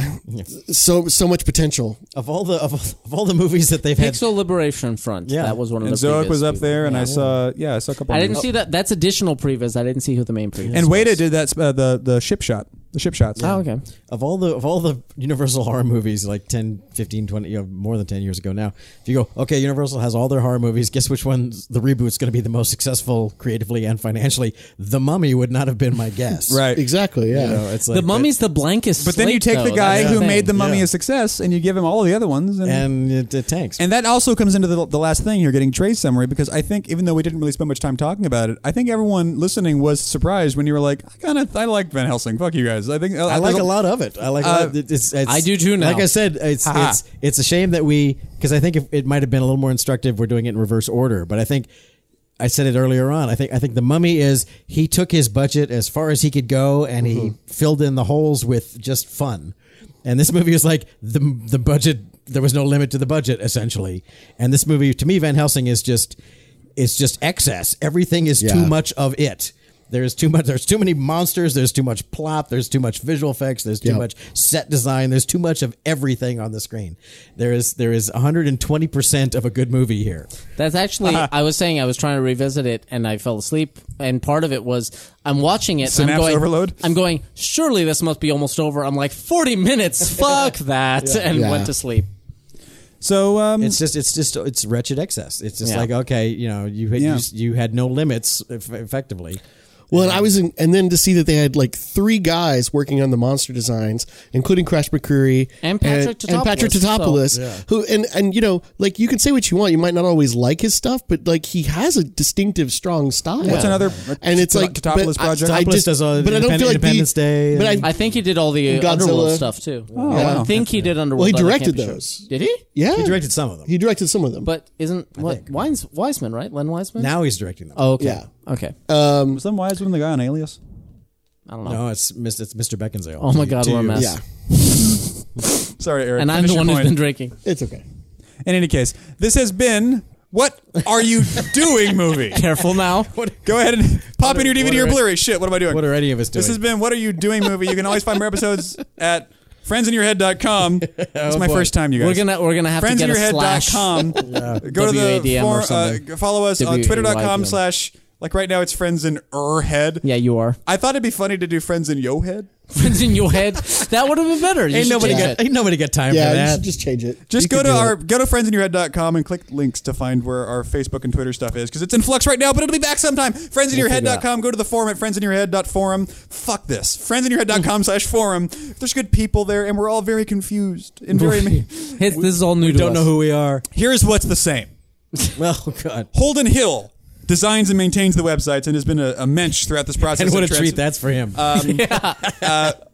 Speaker 3: so so much potential.
Speaker 4: Of all the of, of all the movies that they've had,
Speaker 2: Pixel Liberation Front.
Speaker 4: Yeah.
Speaker 2: That was one of
Speaker 1: And
Speaker 2: the
Speaker 1: Zoic
Speaker 2: previs
Speaker 1: was up
Speaker 2: people.
Speaker 1: there, and I saw yeah, I saw a couple.
Speaker 2: I
Speaker 1: of
Speaker 2: didn't
Speaker 1: them.
Speaker 2: see that. That's additional previs. I didn't see who the main previs
Speaker 1: And
Speaker 2: was.
Speaker 1: Wada did that uh, the the ship shot, the ship shots.
Speaker 2: Oh, okay.
Speaker 4: of all the of all the Universal horror movies like 10, 15, 20, you know, more than 10 years ago now. If you go, okay, Universal has all their horror movies, guess which one's the reboot's going to be the most successful creatively and financially? The Mummy would not have been my guess.
Speaker 1: Right.
Speaker 3: Exactly. Yeah.
Speaker 4: You know, it's like
Speaker 2: the Mummy's the blankest.
Speaker 1: But then you
Speaker 2: slate,
Speaker 1: take the
Speaker 2: though.
Speaker 1: guy
Speaker 2: That's
Speaker 1: who
Speaker 2: thing.
Speaker 1: made the mummy
Speaker 4: Yeah.
Speaker 1: a success, and you give him all the other ones, and.
Speaker 4: but-
Speaker 1: and
Speaker 4: and it, it tanks.
Speaker 1: that also comes into the, the last thing here, getting Trey's summary, because I think even though we didn't really spend much time talking about it, I think everyone listening was surprised when you were like, "I kind of I like Van Helsing. Fuck you guys. I think uh,
Speaker 4: I like a lot of it. I like. a lot. It's, it's,
Speaker 2: Uh, I do too now.
Speaker 4: Like I said, it's
Speaker 1: Ha-ha.
Speaker 4: it's it's a shame that we because I think if, it might have been a little more instructive. We're doing it in reverse order, but I think I said it earlier on. I think I think the mummy is he took his budget as far as he could go and
Speaker 2: Mm-hmm.
Speaker 4: he filled in the holes with just fun. And this movie is like the the budget. There was no limit to the budget essentially. And this movie to me, Van Helsing is just it's just excess. Everything is too
Speaker 3: Yeah.
Speaker 4: much much of it. There's too much. There's too many monsters. There's too much plot. There's too much visual effects. There's too
Speaker 3: Yep.
Speaker 4: much set design. There's too much of everything on the screen. There is there is 120 percent of a good movie here.
Speaker 2: That's actually.
Speaker 1: Uh-huh.
Speaker 2: I was saying I was trying to revisit it and I fell asleep. And part of it was I'm watching it. and
Speaker 1: Synapse
Speaker 2: I'm going,
Speaker 1: overload?
Speaker 2: I'm going. Surely this must be almost over. I'm like 40 minutes. Fuck that, and
Speaker 3: Yeah.
Speaker 2: went to sleep.
Speaker 1: so um,
Speaker 4: It's just it's just it's wretched excess. It's just
Speaker 2: Yeah.
Speaker 4: like okay, you know, you had,
Speaker 1: Yeah.
Speaker 4: you, you had no limits eff- effectively.
Speaker 3: Well, and I was in, and then to see that they had like three guys working on the monster designs, including Crash McCreary
Speaker 2: And Patrick
Speaker 3: and, Patrick
Speaker 2: Tatopoulos,
Speaker 3: Tatopoulos,
Speaker 2: so-
Speaker 3: who and and you know, like you can say what you want, you might not always like his stuff, but like he has a distinctive, strong style.
Speaker 1: What's another-
Speaker 3: And it's like but
Speaker 1: Tatopoulos
Speaker 3: I-
Speaker 1: project?
Speaker 3: I
Speaker 4: Tatopoulos
Speaker 3: just-
Speaker 4: does all
Speaker 3: but I don't feel like the-
Speaker 4: Independence Day
Speaker 3: But
Speaker 4: and-
Speaker 3: I,
Speaker 2: I think he did all the
Speaker 3: Godzilla.
Speaker 2: Underworld stuff too.
Speaker 1: Yeah. Oh, wow.
Speaker 2: I think he did Underworld.
Speaker 3: Well, he
Speaker 2: but I can't
Speaker 3: directed
Speaker 2: be sure.
Speaker 3: those.
Speaker 2: Did he?
Speaker 3: yeah,
Speaker 4: He directed some of them.
Speaker 3: He directed some of them.
Speaker 2: But isn't what Wines, Wiseman right? Len Wiseman.
Speaker 4: now he's directing them.
Speaker 2: Oh, okay.
Speaker 3: Yeah.
Speaker 2: Okay.
Speaker 3: Uh,
Speaker 1: some wise woman, the guy on Alias.
Speaker 2: I don't know.
Speaker 4: no, it's Mis- it's Mr. Beckinsale.
Speaker 2: Oh my God,
Speaker 4: To
Speaker 2: we're a
Speaker 4: you.
Speaker 2: mess.
Speaker 3: yeah,
Speaker 1: Sorry, Eric.
Speaker 2: And I'm
Speaker 1: Finish
Speaker 2: the
Speaker 1: your
Speaker 2: one who's
Speaker 1: point.
Speaker 2: been drinking.
Speaker 3: it's okay.
Speaker 1: In any case, this has been what are you doing movie?
Speaker 2: Careful now.
Speaker 1: Go ahead and pop in your
Speaker 4: what
Speaker 1: DVD or
Speaker 4: are-
Speaker 1: Blu-ray. Shit, what am I doing?
Speaker 4: What are any of us doing?
Speaker 1: This has been What Are You Doing Movie. You can always find more episodes at friendsinyourhead.com. It's my
Speaker 4: Oh, boy.
Speaker 1: first time, you guys.
Speaker 2: We're gonna we're gonna have to get a slash.
Speaker 1: friendsinyourhead.com. Go to the
Speaker 2: WADM or
Speaker 1: form, uh,
Speaker 2: something.
Speaker 1: g- follow us on
Speaker 2: W A Y D M.
Speaker 1: twitter.com slash Like right now, it's friends in er head.
Speaker 2: Yeah, you are.
Speaker 1: I thought it'd be funny to do friends in yo head.
Speaker 2: Friends in your head. That would have been better. You
Speaker 4: Ain't
Speaker 2: should
Speaker 4: nobody
Speaker 2: change it.
Speaker 4: got ain't nobody got time
Speaker 3: Yeah,
Speaker 4: for
Speaker 3: you
Speaker 4: that.
Speaker 3: should just change it.
Speaker 1: Just
Speaker 3: You
Speaker 1: go
Speaker 3: could
Speaker 1: to
Speaker 3: do
Speaker 1: our
Speaker 3: it.
Speaker 1: go to friendsinyourhead.com and click links to find where our Facebook and Twitter stuff is because it's in flux right now, but it'll be back sometime. Friendsinyourhead.com. Go to the forum at friendsinyourhead.forum. Fuck this.
Speaker 2: Mm.
Speaker 1: Friendsinyourhead.com slash forum. There's good people there, and we're all very confused and very. ma-
Speaker 2: It's- this is all new to
Speaker 4: Don't
Speaker 2: us.
Speaker 4: know who we are.
Speaker 1: Here's what's the same.
Speaker 4: Well, God.
Speaker 1: Holden Hill designs and maintains the websites and has been a, a mensch throughout this process.
Speaker 4: And what
Speaker 1: of
Speaker 4: a
Speaker 1: trans- Uh,
Speaker 4: treat that's for him.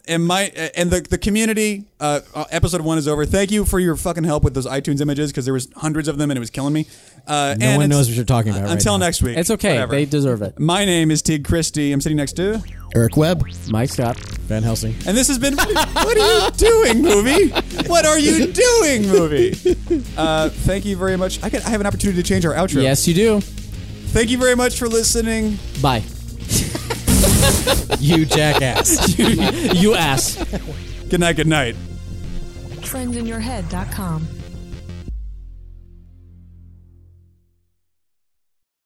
Speaker 1: and my and the the community uh, uh, episode one is over. Thank you for your fucking help with those iTunes images because there was hundreds of them and it was killing me. Uh,
Speaker 4: No
Speaker 1: and
Speaker 4: one
Speaker 1: it's-
Speaker 4: knows what you're talking about right
Speaker 1: Until
Speaker 4: now.
Speaker 1: next week,
Speaker 2: It's okay.
Speaker 1: Whatever.
Speaker 2: They deserve it.
Speaker 1: my name is Teague Christie. I'm sitting next to,
Speaker 3: Eric Webb.
Speaker 2: Mike Scott.
Speaker 4: Van Helsing.
Speaker 1: and this has been. what are you doing, movie? What are you doing, movie? Uh, thank you very much. I could, I have an opportunity to change our outro.
Speaker 2: Yes, you do.
Speaker 1: Thank you very much for listening.
Speaker 2: Bye.
Speaker 4: You jackass.
Speaker 2: you ass.
Speaker 1: Good night. Good night.
Speaker 6: friendsinyourhead.com.